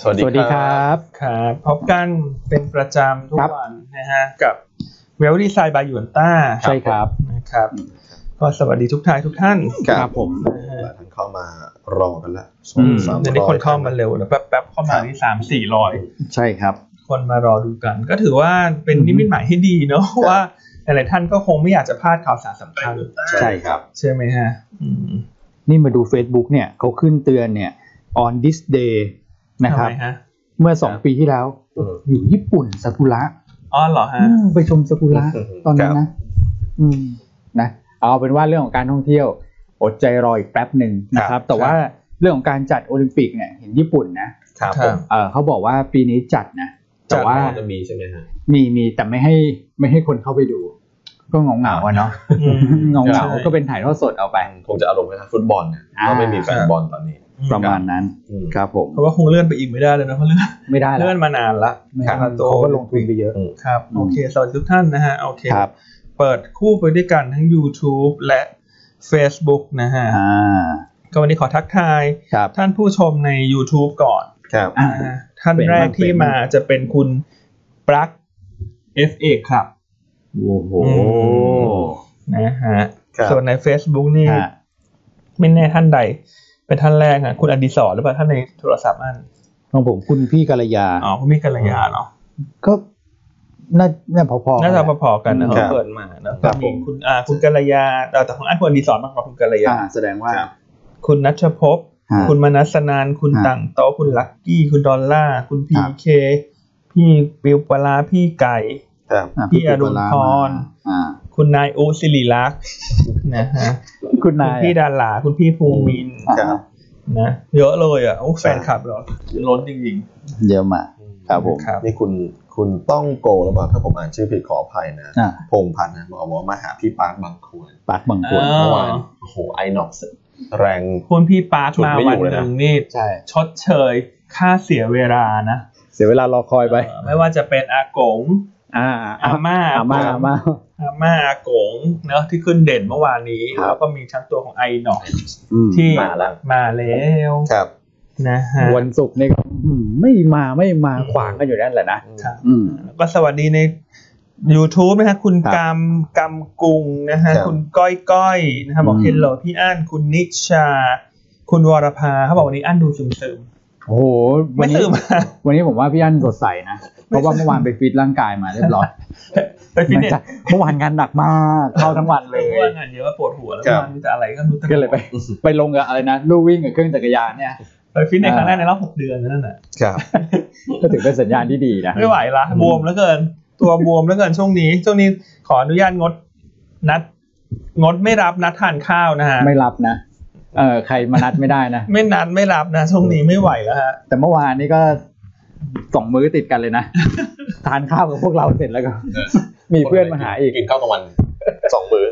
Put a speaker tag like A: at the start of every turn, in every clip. A: สวัสดีครับ
B: ครับพบกันเป็นประจำทุก
A: ครับ
B: วันนะฮะกับเวลดีไซน์บายยูนต้า
A: ใช่ครับ
B: นะครับก็สวัสดีทุกทายทุกท่าน
A: ครับผม
C: หลายท่านเข้ามารอกันละส
A: อื
C: อง
A: ม
C: สาม
B: เดี๋ยวนี้
C: ร้อย
B: คนเข้ามา
C: ท่
B: เร็วแล้วแป๊บๆเข้า
C: ค
B: มา
C: รับ
B: ที่สามสี่ร้อย
A: ใช่ครับ
B: คนมารอดูกัน ก็ถือว่าเป็นนิมิตหมายที่ดีเนาะว่าหลายๆท่านก็คงไม่อยากจะพลาดข่าวสารสำคัญ
A: ใช่
C: ใช่
A: ค
C: ค
A: รั
C: รับ บ
B: ใช่ไหมฮะอืม
A: นี่มาดู Facebook เนี่ยเขาขึ้นเตือนเนี่ย on this day นะครับ
B: ทำไมฮะ
A: เมื่อ 2 ปีที่แล้ว
C: อืม
A: อยู่ญี่ปุ่นซากุระ
B: อ๋อเหรอฮะ
A: อืมไปชมซากุระตอนนั้น
C: ครับ
A: นะอืมนะเอาเป็นว่าเรื่องของการท่องเที่ยว อดใจรออีกแป๊บหนึ่งนะครับ แต่ว่าเรื่องของการจัดโอลิมปิกเนี่ยเห็นญี่ปุ่นนะครับ
B: ค
C: ผ
B: รับ
C: ม
A: เอ่อเขาบอกว่าปีนี้จัดนะแต่ว่า
C: จดจะมีใช่ไหมฮะ
A: มีมีแต่ไม่ให้ไม่ให้คนเข้าไปดู ก็เงาเงาๆอะเนาะ
B: อืม
A: เงา
C: ใช่
A: เงาๆก็เป็นถ่ายทอดสดเอาไป
C: คงจะอารมณ์คล้ายๆฟุตบอลเนี่ย
A: อ่า
C: ก็ไม่มีแฟนบอลตอนนี้
A: ประมาณนั้น
C: อืม
A: ครับผม
B: เพราะว่าคงเลื่อนไปอีกไม่ได้เลยนะเพราะเลื่อน
A: ไม่ได้ละ
B: เลื่อนมานานละ
A: ไม่
B: ค
A: ได้
B: รับ
A: ละเขาก็ลงทุนไปเยอะ
B: ครับ
A: อืม
B: โอเคสวัสดีทุกท่านนะฮะโอเค
A: ครับ
B: เปิดคู่ไปด้วยกันทั้ง YouTube และ Facebook นะฮะ
A: อ่า
B: ก็วันนี้ขอทักทาย
A: ครับ
B: ท่านผู้ชมใน YouTube ก่อน
C: ครับ
A: อ่า
B: นะฮะท่าน
A: เป็น
B: แรก
A: บ้าง
B: ที่
A: เป็นบ้าม
B: าง จะเป็นคุณปลั๊ก FA ครับ
A: โอ้โห
B: อื นะฮะ
C: ครับ
B: ส่วนใน Facebook นี่
A: ฮะ
B: ไม่แน่ท่านใด เป็นท่านแรกนะคุณอดิศรหรือเปล่าท่านในโทรศัพท์อัน
A: ของผมคุณพี่กัลยา
B: อ๋อพี่มิตรกัลยาเนาะ
A: ก็น่าน่าพอๆ
B: น่าจะพอๆกันนะ
A: ครั
B: เขา
A: บ
B: เปิดมาเนอะ
A: ครั
B: ก็
A: บผม
B: มีคุณอ่าคุณกัลยาแต่แต่ของอันคุณอดิศรมากกว่าคุณกัลยา
A: อ่าแสดงว่า
B: คุณนัชภพ
A: ฮะ
B: คุณมนัสนาน คุณ
A: ฮะ
B: ต่างโต๊ะคุณลักกี้ คุณดอลล่าร์ คุณ
A: ค
B: พี
A: รับ
B: เค พี่บิวปลา พี่ไก่
C: ครับ
A: อ่า
B: พี่อรุณพร
A: อ่า
B: คุณนายอุศิริลั กษณ์นะฮะ
A: คุณ
B: คุณ
A: นาย
B: พี่ดาราคุณพี่ภูมินทร์
A: อ่า
C: ครับ
B: นะ เยอะเลยอ่ะ โอ้แฟนคลับเหรอล้นจริง
A: เยอะมากครับผม
B: ๆครับ
C: นี่คุณคุณต้องโกหรือเปล่าถ้าผมอ่านชื่อผิดขออภัยนะ
A: อ่า
C: พงพันธ์นะบอกว่ามาหาพี่ปาร์คบางควร
A: ปากบางคน
B: อ่า
C: เมื่อวานโอ้โหไอน็อกแรง
B: คุณพี่ปาร์ค
C: ฉุด
B: มา
C: ไม่
B: วั
C: อน ยู่เลย
B: ห
C: นะ
B: นึ่งนี่
A: ใช่
B: ชดเชย ค่าเสียเวลานะ
A: เสียเวลารอคอยไป
B: เออไม่ว่าจะเป็นอากง
A: อ่า
B: อาม่า
A: อาม่าอาม่า
B: อาม่าอากงเนอะที่ขึ้นเด่นเมื่อวานนี้
A: ครับ
B: แล้วก็มีทั้งตัวของไอหนอก
A: อืม
B: ที่
C: มาแล้ว
B: มาแล้ว
C: ครับ
B: นะฮะ
A: วันศุกร์เนี่ยก็อืมไม่มาไม่มา
B: อืม
A: ขวางกันอยู่นั่นแหละนะครับ อืม
B: แล้วก็สวัสดีใน YouTube นะฮะคุณ
A: ครับ
B: กามกามกรุงนะฮะ
C: ครับ
B: คุณก้อยก้อยนะฮะบอก
A: อืม
B: เฮลโลพี่อั้นคุณนิชา คุณวรภาเขาบอกวันนี้อั้นดูซึมซึม
A: โอ้โห
B: ๆ
A: วั
B: ไม่
A: นนี้
B: ซึมอะ
A: วันนี้ผมว่าพี่อั้นสดใสนะ เพราะว่า
B: ไม่ใช่
A: เมื่อวานไปฟิตร่างกายมาเรียบร้อย
B: ไปฟิตเนส
A: จากเมื่อวานงานหนักมากเข้าทั้งวัน
B: เล
A: เลย ย
B: ว่างานเยอะปวดหัวแล้ว
C: ครับ
B: มันจะอะไรก็ไม่รู้
A: ก็เลยไป ไปลงกับอะไรนะลู่วิ่งกับเครื่องจักรยานเนี่ย
B: ไปฟิตเนส
A: อ่า
B: ครั้งแรกในรอบหกเดือนนั่นแหละ
C: ครับ
A: ก็ถือเป็นสัญญาณที่ดีนะ
B: ไม่ไหวละ
A: อืม
B: บวมแล้วเกิน ตัวบวมแล้วเกินช่วงนี้ ช่วงนี้ขออนุญาตงดนัด งดไม่รับนัดทานข้าวนะฮะ
A: ไม่รับนะเออใครมานัดไม่ได้นะ
B: ไม่นัดไม่รับนะช่วงนี้ไม่ไหวแล้วฮะ
A: แต่เมื่อวานนี่ก็สองมื้อติดกันเลย นะทานข้าวกับพวกเราเสร็จแล้วก็ มีเพื่อนมาหาอีก
C: กินข้าวกลางวันสองมื้อ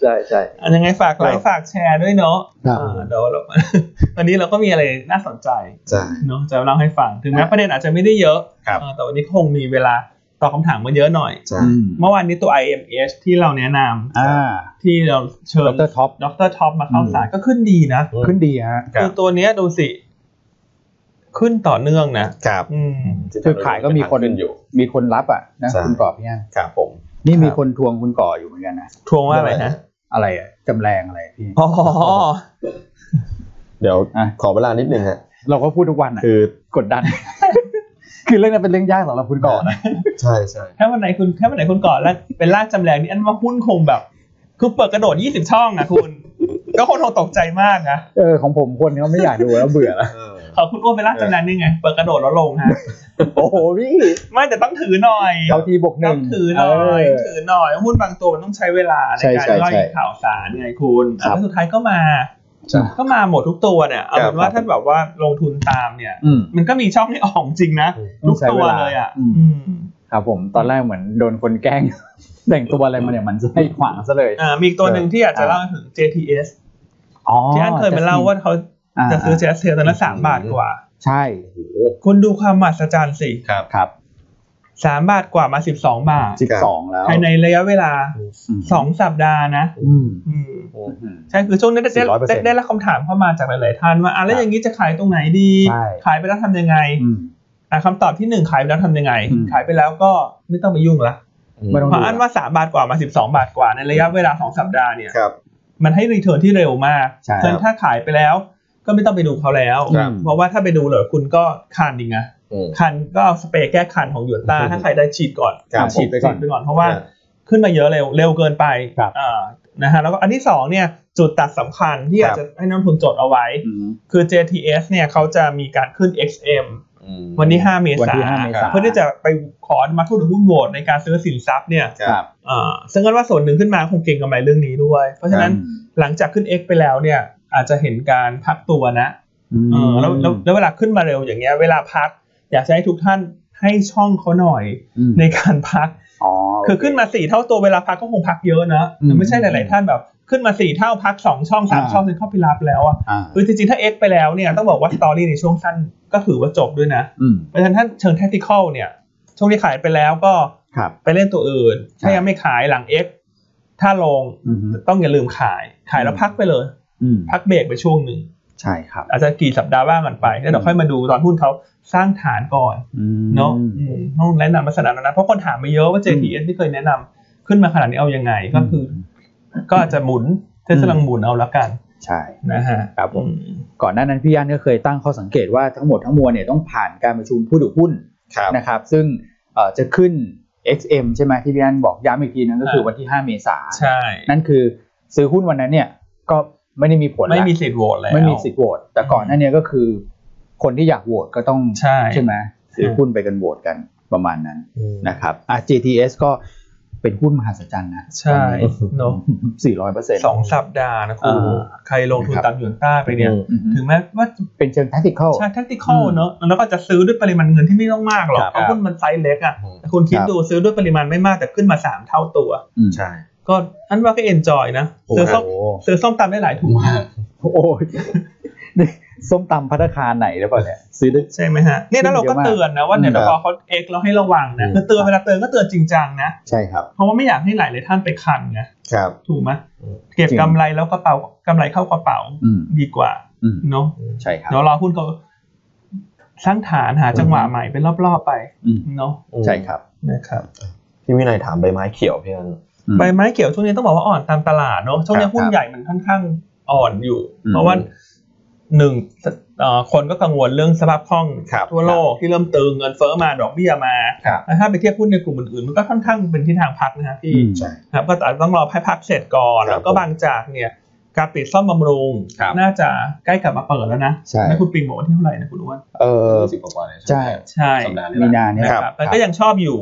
A: ใช่ใช่
B: อันยังไงฝากไล
C: ครับ
B: ค์ฝากแชร์ด้วยเนาะ
A: ครับ
B: อ่าเดี๋ยวเรา วันนี้เราก็มีอะไรน่าสนใจ
C: ใช่
B: เนาะจะเล่าให้ฟัง ถึง
A: ค
B: แม้
A: รับ
B: ประเด็นอาจจะไม่ได้เยอะ
C: ครับ
B: เออแต่วันนี้คงมีเวลาตอบคำถามมาเยอะหน่อย
C: ใช่
A: อืม
B: เมื่อวานนี้ตัว IMH ที่เราแนะน
A: อ่า
B: ำที่เราเชิ
A: ด
B: ญ
A: รท็อป
B: ดรท็อปมาเข้า
A: อืม
B: สายก็ขึ้นดีนะ
C: อืม
A: ขึ้นดีฮะ
C: ครั
B: คื
C: บ
B: อตัวเนี้ยดูสิ ขึ้นต่อเนื่องนะครับ อืม
A: คือขายก็มีคน
C: ขึ้นอยู่
A: มีคนรับอ่ะนะ
C: ใช่
A: คุณก่อพี่ย่าง
C: ครับผม
A: นี่มี
C: ครับ
A: คนทวงคุณก่ออยู่เหมือนกันนะ
B: ทวงว่าอะไรนะ
A: อะไรอ่ะจำแรงอะไรพี่
B: อ๋อ
C: เดี๋ยว
A: อ่ะ
C: ขอเวลานิดนึงฮะ
A: เราก็พูดทุกวันอ่ะ
C: คือก
A: ดดั น คือเรื่องนั้นเป็นเรื่องยากสำหรับคุณก่อนะ
C: ใช่ใช่
B: ถ้าวันไหนคุณถ้าวันไหนคุณก่อนแล้วเป็นลากจำแรงนี่อันว่าหุ้นคงแบบ คือเปิดกระโดด 20 ช่องอะคุณ ก็คนคงตกใจมากนะ
A: เออของผมคนเขาไม่อยากดูแล้วเบื่อแล้ว
C: เออ
B: เขาคุณอ้วนไปลากจำแรงนี่ไง เปิดกระโดดแล้วลงฮะ
A: โอ้โหพี่
B: ไม่แต่ต้องถือหน่อย
A: เอาทีบวกหนึ่
B: ต้องงถือหน่อย
A: เออ
B: ถือหน่อย หุ้นบางตัวมันต้องใช้เวลาใน
A: ใช่
B: การ
A: ใช่
B: ย่อย
A: ใช่
B: ข่าวสารไงคุณ
A: ครับ
B: แล้วสุดท้ายก็มา
A: ใช่
B: ก็มาหมดทุกตัวเนี่ยเอาเป็นว่าถ้าแบบว่าลงทุนตามเนี่ย
A: อืม
B: มันก็มีช่องให้ออกจริงนะ
C: อืม
B: ทุกตัวเลยอ่ะ
A: อืม
B: อืม
A: ครับผมตอนแรกเหมือนโดนคนแกล้ง แต่งตัวอะไรมาเนี่ยมันจะให้ขวางซะเลย
B: อ่ามีอีกตัวหนึ่งที่อยากจะเล่าถึง JTS
A: อ๋อ
B: ที่อันเคยมาเล่าว่าเขา
A: า
B: จะซื้อ JTS ตอนละสามบาทกว่า
A: ใช่
C: โอ้โห
B: คุณดูความมหัศจรรย์สิ
C: ครับ
A: ครับ
B: สามบาทกว่ามาสิบสองบาท
A: สิบสองแล้ว
B: ภายในระยะเวลา
A: อืม
B: สองสัปดาห์นะ
A: อืม
B: อืม
A: อืม
B: ใช่คือช่วงนี้ได้ได้
C: 400%
B: ได้ได้รับคำถามเข้ามาจากหลาย ๆ ท่านว่าอ่ะแล้วอย่างนี้จะขายตรงไหนดี
A: ใช่
B: ขายไปแล้วทำยังไง
A: อืม
B: อ่ะคำตอบที่หนึ่งขายไปแล้วทำยังไง
A: อืม
B: ขายไปแล้วก็ไม่ต้องไปยุ่งละ
A: ไม่ต้ง
B: เพราะอันว่าสามบาทกว่ามาสิบสองบาทกว่าในระยะเวลาสองสัปดาห์เนี่ย
C: ครับ
B: มันให้รีเทิร์นที่เร็วมาก
A: ใช่
B: เพราะฉะนั้นถ้าขายไปแล้วก็ไม่ต้องไปดูเขาแล้ว
A: ครับ
B: เพราะว่าถ้าไปดูเหรอคุณก็คันอีกนะ
C: อืม
B: คันก็เอาสเปรย์แก้คันของหยวนต้า ถ้าใครได้ฉีดก่อน
C: ครับ
B: ฉีด
C: ผม
B: ไปก่อนไปก่อน เพราะว่าขึ้นมาเยอะเร็วเร็วเกินไป
A: ครับ
B: อ่านะฮะแล้วก็อันที่สองเนี่ยจุดตัดสำคัญที่
C: ครั
B: อา
C: บ
B: จจะให้นักลงทุนจดเอาไว้
A: อืม
B: คือ JTS เนี่ยเขาจะมีการขึ้น XM
C: อืม
B: วันที่ 5 เม
A: วัน
B: ษา
A: ที่ห้าเมษา
B: เพื่อที่จะไปขออนุมาทุนหุ้นโหวตในการซื้อสินทรัพย์เนี่ย
A: ครับ
B: อ่าซึ่งก็ว่าส่วนหนึ่งขึ้นมาคงเก่งกำไรเรื่องนี้ด้วย เพราะฉะนั้น หลังจากขึ้น X ไปแล้วเนี่ยอาจจะเห็นการพักตัวนะ
A: อืม
B: เออแล้วแล้วแล้วเวลาขึ้นมาเร็วอย่างเงี้ยเวลาพัก อยากจะให้ทุกท่านให้ช่องเขาหน่อย
A: อืม
B: ในการพัก
A: อ๋อ
B: คือขึ้นมาสี่เท่าตัวเวลาพักก็คงพักเยอะนะ
A: อืม
B: แต่ไม่ใช่หลาย ๆ ท่านแบบขึ้นมาสี่เท่าพักสองช่องสาม
A: อ่า
B: ช่องจนเข้าไปรับแล้วอ่ะ
A: อ่า
B: คือจริง ๆ ถ้า X ไปแล้วเนี่ยต้องบอกว่าสตอรี่ในช่วงสั้นก็ถือว่าจบด้วยนะ
A: อืม
B: เพราะฉะนั้นท่านเชิง t ท c t i c a l เนี่ยช่วงที่ขายไปแล้วก็
A: ครับ
B: ไปเล่นตัวอื่น ถ้า
A: อ่ายั
B: ยังไม่ขายหลัง X ถ้าลง
A: อืม
B: ต้องอย่าลืมขายขายแล้วพักไปเลย
A: อืม
B: พักเบรกไปช่วงหนึ่ง
A: ใช่ครับ
B: อาจจะกี่สัปดาห์ว่างกันไป แล้วเดี๋ยวค่อยมาดูตอนหุ้นเขาสร้างฐานก่อน
A: อืม
B: เนาะอืมต้องแนะนำลักษณะนั้นนะเพราะคนถามมาเยอะว่า JTS ที่เคยแนะนำขึ้นมาขนาดนี้เอายังไงก็คือ ก็อาจจะหมุนเทสลังหมุนเอาละกัน
A: ใช่
B: นะฮะ
A: ครับผม
B: อืม
A: ก่อนหน้านั้นพี่ย่านก็เคยตั้งข้อสังเกตว่าทั้งหมดทั้งมวลเนี่ยต้องผ่านการประชุมผู้ถือหุ้น
C: ครับ
A: นะครับ ซึ่งเอ่อจะขึ้น XM ใช่ไหมที่พี่ย่านบอกย้ำอีกทีนึงก็คือ
B: อ่า
A: วันที่ 5 เมษายน
B: ใช่
A: นั่นคือซื้อหุ้นวันนั้นเนี่ยก็ไม่ได้มีผลละ
B: ไม่มีสิทธิ์โหวตแล้ว
A: ไม่มีสิทธิ์โหวตแต่ก่อนหน้านี้ก็คือ คนที่อยากโหวตก็ต้อง
B: ใช่
A: ใช่ไหมซื้อหุ้นไปกันโหวตกันประมาณนั้น
C: อืม
A: นะครับอ่ะ GTS ก็เป็นหุ้นมหัศจรรย์นะ
B: ใช่เนาะ
A: สี่ร้อยเปอร์เซ็นต์
B: สองสัปดาห์นะคุณ
A: อ่า
B: ใครลงทุนตามหยวนต้าไปเนี่ยถึงแม้ว่า
A: เป็นเชิง tactical
B: ใช่ tactical
A: อืม
B: เนอะแล้วก็จะซื้อด้วยปริมาณเงินที่ไม่ต้องมากหรอก
A: ครับ
B: เพราะหุ้นมันไซส์เล็กอ่ะ
C: อืม
B: แต่คุณคิด
A: ครับ
B: ดูซื้อด้วยปริมาณไม่มากแต่ขึ้นมาสามเท่าตัว
A: อืม
C: ใช่
B: ก็อันว่าก็ enjoy นะ ซื้อส้ม
C: โอ้
B: ซื้อส้มตำได้หลายถุงมาก
A: โอ้ยนี่ส้มตำพัตตาคารไหนหรือเปล่าเนี่ยซื้อได้
B: ใช่ไหมฮะเนี่ยแล้วเราก็
A: เยอะมาก
B: เตือนนะว่าเนี่ย
A: ครับ
B: เดี๋ยวพอเขาเอ็กเราให้ระวังนะ
C: อืม
B: คือเตือนเวลาเตือนก็เตือนจริงจังนะ
A: ใช่ครับ
B: เพราะว่าไม่อยากให้หลายหลายๆท่านไปคันไง
C: ครับ
B: ถูกไหม
C: อืม
B: เก็บ
A: จริง
B: กำไรแล้วกระเป๋ากำไรเข้ากระเป๋า
A: อืม
B: ดีกว่า
A: อืม
B: เนาะ
A: ใช่ครับ
B: เดี๋ยวรอหุ้นเขาสร้างฐานหาจังหวะใหม่เป็นรอบๆไป
A: อืม
B: เนาะ
A: ใช่ครับ
B: นะครับ
C: พี่วินัยถามใบไม้เขียวพี่นัน
A: อืม
B: ใบไม้เขียวช่วงนี้ต้องบอกว่าอ่อนตามตลาดเนาะช่วงนี้
A: ครับ
B: หุ้นใหญ่มันค่อนข้างอ่อนอยู่
A: อืม
B: เพราะว่าหนึ่งเอ่อคนก็กังวลเรื่องสภาพคล่อง
C: ครับ
B: ทั่วโลกที่เริ่มตึงเงินเฟ้อมาดอกเบี้ยมา
C: ครับ
B: แล้วถ้าไปเทียบหุ้นในกลุ่มอื่นๆมันก็ค่อนข้างเป็นทิศทางพักนะฮะพี่
A: อืม
C: ใช่
B: ครับก็อาจจะต้องรอให้พักเสร็จก่อน
C: ครับ
B: แล้วก็บางจากเนี่ยการปิดซ่อมบำรุง
C: ครับ
B: น่าจะใกล้กลับมาเปิดแล้วนะ
A: ใช่
B: แล้วคุณปิงบอกว่าที่เท่าไหร่นะคุณอ้วน
A: เออ
C: สิบกว่าๆเลย
A: ใช่
C: ไหม
B: ใช่
C: สัปดาห์
A: มีนาเนี่ย
B: นะค
A: ค
B: รั
A: รั
B: บบ มันก็ยังชอบอยู่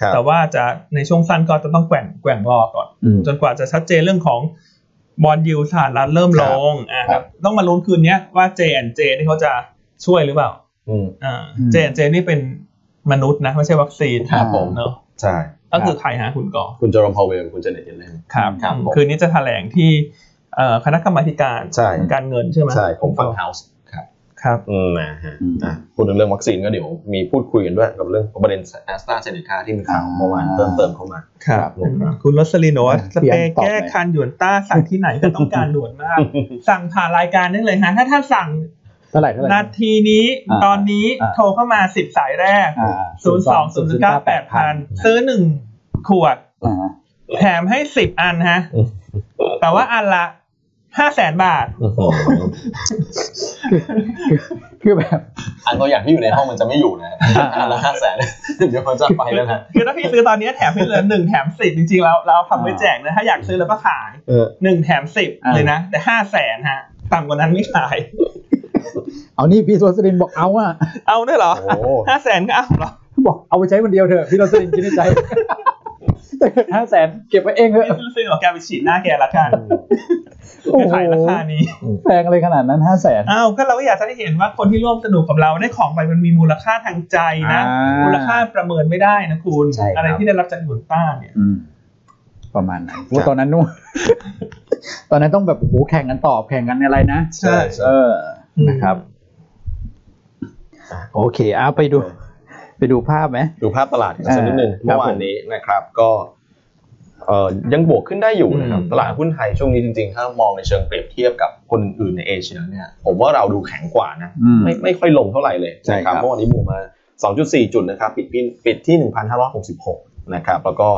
C: ครับ
B: แต่ว่าจะในช่วงสั้นก็จะต้องแกว่งแกว่งรอก่อน
C: อืม
B: จนกว่าจะชัดเจนเรื่องของบอลยูสหรัฐเริ่มลงอ่ะ
A: ครับ
B: ต้องมาลุ้นคืนเนี้ยว่า J&J นี่เขาจะช่วยหรือเปล่า
C: อืม
B: อ่า J&J นี่เป็นมนุษย์นะ ไม่ใช่วัคซีน
C: ครับผม
B: เนอะ
C: ใช่
B: ก็คือใครฮะคุณก่อ
C: คุณโจอร์มพาวเวลคุณเจเน็ตเยลเลน
A: ครับ
C: ครับผม
B: คืนนี้จะแถลงที่เอ่อคณะกรรมาธิการ
C: ใช่
B: การเงินใช่ไหม
C: ใช่ผมฟังเฮาส์ครับ
B: ครับ
C: อืมนะฮะ
A: อืม
C: อ่ะพูดถึงเรื่องวัคซีนก็เดี๋ยวมีพูดคุยกันด้วยกับเรื่องประเด็นแอสตราเซเนกาที่มีข่าวเมื่อวาน
A: อ่า
C: เพิ่มเติมเข้ามา
B: ครับ
C: ผมครับ
B: คุณรสลินบอกว่าส
A: เปลี่
B: เปร
A: ยน
B: ย์
A: ตอบ
B: แก้
A: หน่อย
B: คันหยวนต้าสั่งที่ไหนก็ต้องการด่วนมาก สั่งผ่านรายการได้เลยฮะถ้าท่านสั่ง
A: เท่าไหร่เท่าไหร่
B: นาทีนี้
A: อ่า
B: ตอนนี้
A: อ่า
B: โทรเข้ามาสิบสายแรก
A: อ่า
B: ศูนย์สองศูนย์เก้าแปดพันซื้อหนึ่งขวด
A: อ่า
B: แถมให้สิบอันฮะ
C: อืม
B: แต่ว่าอันละห้าแสนบาท
C: โอ้โห
A: คือแบบ
C: อันตัวอย่างที่อยู่ในห้องมันจะไม่อยู่นะฮะอันละห้าแสนเดี๋ยวมันจะไปแล้วนะ
B: คือถ้าพี่ซื้อตอนนี้แถมให้เลยหนึ่งแถมสิบจริงๆแล้วเราทำไว้แจกนะถ้าอยากซื้อแล้วก็ขาย
C: เออ
B: หนึ่งแถมสิบเลยนะ แต่ห้าแสนฮะต่ำกว่านั้นไม่ขาย
A: เอานี่พี่โรสลินบอกเอาอ่ะ
B: เอาด้วยเหรอ
C: โอ้โห
B: ห้าแสนก็เอาเหรอ
A: บอกเอาไปใช้วันเดียวเถอะพี่โรสลินคิดในใจแต่ห้าแสนเก็บไว้เองเถอะ
B: พี่ซื้อของแกไปฉีดหน้าแกละกัน
A: โอ้โห
B: ไปขายราคานี้
A: แพงเลยขนาดนั้นห้าแสน
B: อ้าวก็เราก็อยากจะได้เห็นว่าคนที่ร่วมสนุกกับเราได้ของไปมันมีมูลค่าทางใจนะ
A: อ่า
B: มูลค่าประเมินไม่ได้นะคุณ
A: ใช่ครับ
B: อะไรที่ได้รับจากหนุนต้าเนี่ย
A: อืมประมาณนั้นว่าตอนนั้นนู่นตอนนั้นต้องแบบโอ้โหแข่งกันตอบแข่งกันอะไรนะ
C: ใช่ใช่
A: เออนะครับ โอเคเอาไปดู ไปดูภาพไหม
C: ดูภาพตลาดกันสัก
A: อ่า
C: นิดนึง
A: ครั
C: เมื่อ
A: บ
C: วานนี้นะครับก็เอ่อยังบวกขึ้นได้อยู่นะครับ
B: อืม
C: ตลาดหุ้นไทยช่วงนี้จริงๆ ถ้ามองในเชิงเปรียบเทียบกับคนอื่นๆในเอเชียเนี่ยผมว่าเราดูแข็งกว่านะ
A: อืม
C: ไม่ไม่ค่อยลงเท่าไหร่เลย
D: ใช่
C: นะครับ เมื่อวานนี้บวกมา 2.4 จุดนะครับ ปิดพี่ปิดที่ 1,566 นะครับ แล้วก็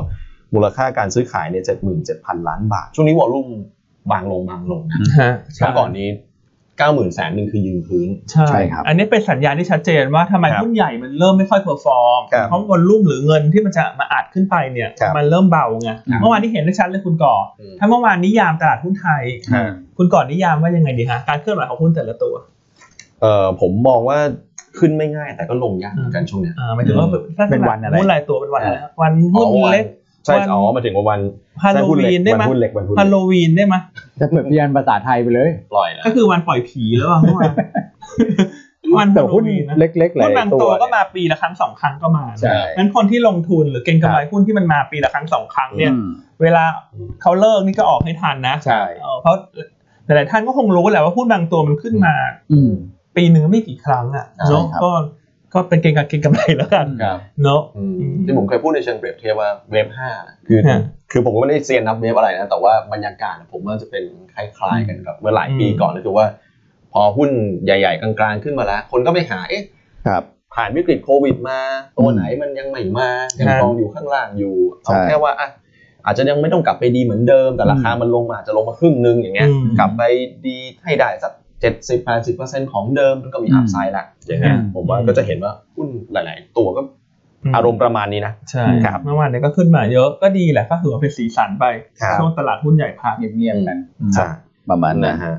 C: มูลค่าการซื้อขายเนี่ย77,000 ล้านบาท ช่วงนี้วอลลุ่มบางลงบางลงนะ
B: ฮะ
C: เมื่อก่อนนี้ 90,000แสนหนึ่งคือยืนพื้น
B: ใช่
A: ใช่ครับ
B: อันนี้เป็นสัญญาณที่ชัดเจนว่าทำไม
C: ครับ
B: หุ้นใหญ่มันเริ่มไม่ค่อยเพอร์ฟอร์ม
C: ครับ
B: เพราะวอลลุ่มหรือเงินที่มันจะมาอัดขึ้นไปเนี่ย
C: ครับ
B: มันเริ่มเบาไง
A: ครับ
B: เมื่อวานที่เห็นได้ชัดเลยคุณก่ออ
C: ม
B: ถ้าเมื่อวานนิยามตลาดหุ้นไทย
A: อ่า
B: คุณก่อนนิยามว่ายังไงดีฮะการเคลื่อนไหวของหุ้นแต่ละตัว
C: เอ่อผมมองว่าขึ้นไม่ง่ายแต่ก็ลงยากเหมือนกันช่วงเนี้ย
B: อ่าหมายถึงว่าแบบถ้า
A: เป็นวันอะไร
B: หุ้นรายตัวเป็นวันอะไรฮะวันหุ้นเล็ก
C: ใช่
B: วัน
C: อ๋อหมายถึงว่าวัน
B: ฮาโล
C: ใช่หุ้
B: วีนได้ไหม
C: วัหุ้นเล็กวันหุ้น
B: ฮาโล
C: เล็ก
B: วีนได้ไหม
A: จะเปิดพิยานภาษาไทยไปเลย
C: ปล่อยแล้ว
B: ก็คือวันปล่อยผีแล้ว อ่ะเมื่อวานวัน
A: แต่
B: ฮาโล
A: หุ้น
B: วีนนะ
A: เล็กๆหลาย
B: หุ้นบาง
A: ตั
B: ตัววก็
A: เนี่ย
B: มาปีละครั้งสองครั้งก็มานะ
A: ใช่
B: นั้นคนที่ลงทุนหรือเก็งกำไรหุ้นที่มันมาปีละครั้งสองครั้งเนี่ย
A: อืม
B: เวลาเขาเลิกนี่ก็ออกให้ทันนะ
C: ใช่
B: เออเพราะหลายๆท่านก็คงรู้แหละว่าหุ้นบางตัวมันขึ้นมา
A: อืม
B: ปีหนึ่งไม่กี่ครั้งอ่ะ
C: ใช่
B: เนาะ
A: ครับ
B: ก็ก็เป็นเก็งกำเก็งกำไรแล้วกัน
C: ครับ
B: เนาะ
C: ที่ผมเคยพูดในเชิงเปรียบเทียบว่าเวฟห้าคือ
B: ฮะ
C: คือผมก็ไม่ได้เซียนนับเวฟอะไรนะแต่ว่าบรรยากาศผมว่าจะเป็นคล้ายๆกันกับเมื่อหลายปี
B: อืม
C: ก่อนก็คือว่า พอหุ้นใหญ่ๆกลางๆขึ้นมาแล้ว คนก็ไปหาเอ๊ะ
D: ครับ
C: ผ่านวิกฤตโควิดมา ตัวไหนมันยังไม่มายังกองอยู่ข้างล่างอยู่เอา
D: ใช่
C: แค่ว่าอ่ะอาจจะยังไม่ต้องกลับไปดีเหมือนเดิม แต่ราคามันลงมาอาจจะลงมาครึ่งนึงอย่างเงี้ย
B: อืม
C: กลับไปดีให้ได้สักเจ็ดสิบแปดสิบเปอร์เซ็นของเดิมมันก็มี
A: อืม
C: อัพไซด์ละอย่างเงี้ย
A: อืม
C: ผมว่าก็จะเห็นว่าหุ้นหลาย ๆ ตัวก็อารมณ์ประมาณนี้นะ
B: ใช่
C: ครับ
B: เมื่อวานเนี้ก็ขึ้นมาเยอะก็ดีแหละก็ถือว่าเป็นสีสันไป
C: ครับ
B: ช่วงตลาดหุ้นใหญ่พัก
A: เงียบๆกัน
C: ใช่
D: ประมาณนั้น
C: นะฮะ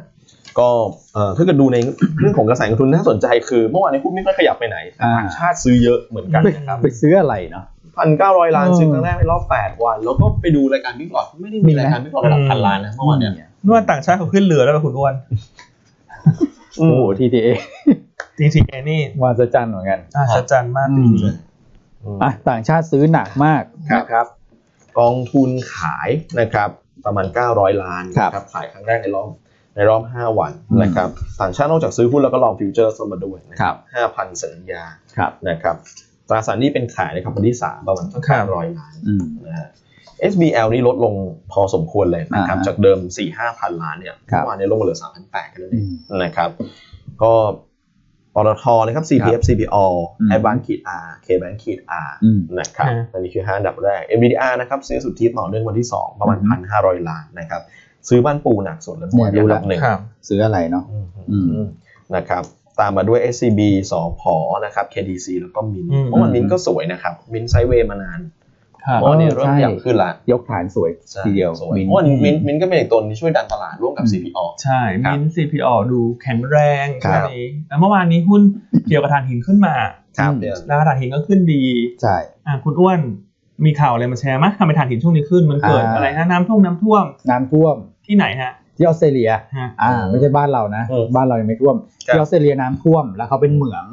C: ก็เอ่อถ้าเกิดดูใน เรื่องของกระแสเงินทุนน่าสนใจคือเมื่อวานในหุ้นไม่ค่อยขยับไปไหน
A: อ่า
C: ต่างชาติซื้อเยอะเหมือนกัน
A: ไป
C: นะครับ
A: ไปซื้ออะไรเนาะ
C: พันเก้าร้อยล้าน
B: อืม
C: ซื้อครั้งแรกในรอบแปดวัน แล้วก็ไปดูรายการบิ๊กหลอดไม่ได้มีรายการบิ๊กหลอดระดับพันล้านนะเมื่อวานเนี่ย
B: เมื่อวานต่างชาติเขาขึ้นเรือแล้วเหรอคุณอ้วน
A: โอ้โห TTA
B: จริงๆไอ้นี่
A: มาสจันเหมือนกัน
B: น่าสะใจรรย์มากจ
A: อืม
B: ริง
C: ม
A: อ่ะต่างชาติซื้อหนักมาก
C: นะครับกองทุนขายนะครับประมาณ 900 ล้าน
D: ครับ
C: นะขายครั้งแรกในรอบในรอบ 5 วันนะครับต่างชาตินอกจากซื้อหุ้นแล้วก็ลองฟิวเจอร์สมาด้วยนะครับ5,000 สัญญา
A: ครับ
C: นะครับตราสารหนี้เป็นขายนะครับวันที่ 3 ประมาณสัก500 ล้าน
A: อืม
C: นะฮะ SBL นี่ลดลงพอสมควรเลยนะครับ
A: อ่าฮะ
C: จากเดิม 4-5 พันล้านเนี่ย
A: ครับ
C: เมื่อวานเนี้ลงมาเหลือ 3,800กันเลย
A: อืม
C: นะครับก็ปตทนะครับ CPF CPO
A: อืม
C: Advance ขีด R KBank ขีด R
A: อืม
C: นะครับ
B: อ่า
C: อันนี้คือ 5 อันดับแรก MBDR นะครับซื้อสุทธิต่อเนื่องวันที่ 2 ประมาณ 1,500 ล้านนะครับ ซื้อบ้านปูหนักสุดแล้ว
A: เนี่ยดู
C: อัน
A: ละ
C: ดับหนึ่ง
B: ครับ
A: ซื้ออะไรเนาะ
C: อืม
A: อืม
C: นะครับ ตามมาด้วย SCB สพนะครับ KDC แล้วก็มิน
B: อืม
C: เมื่อวันมินก็สวยนะครับ มินไซด์เวย์มานาน
A: ครับ
C: เมื่อวันนี้เริ่ม
A: ใช่
C: ขยับขึ้นละ
A: ยกฐานสวย
C: ใช่
A: ทีเดียว
C: สวย
A: มิน
C: เพราะวันนี้มินมินก็เป็นอีกตัวที่ช่วยดันตลาดร่วมกับ
A: อืม
C: CPO
B: ใช่
C: ครับ
B: มินซีพีออดูแข็งแรง
A: ครับ
B: วันนี้แล้วเมื่อวานนี้หุ้น เกี่ยวกับถ่านหินขึ้นมา
A: ครับ
C: เดี๋ยว
B: แล้วถ่านหินก็ขึ้นดี
A: ใช่
B: อ่ะคุณอ้วนมีข่าวอะไรมาแชร์ไหมทำไมถ่านหินช่วงนี้ขึ้นมันเกิด
A: อ่า
B: อะไรฮะน้ำท่วมน้ำท่วม
A: น้ำท่วม
B: ที่ไหนฮะ
A: ที่ออสเตรเลีย
B: ฮะ
A: อ่า ไม่ใช่บ้านเรานะ
C: อืม
A: บ้านเรายังไม่ท่วม
C: ครับ
A: ที่ออสเตรเลียน้ำท่วม แล้วเขาเป็นเหมือง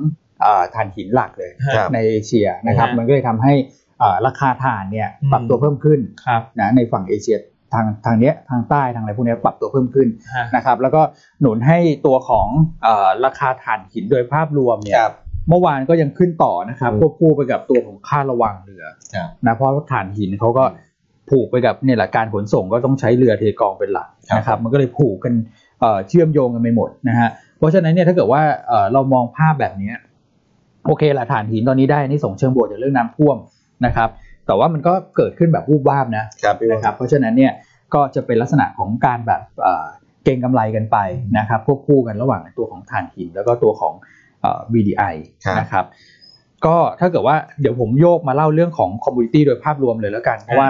A: อ่าถ่านหินหลักเลย
C: ครับ
A: ในเอเชียนะครับ
B: ครับ
A: มันก็เลยทำให้อ่าราคาถ่านเนี่ย
B: อืม
A: ปรับตัวเพิ่มขึ้น
B: ครับ
A: นะในฝั่งเอเชียทางทางเนี้ยทางใต้ทางอะไรพวกเนี้ยปรับตัวเพิ่มขึ้น
B: ฮะ
A: นะครับแล้วก็หนุนให้ตัวของเออราคาถ่านหินโดยภาพรวมเนี่ย
C: ครับ
A: เมื่อวานก็ยังขึ้นต่อนะครับ
C: อืม
A: ควบคู่ไปกับตัวของค่าระวังเรือ
C: ครับ
A: นะเพราะว่าถ่านหินเขาก็ผูกไปกับเนี่ยแหละการขนส่งก็ต้องใช้เรือเทกองเป็นหลัก
C: ครับ
A: นะครับมันก็เลยผูกกันเอ่อเชื่อมโยงกันไปหมดนะฮะเพราะฉะนั้นเนี่ยถ้าเกิดว่าเอ่อเรามองภาพแบบเนี้ยโอเคละถ่านหินตอนนี้ได้อันนี่ส่งส์เชิงบวกจากเรื่องน้ำท่วมนะครับแต่ว่ามันก็เกิดขึ้นแบบวูบวาบนะ
C: ครับพี่วอน
A: นะครับเพราะฉะนั้นเนี่ยก็จะเป็นลักษณะของการแบบเอ่อเก็งกำไรกันไปนะครับควบคู่กันระหว่างตัวของถ่านหิน แล้วก็ตัวของเอ่อ BDI
C: ครับ
A: นะครับก็ถ้าเกิดว่าเดี๋ยวผมโยกมาเล่าเรื่องของคอมมูนิตี้โดยภาพรวมเลยแล้วกัน เพราะว่า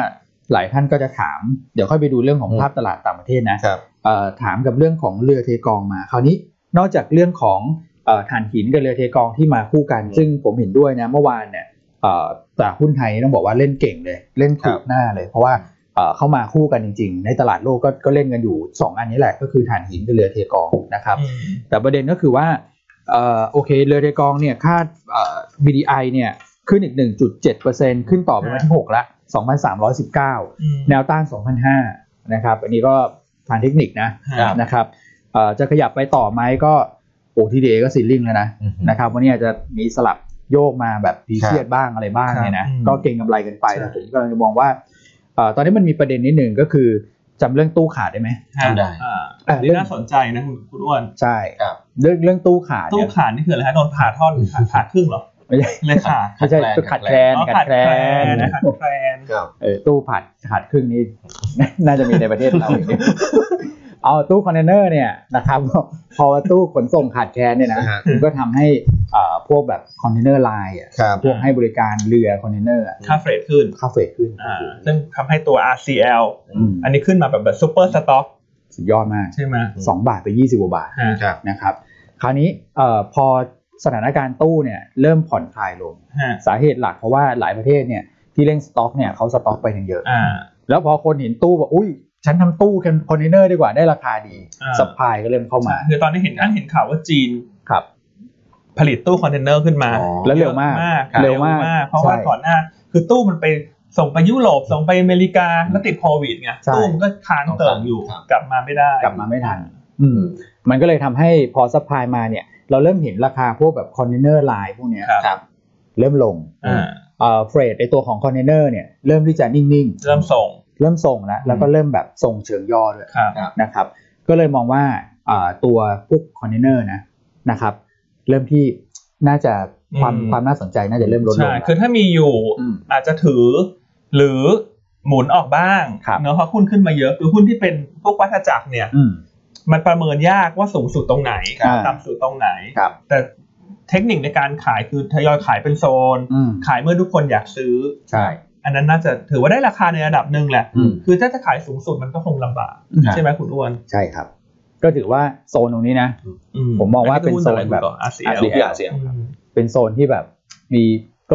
A: หลายท่านก็จะถาม เดี๋ยวค่อยไปดูเรื่องของภาพตลาดต่างประเทศนะครับ เอ่อถามกับเรื่องของเรือเทกองมา คราวนี้นอกจากเรื่องของเอ่อถ่านหินกับเรือเทกองที่มาคู่กัน
C: อืม
A: ซึ่งผมเห็นด้วยนะเมื่อวานเนี่ยเอ่อตลาดหุ้นไทยต้องบอกว่าเล่นเก่งเลยเล่นถู
C: ครั
A: ก
C: บ
A: หน้าเลยเพราะว่า เอ่อเข้ามาคู่กันจริงๆ ในตลาดโลกก็ก็เล่นกันอยู่ 2 อันนี้แหละก็คือถ่านหินกับเรือเทกองนะครับ
B: อืม
A: แต่ประเด็นก็คือว่าเอ่อโอเคเรือเทกองเนี่ยคาดเอ่อ BDI เนี่ยขึ้นอีก 1.7%ขึ้นต่อเป็นวันที่ 6 ละ 2,319
B: อืม
A: แนวต้าน2,005นะครับ อันนี้ก็ผ่านเทคนิคนะครับ นะครับเอ่อจะขยับไปต่อไหมก็โอทีเดก็ซีลลิงแล้วนะ นะครับวันนี้อาจจะมีสลับ โยกมาแบบดีเครียดบ้างอะไรบ้างเนี่ยนะ
B: ครับอืม
A: ก็เก่งกำไรกันไป
B: ใช่
A: แต่ผมกำลังจะมองว่าเอ่อตอนนี้มันมีประเด็นนิดหนึ่งก็คือจำเรื่องตู้ขาดได้ไหม
C: ทำได้
B: อ่าอันนี้น่าสนใจนะคุณคุณอ้วน
A: ใช่
C: ครับ
A: เรื่องเรื่องตู้ขาด
B: ตู้
A: เนี่ย
B: ขาดนี่คืออะไรฮะโดนผ่าท่อนผ่าผ่าครึ่งเหรอ
A: ไม่ใช่
B: เลยขาด
A: ไม่ใช่
C: ขาดแคลน
A: ตู้ขาดแคลนขาดแคลน
B: อ๋อขาดแคลนนะขาดแคลน
C: ครับ
A: เออตู้ผัดขาดครึ่งนี้ น่าจะมีในประเทศเราอย่างเดียว เอาตู้คอนเทนเนอร์เนี่ยนะครับพอตู้ขนส่งขาดแคลนเนี่ยนะ
C: อ่าฮะ
A: มันก็ทำให้เอ่อพวกแบบคอนเทนเนอร์ไลน์อะ
C: ครับ
A: พวกให้บริการเรือคอนเทนเนอร์อะ
B: ค่าเฟรดขึ้น
A: ค่าเฟรดขึ้น
B: อ่า ซึ่งทำให้ตัว RCL
A: ม
B: อันนี้ขึ้นมาแบบแบบซูเปอร์สต็อก
A: สุดยอดมาก
B: ใช่ไหม
A: สองบาทไปยี่สิบกว่าบาท
B: ฮะ
C: ครับ
A: นะครับคราวนี้เอ่อพอสถานการณ์ตู้เนี่ยเริ่มผ่อนคลายลง
B: ฮะ
A: สาเหตุหลักเพราะว่าหลายประเทศเนี่ยที่เร่งสต็อกเนี่ยเขาสต็อกไปถึงเยอะ
B: อ่า
A: แล้วพอคนเห็นตู้บอกอุ้ย ฉันทำตู้คอนเทนเนอร์ดีกว่าได้ราคาดี
B: อ่า
A: สปายก็เริ่มเข้ามา
B: คือตอนนี้เห็นอันเห็นข่าวว่าจีน
A: ครับ
B: ผลิตตู้คอนเทนเนอร์ขึ้นมา
C: อ๋อ
A: แล้วเร็วมาก
B: ยอะ
A: เร็
B: เร็
A: ว
B: ว
A: มาม
B: าก ก เพราะว่า
A: ใช่
B: ก่อนหน้า คือตู้มันไปส่งไปยุโรปส่งไปอเมริกาแล้วติดโควิดไง
A: ใช่
B: ตู้มันก็ค้างเติ่งอยู่
C: ครับ
B: กลับมาไม่ได้
A: กลับมาไม่ทัน อืมมันก็เลยทำให้พอสปายมาเนี่ยเราเริ่มเห็นราคาพวกแบบคอนเทนเนอร์ไลน์พวกเนี้ย
B: ครับ
C: ครับ
A: เริ่มลง
B: อ่า
A: เอ่อเฟรดในตัวของคอนเทนเนอร์เนี่ยเริ่มที่จะนิ่ง
B: เริ่มส่ง
A: ๆ เริ่มส่งแล้วแล้วก็เริ่มแบบส่งเชิงย่อด้วย
B: ครับ
A: นะครับก็เลยมองว่าอ่าตัวพวกคอนเทนเนอร์นะนะครับเริ่มที่น่าจะความ
B: อืม
A: ความน่าสนใจน่าจะเริ่มลดลง
B: ใช่
A: แล้ว
B: คือถ้ามีอยู่
A: ม
B: อาจจะถือ หรือหมุนออกบ้าง
A: ครับ
B: เนาะเพราะหุ้นขึ้นมาเยอะคือหุ้นที่เป็นพวกวัฏจักรเนี่ย
A: อืม
B: มันประเมินยากว่าสูงสุดตรงไหน
A: ครับ
B: ต่ำสุดตรงไหน
A: ครับ
B: แต่เทคนิคในการขายคือทยอยขายเป็นโซน
A: อืม
B: ขายเมื่อทุกคนอยากซื้อ
A: ใช่
B: อันนั้นน่าจะถือว่าได้ราคาในระดับหนึ่งแหละ
A: อืม
B: คือถ้าจะขายสูงสุดมันก็คงลำบาก ใช่ไหมคุณอ้วน
A: ใช่ครับ ก็ถือว่าโซนตรงนี้นะ ผมมองว่าเป็นโซนแบบ
B: อาเซีย
A: RCL
C: เสียเสีย
A: เป็นโซนที่แบบมี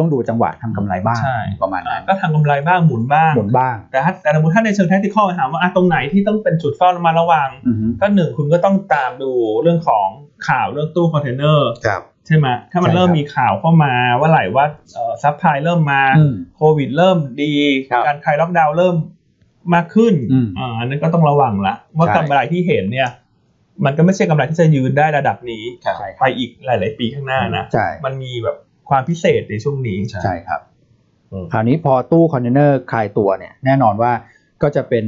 A: ต้องดูจังหวะทำกำไรบ้าง
B: ใช่
A: ประมาณนั้น
B: ก็ทำกำไรบ้างหมุนบ้าง
A: หมุนบ้าง
B: แต่ถ้าแต่สมมติถ้าในเชิงแทคติคอลถามว่าอ่ะตรงไหนที่ต้องเป็นจุดเฝ้าระมัดระวัง
A: อือฮึ
B: ก็หนึ่งคุณก็ต้องตามดูเรื่องของข่าวเรื่องตู้คอนเทนเนอร์
C: ครับ
B: ใช่ไหมถ้ามันเริ่มมีข่าวเข้ามาว่าไหลว่าซัพพลายเริ่มมา
A: อืม
B: โควิดเริ่มดี
A: ครับ
B: การคลายล็อกดาวน์เริ่มมากขึ้น
A: อืม
B: อาอันนั้นก็ต้องระวังละว่า
A: ใช่
B: กำไรที่เห็นเนี่ย มันก็ไม่ใช่กำไรที่จะยืนได้ระดับนี้
C: ครับ
A: ใช่ค
B: ไป
A: รับ
B: อีกหลาย ๆ ปีข้างหน้านะ
A: ใช่
B: มันมีแบบความพิเศษในช่วงนี้
A: ใช่ครับ
C: อืม
A: คราวนี้พอตู้คอนเทนเนอร์คลายตัวเนี่ยแน่นอนว่าก็จะเป็น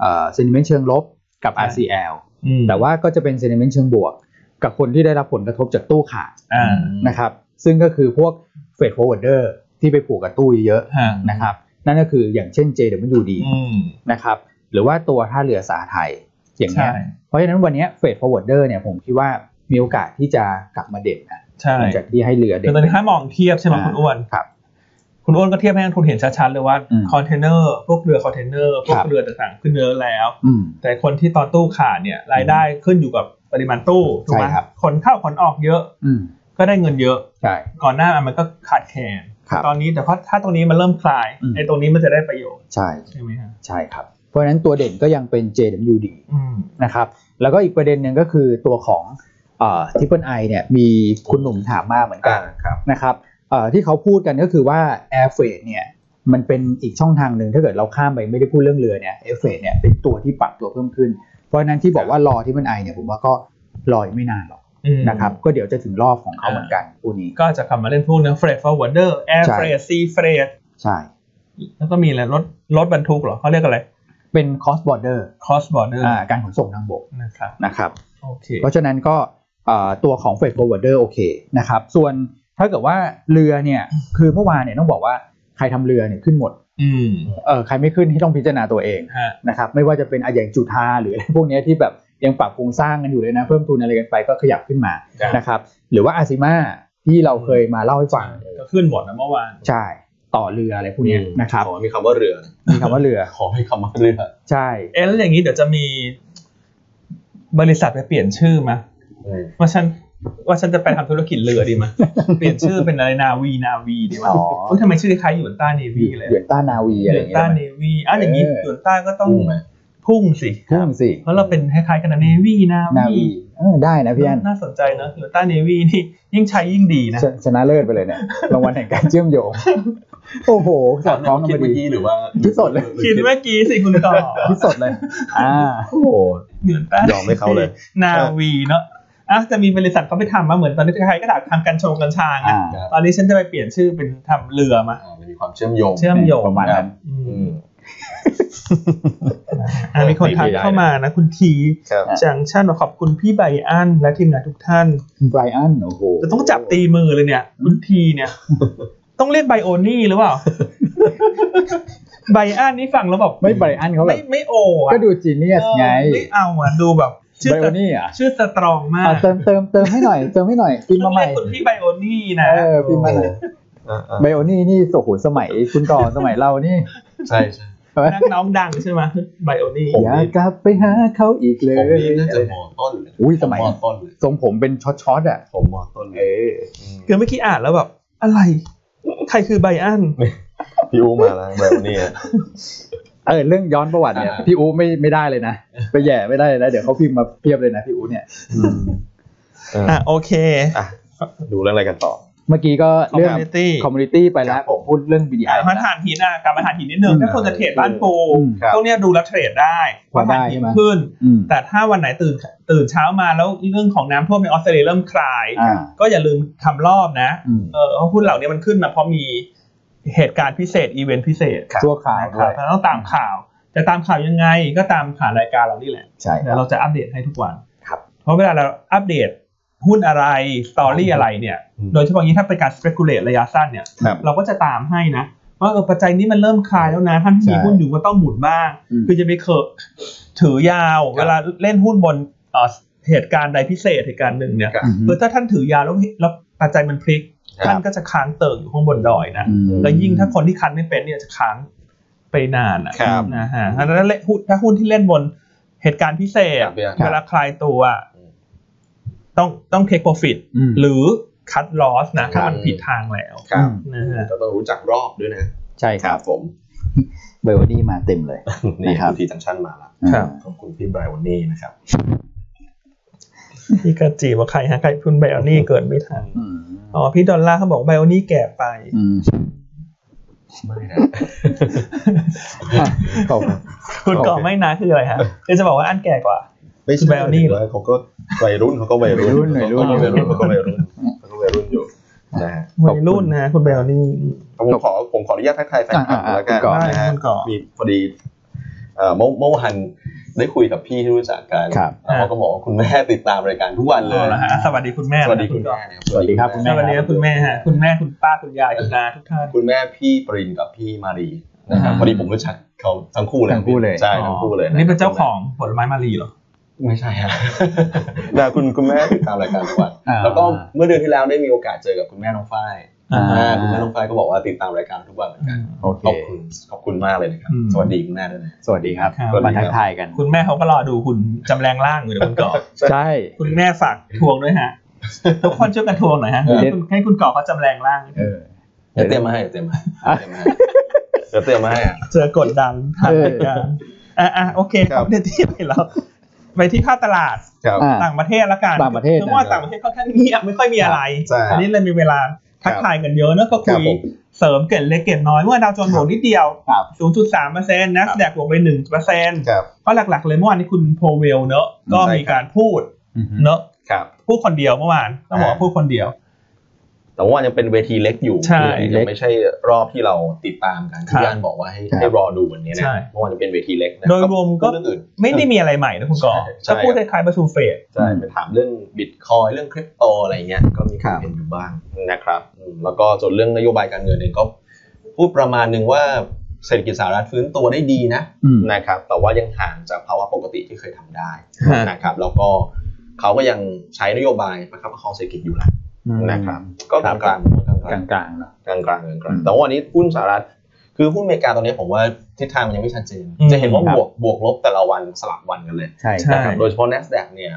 A: เอ่อซนิเมนต์เชิงลบกับ
B: ใช่
A: RCL
B: อืม
A: แต่ว่าก็จะเป็น sentiment เชิงบวก กับคนที่ได้รับผลกระทบจากตู้ขาด
B: อ่า
A: นะครับซึ่งก็คือพวก freight forwarder ที่ไปผูกกับตู้เยอะ
B: ฮะ
A: ๆนะครับนั่นก็คืออย่างเช่น JWD
B: อืม
A: นะครับหรือว่าตัวท่าเรือสาไทยอย่าง
B: ใช่
A: เงี้ยเพราะฉะนั้นวันเนี้ย freight forwarder เนี่ยผมคิดว่ามีโอกาสที่จะกลับมาเด่นนะ
B: ใช่
A: หลังจากที่ให้เรือเด่
B: คือน ตอนนี้ถ้ามองเทียบใช่ไหม
A: อ่า
B: คุณอ้วน
A: ครับ
B: คุณอ้วนก็เทียบให้นักทุนเห็นชัดๆเลยว่า
A: อืม
B: คอนเทนเนอร์พวกเรือคอนเทนเนอร์พว
A: ค
B: ก
A: รับ
B: เรือต่างๆขึ้นเยอะแล้ว
A: อืม
B: แต่คนที่ตอนตู้ขาดเนี่ยรายได้ขึ้นอยู่กับปริมาณตู้ถูกไหม
A: ใช่ครับ
B: คนเข้าคนออกเยอะ
A: อืม
B: ก็ได้เงินเยอะ
A: ใช่
B: ก่อนหน้ามันก็ขาดแคลน
A: ครับ
B: ตอนนี้แต่พอถ้าตรงนี้มันเริ่มคลาย
A: อืม
B: ไอ้ตรงนี้มันจะได้ประโยชน์
A: ใช่
B: ใช่ไหมฮะ
A: ใช่ครับเพราะฉะนั้นตัวเด่นก็ยังเป็น JWD
B: อืม
A: นะครับแล้วก็อีกประเด็นหนึ่งก็คือตัวของทิปเปิลไอเนี่ยมีคุณหนุ่มถามมาเหมือนกั
C: อ่าน ครับ
A: นะครับเอ่อที่เขาพูดกันก็คือว่า Air Freight เนี่ยมันเป็นอีกช่องทางหนึ่งถ้าเกิดเราข้ามไปไม่ได้พูดเรื่องเรือเนี่ย Air Freight เนี่ยเป็นตัวที่ปรับตัวเพิ่มขึ้น เพราะฉะนั้นที่บอกว่ารอทิปเปิลไอเนี่ยผมว่าก็รออีกไม่นานหรอก
B: อืม
A: นะครับก็เดี๋ยวจะถึงรอบของเขาเหมือนกันคู่นี้
B: ก็จะกลับมาเล่นพวกเนื้อเฟรดฟอร์เวิร์ดเดอร์แอร์
A: ใช่
B: เฟรดซีเฟรด
A: ใช่
B: แล้วก็มีอะไรรถรถบรรทุกเหรอเขาเรียกอะไร
A: เป็น cross border
B: cross border
A: อ่าการขนส่งทางบก
B: นะครับ
A: นะครับ
B: โอเค
A: เพราะฉะนั้นก็เอ่อตัวของ freight forwarder โอเคนะครับ ส่วนถ้าเกิดว่าเรือเนี่ย คือเมื่อวานเนี่ยต้องบอกว่าใครทำเรือเนี่ยขึ้นหมด
B: อืม
A: เออใครไม่ขึ้นที่ต้องพิจารณาตัวเอง
B: ฮะ
A: นะครับ ไม่ว่าจะเป็นอาอย่างจุธาหรืออะไรพวกเนี้ยที่แบบยังปรับโครงสร้างกันอยู่เลยนะ เพิ่มทุนอะไรกันไปก็ขยับขึ้นมา
C: ครับ
A: นะครับ หรือว่าอาซิมาที่เราเคยมาเล่าให้ฟัง
B: ก็ขึ้นหมดนะเมื่อวาน
A: ใช่ต่อเรืออะไรพวกเนี้ยนะครับ
C: ขอมีคำว่าเรือ
A: มีคำว่าเรือ
C: ขอมีคำว่าเรือ
A: ใช่
B: เอะแล้วอย่างนี้เดี๋ยวจะมีบริษัทไปเปลี่ยนชื่อมา ว่าฉันว่าฉันจะไปทำธุรกิจเรือดี มั้ย เปลี่ยนชื่อเป็นอะไรนาวีนาวีดีมั้ย
A: อ๋อ
B: เฮ้ยทำไมชื่อคล้ายหยวนต้าเนวีเลย
A: เหรียญต้านาวี
B: ห
A: อะไร
B: ย
A: อ
B: วน
A: ย่างเงี้ย
B: ต้า
A: ไหม
B: เนวีอ่ะอย่างนี้
A: เออ
B: หยวนต้าก็ต้อง
C: พุ่งไหม
B: พุ่งสิ
A: พุ่งสิ
B: เพราะเราเป็นคล้ายๆกันนะเนวีนา
A: นา
B: วี
A: วีเออได้นะพี่อัน
B: น่าสนใจเนอะหยวนต้าเนวีนี่ยิ่งใช้ยิ่งดีนะ
A: ชชนะเลิศไปเลยเนี่ย รางวัลแห่งการเชื่อมโยง โอ้โห สอดคล้องกัน
C: คิ
A: พ
C: ด
A: อ
C: เมื่อ
A: ดี
C: กี้หรือว่า
A: คิดสดเลย
B: คิดเมื่อกี้สิคุณต่อ
A: ที่สดเลย อ่า
C: โอ้โห
B: หยวนต้าย
C: อมให้เขาเลย
B: นาวีเนาะ อ่ะจะมีบริษัทเขาไปทำมาเหมือนตอนนี้ใครก็อยากทำกัญชงกัญชาไง
A: อ่า
C: ครับ
B: ตอนนี้ฉันจะไปเปลี่ยนชื่อเป็นทำเรือมา
C: อ่ามันมีความเชื่อมโยง
B: เชื่อมโยง
A: ประมาณนั้น
B: อื
C: อื
B: ม
C: ม
B: อ่ะมีคนทักเข้ามานะคุณที
C: ครับ
B: จังชั่นบอกขอบคุณพี่ไบอันและทีมงานทุกท่าน
A: ไบรอันโอ้โห
B: จะต้องจับตีมือเลยเนี่ยคุณทีเนี่ย ต้องเรียกไบโอนี่หรือเปล่า ไบอันนี่ฟังแล้วแบบ
A: ไม่ไบรอันเขาแบ
B: ไม่
A: บ
B: ไม่โออ่ะ
A: ก็ดูจีเนียสไง
B: เออไม่เอาอ่ะดูแบบชื่อ
A: ไบรอันนี่อ่ะ
B: ชื่อสตรองมาก
A: อ่ะเติมเติมเติมให้หน่อย เติมให้หน่อยฟิล์ม
B: ต้อ
A: มาง ให
B: เรี
A: ม่
B: ยกคุณพี่ไบโอนี่นะ
A: เออฟิล์มมาหน่อย
C: อ่าอ่า
A: ไบโอนี่นี่โอ้โหสมัยคุณก่อสมัยเรานี่
C: ใช่ใช่
B: นักน้องดังใช่ไหมไบโอนี่
A: อยากกลับไปหาเขาอีกเล
C: ผม
A: ย
C: นี่น่าจะมอต้นเลย
A: อุ้ยสมัย
C: มอต้นเลย
A: ทรงผมเป็นช็อตๆอ่ะ
C: ผมมอต้นเลยม
B: คือเมื่อกี้อ่านแล้วแบบ อะไร ใครคือไบอัน
C: พี่อูมาแล้วแบบนี้อ่ะ
A: เออเรื่องย้อนประวัติเนี่ย
C: อ่า
A: พี่อูไม่ไม่ได้เลยนะไปแหย่ไม่ได้เลยนะเดี๋ยวเขาพิมพ์มาเพียบเลยนะพี่อูเนี่ย
C: อืมเออ
B: อ่ะโอเค
C: อ่ะดูเรื่องอะไรกันต่อ
A: เมื่อกี้ก็
B: คอม
A: เรื่อง
B: มูนิตี้
A: คอมมูนิตี้ไปแล้
C: ครั
A: ว
C: บ
A: ผมพูดเรื่อง BDI
B: มาทานหินอ่ะกลับมาทานหินนิดนึง
A: อืม
B: ถ้าคนจะเทรดบ้านปู
A: อืม
C: ครับ
B: ช่วงเนี้ยดูแลวเทรดได้
A: พอได้
B: ทานหิ
A: ใช่
B: น
A: ไหม
B: ขึ้น
A: อืม
B: แต่ถ้าวันไหนตื่นตื่นเช้ามาแล้วเรื่องของน้ำท่วมในออสเตรเลียเริ่มคลาย
A: อ่า
B: ก็อย่าลืมทำรอบนะ
A: อืม
B: เออเพราะหุ้นเหล่านี้มันขึ้นมาเพราะมีเหตุการณ์พิเศษ อีเวนต์พิเศษ
A: ชั่วคราว
B: นะค
A: ด้
B: รั
A: ว
B: บ
A: ย
B: เราต้องตามข่าวจะตามข่าวยังไงก็ตามผ่านรายการเรานี่แหละ
A: ใช่ค
B: เดี๋
A: รั
B: ย
A: บ
B: วเราจะอัปเดตให้ทุกวัน
A: ครับ
B: เพราะเวลาเราอัปเดตหุ้นอะไรสตอรี่อะไรเนี่ย
C: อืม
B: โดยเฉพาะอย่างนี้ถ้าเป็นการ speculate ระยะสั้นเนี่ย
C: ครับ
B: เราก็จะตามให้นะ ว่าเออปัจจัยนี้มันเริ่มคลายแล้วนะท่านที่มี
A: ใช่
B: หุ้นอยู่ก็ต้องหมุนบ้าง
A: อืม
B: คือจะไปเคอะถือยาว เวลาเล่นหุ้นบนเอ่อเหตุการณ์ใดพิเศษเหตุการณ์หนึ่งเนี่ย
A: อืม
B: คือถ้าท่านถือยาวแล้วแล้วปัจจัยมันพลิก
C: ครับ
B: ท่านก็จะค้างเติ่งอยู่ข้างบนดอยนะ
A: อืม
B: แล้วยิ่งถ้าคนที่คันไม่เป็นเนี่ยจะค้างไปนานอะ
C: ครับ
B: นะฮะถ้าเล่นหุ้นถ้าหุ้นที่เล่นบนเหตุการณ์พิเศษ
C: ครับพี่อาร์ต
B: เวลาคลายตัว
C: อืม
B: ต้องต้องเทคโปรฟิต
A: อืม
B: หรือคัดลอสนะ ถ้ามัน
C: อืม
B: ผิดทางแล้ว
C: ครับ
B: นะฮะ
C: ก็ต้องรู้จักรอบด้วยนะ
A: ใช่ครับ
C: ผม
A: เบลนี่มาเต็มเลย
C: นี่
A: นะครับ
C: คุณทีจังชันมาละ
A: ครับ
C: ขอบคุณพี่ไบรวันนี่นะครับ
B: พี่กระจีว่าใครฮะใครพุ่นไบโอนี่เกิดไม่ทัน
A: อืม
B: อ๋อพี่ดอลลาร์เขาบอกไบโอนี่แก่ไป
A: อืม
C: ไม่นะ
A: อ่ะขอบคุณ
B: คุณก่อ
C: โอเค
B: ไม่นะคืออะไรฮะคือจะบอกว่าอันแก่กว่า
C: ไม่
B: ไบรวันนี่เหรอ
C: เขาก็วัยรุ่นเขาก็วัยรุ่น
A: วัยรุ่น
C: เขา
A: วั
C: ก็
A: ย
C: วัย
A: รุ่
C: รุ่
A: น
C: นเขาก็วัยรุ่นเขาก็วัยรุ่นอยู่นะฮะ
A: ขอบ
B: วัย
A: คุณ
B: รุ่นนะคุณไบโอนี่
C: ผมขอผมขออนุญาตทักทายแฟนคลับ
A: อ่าๆ
C: แล้วกัน
A: คุณก่อน
C: นะฮะ
B: คุณก่อน
C: มีพอดีเอ่อเมื่อเมื่อวานได้คุยกับพี่ที่รู้จักกัน
A: ครับ
C: แล้วเขาก็บอกว่าคุณแม่ติดตามรายการทุกวันเล
B: อ๋อย เหรอฮะสวัสดีคุณแม่
C: สวัสดีคุณ
B: ก่อ
C: แม่
B: น
C: นะ
A: สวัสดีครับ
B: สวัสดีครับคุณแม่ฮะคุณแม่คุณป้าคุณยายคุณนาทุกท่าน
C: คุณแม่พี่ปรินกับพี่มารีนะครับ
B: อ่า
C: พอดีผมรู้จักเขาทั้งคู่เลย
A: ทั้งคู่เลย
C: ใช่ทั้งคู่เลยะ
B: นี่เป็นเจ้าของผลไม้มารีเหรอ
C: ไม่ใช่ฮะ แต่คุณคุณแม่ติดตามรายการทุกวัน
A: อ่า
C: แล้วก็เมื่อเดือนที่แล้วได้มีโอกาสเจอกับคุณแม่น้องฝ้าย
A: อ่า
C: อ่าคุณแม่น้องฝ้ายก็บอกว่าติดตามรายการทุกวันเหมือนกัน
A: โอ
C: ข
A: เค
C: อบคุณขอบคุณมากเลยนะครับ
B: อืม
C: สวัสดีคุณแม่ด้วยนะ
A: สวัสดีครับ
B: ครับ
A: มาทักทายกัน
B: คุณแม่เขาก็รอดูคุณจำแรงร่างอยู่นะคุณก่อ
A: ใช่
B: คุณแม่ฝากทวงด้วยฮะ ทุกคนช่วยกันทวงหน่อยฮะ
C: เออ
B: ให้คุณให้คุณก่อเขาจำแรงร่าง
A: เออ
C: เดี๋ยวเตรียมมาให้เดี๋ยวเตรียมมา ให้เดี๋ยวเตรียมมาให้อ่ะ
B: เจอกดดันทางรายการอ่ะอ่ะโอเค
C: ครับ
B: เดี๋ยวที่ไปแล้ว ไปที่ภาคตลาด
C: ครับ
A: อ่า
B: ต่างประเทศละกัน
A: ต่างประเทศ
B: คือว่า
C: นะ
B: ต่างประเทศค่อนข้างเงียบไม่ค่อยมีอะไร
C: ใช่
B: อันนี้เลยมีเวลาทักทายกันเยอะเนอะก็คุ
C: ครับ
B: ย
C: ผม
B: เสริมเกล็ดเล็กเกล็ดน้อยเมื่อดาวโจนส์บวกนิดเดียว
A: ครับ
B: 0.3%นะแดกบวกไป1%
C: ครับ
B: ก็หลักๆ เลยเมื่อวานนี้คุณโพเวลเนอะก็
C: ใช่ครับ
B: มีการพูด
A: อืม
B: เนอะ
C: ครับ
B: พูดคนเดียวเมื่อวานต้องบอกว่า
C: อ่า
B: พูดคนเดียว
C: แต่ว่ายังเป็นเวทีเล็กอยู่
B: ใช่
C: ยังไม่ใช่รอบที่เราติดตามกัน
B: ครับ
C: ที่ย่านบอกว่าให้
A: ครับ
C: ให้รอดูวันนี้นะ
B: ใช่
C: เมื่อวานจะเป็นเวทีเล็กนะ
B: โดยรวม
C: พู
B: ก็
C: ดเรื่องอื่น
B: ไม่ได้มีอะไรใหม่นะคุณกอ
C: ใช่ใช่
B: ก็พูดคล้ายๆประชุมเฟด
C: ใช่ไปถามเรื่องบิตคอยเรื่องคริปโตอะไรเงี้ยก็มีความเห็นอยู่บ้างนะครับอืมแล้วก็ส่วนเรื่องนโยบายการเงินเองก็พูดประมาณหนึ่งว่าเศรษฐกิจสหรัฐฟื้นตัวได้ดีนะ
A: อืม
C: นะครับแต่ว่ายังห่างจากภาวะปกติที่เคยทำได้นะครับแล้วก็เขาก็ยังใช้นโยบายประคับประคองเศรษฐกิจอยู่นะนะครับก็กลางๆกลางๆ
A: กลางๆเนอะ
C: กลางๆกลางๆกลาง
A: อืม
C: ๆแต่ว่าวันนี้หุ้นสหรัฐคือหุ้นอเมริกาตอนนี้ผมว่าทิศทางมันยังไม่ชัดเจน จะเห็นว่า
A: ครับ
C: บวกบวกลบแต่ละวันสลับวันกันเลย
A: ใช่
B: ใช่
C: นะครับโดยเฉพาะ NASDAQ เนี่ย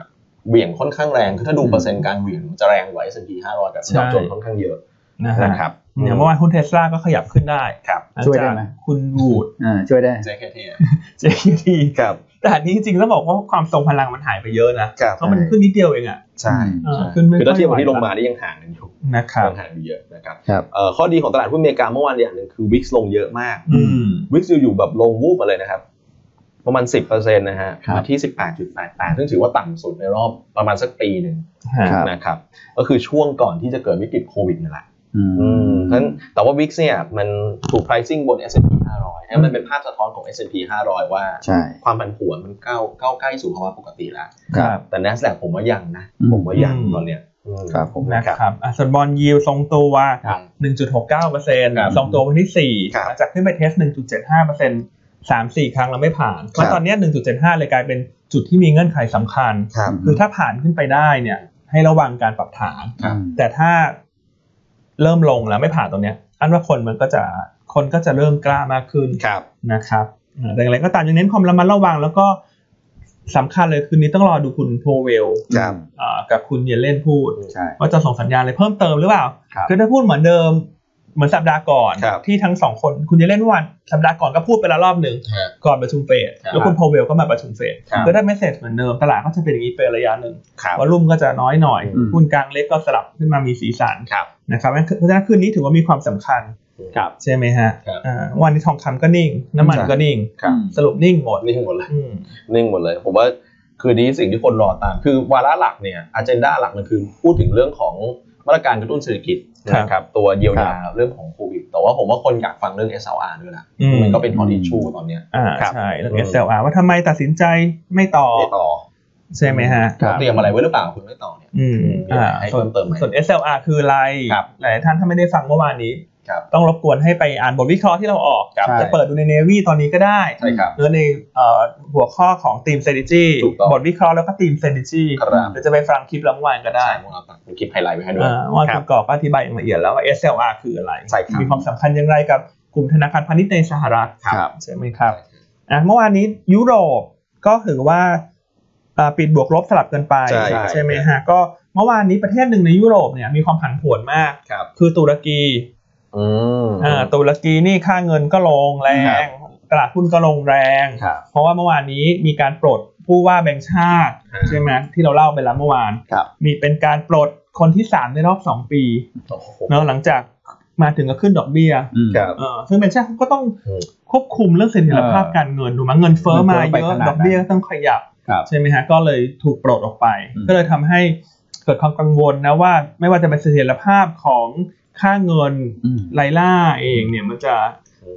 C: เหวี่ยงค่อนข้างแรง ถ้าดูเปอร์เซ็นต์การเหวี่ยงจะแรงกว่า S&P 500กับดาวโจนส์ค่อนข้างเยอะ
B: นะฮะ
C: นะครับ
B: เนี่ยเมื่อวานหุ้นเทสลาก็ขยับขึ้นได้
C: ครับ
B: ลังจาก
A: ช่วยได้ไหม
B: คุณวูด
A: อ่าช่วยได้
C: เจ๊แค่เท่
B: เจ๊ที
C: ครับ
B: แต่อันนี้จริงๆต้องบอกว่าความทรงพลังมันหายไปเยอะนะครับ เพราะมันขึ้นนิดเดียวเองอ่ะ
C: ใช่
B: เออ
C: ใช่
B: ขึ้นไม่
C: คือถ้าเทียบกับ
B: ค่อยไหว
C: ที่ลงมานี่ยังห่างกันอยู่
B: นะครับ
C: ยังห่างอยู่เยอะนะครับ
A: ครับ
C: เอ่อข้อดีของตลาดหุ้นอเมริกาเมื่อวานอย่างหนึ่งคือวิกซ์ลงเยอะมาก
B: อืม
C: วิกซ์อยู่ๆแบบลงวูบมาเลยนะครับ ประมาณ 10%นะฮะ
A: ครับ
C: มาที่ 18.88 ซึ่งถือว่าต่ำสุดในรอบประมาณสักปีหนึ่ง
A: ครับ
C: นะครับ ก็คือช่วงก่อนที่จะเกิดวิกฤตโควิดนั่นแหละ
A: อื
C: อืม
A: ม
C: เพราะฉะนั้นแต่ว่า VIX เนี่ยมันถูก pricing บน S&P 500นะมันเป็นภาพสะท้อนของ S&P 500 ว่า
A: ใช่
C: ความผันผวนมันก้าวก้าวใกล้สู่ภาวะปกติแล้ว
A: ครับ
C: แต่ NASDAQ ผมว่ายังนะ
A: อืม
C: ผมว่ายัง
B: อืม
C: ตอนเนี้ยอืม
A: ครับผม
B: นะครับอ่ะส่วนบอลยิวทรงตัว
C: ครับครับ
B: 1.69%ทรงตัววันที่
C: ครับ
B: 4หลังจากขึ้นไปเทส 1.75% 3 4 ครั้งแล้วไม่ผ่านเพราะตอนเนี้ย1.75 เลยกลายเป็นจุดที่มีเงื่อนไขสำคัญ
C: ครับ
B: คือถ้าผ่านขึ้นไปได้เนี่ยให้ระวังการปรับฐาน
C: ครับ
B: แต่ถ้าเริ่มลงแล้วไม่ผ่านตรงเนี้ย อันว่าคนมันก็จะคนก็จะเริ่มกล้ามากขึ้น
C: ครับ
B: นะครับอ่าแต่อย่างไรก็ตามยังเน้นความระมัดระวังแล้วก็สำคัญเลยคืนนี้ต้องรอดูคุณโพเวล
C: ครับ
B: อ่ากับคุณเยเลนพูด
A: ใช่
B: ว่าจะส่งสัญญาณอะไรเพิ่มเติมหรือเปล่า
A: ครับ
B: อถ้าพูดเหมือนเดิมเหมือนสัปดาห์ก่อน
C: ครับ
B: ที่ทั้งสองคนคุณเยเลนเมื่อวันสัปดาห์ก่อนก็พูดไปแล้วรอบหนึ่ง
C: ฮะ
B: ก่อนประชุมเฟด
C: ครับ
B: แล้วคุณโพเวลก็มาประชุมเฟด
C: ครับ
B: ก็ได้เมสเซจเหมือนเดิมตลาดก็จะเป็นอย่างนี้เป็นระยะหนึ่ง
C: ครับ
B: วอลลุ่มก็จะน้อยหน่อย
A: อืม
B: หุ้นกลางเล็กก็สลับขึ้นมามีสีสัน
C: ครับ
B: นะครับงั้นเพราะฉะนั้นคืนนี้ถือว่ามีความสำคัญ
A: ครับ
B: ใช่ไหมฮะ
C: ครับ
B: อ่าวันนี้ทองคำก็นิ่ง น้ำมัน
C: ใช่
B: ก็นิ่ง
C: ครับ
B: สรุปนิ่งหมด
C: นิ่งหมดเลย
B: อืม
C: นิ่งหมดเลย ผมว่าคือนี้สิ่งที่คนรอตาม คือวาระหลักเนี่ยอ g e n d a หลักมันคือพูดถึงเรื่องของมาตรการกระตุ้นเศรษฐกิจ
B: ครับ
C: นะครับ ตัวเยียวยาเรื่องของโควิด แต่ว่าผมว่าคนอยากฟังเรื่อง SLR ด้วยล่ะ
B: อืม
C: มันก็เป็น hot issue ตอนเนี้ย
B: อ่า
C: ครับ
B: ใช่แล้ว
C: อืม
B: SLR ว่าทำไมตัดสินใจไม่ต่อ
C: ไม่ต่อ
B: ใช่ไหมฮะ
A: ครับ
C: เตรียมอะไรไว้หรือเปล่าคุณไม่ต่อเนี่ย
B: อืม
C: มีอะไร
B: อ่า
C: ให้
B: ส่วน
C: เพิ่มเติมไหม
B: ส่วน SLR คืออะไร
C: ครับ
B: หลายท่านถ้าไม่ได้ฟังเมื่อวานนี้
C: ครับ
B: ต้องรบกวนให้ไปอ่านบทวิเคราะห์ที่เราออก
C: ครับ
B: จะเปิดดูใน Navy ตอนนี้ก็ได้
C: ใช่ครับ
B: หรือในเอ่อหัวข้อของ Team Strategy
C: ถูกต้อง
B: บทวิเคราะห์แล้วก็ Team Strategy
C: ครับ
B: หรือจะไปฟังคลิปรางวัลก็ได้
C: ใช่ผมเอาตัดคลิปไฮไลท์ไว้ให้ด้วย
B: อ่าว่า
C: ค
B: ป
C: รับ
B: ระกอบก็อธิบายอย่างละเอียดแล้วว่า SLR คืออะไร
C: ใช่ครับ
B: มีความสำคัญอย่างไรกับกลุ่มธนาคารพาณิชย์ในสหรัฐ
C: ครับ
B: ใช่ไหมครับอ่ะเมื่อวานนี้ยุโรปก็ถือว่าอ่าปิดบวกลบสลับกันไป
C: ใช่ครับ
B: ไหมฮะก็เมื่อวานนี้ประเทศหนึ่งในยุโรปเนี่ยมีความผันผวนมาก
C: ครับ
B: คือตุรกี
C: อืม
B: อ่าตุรกีนี่ค่าเงินก็ลงแร
C: ครั
B: ง
C: บ
B: ตลาดหุ้นก็ลงแรง
A: ครับ
B: เพราะว่าเมื่อวานนี้มีการปลดผู้ว่าแบงค์ชาติใช่ไหมที่เราเล่าไปแล้วเมื่อวาน
A: ครับ
B: มีเป็นการปลดคนที่ 3 ในรอบ 2 ปี
C: โอ้โห
B: เนาะหลังจากมาถึงก็ขึ้นดอกเบี้ย
A: อืม
B: เออซึ่งเป็นชาติก็ต้อง
C: อืม
B: ควบคุมเรื่องเสถียรภาพการเงินถูกไหมเงินเฟ้อมา
A: เงินเฟ้อไปข
B: เยอะ
A: นาดนั้น
B: ดอกเบี้ยก็ต้องขยับ
A: ครับ
B: ใช่ไหมฮะก็เลยถูกปลดออกไป
A: อืม
B: ก็เลยทำให้เกิดความกังวลนะว่า ไม่ว่าจะเป็นเสถียรภาพของค่าเงิน
A: อืม
B: ไลล่าเองเนี่ยมันจะ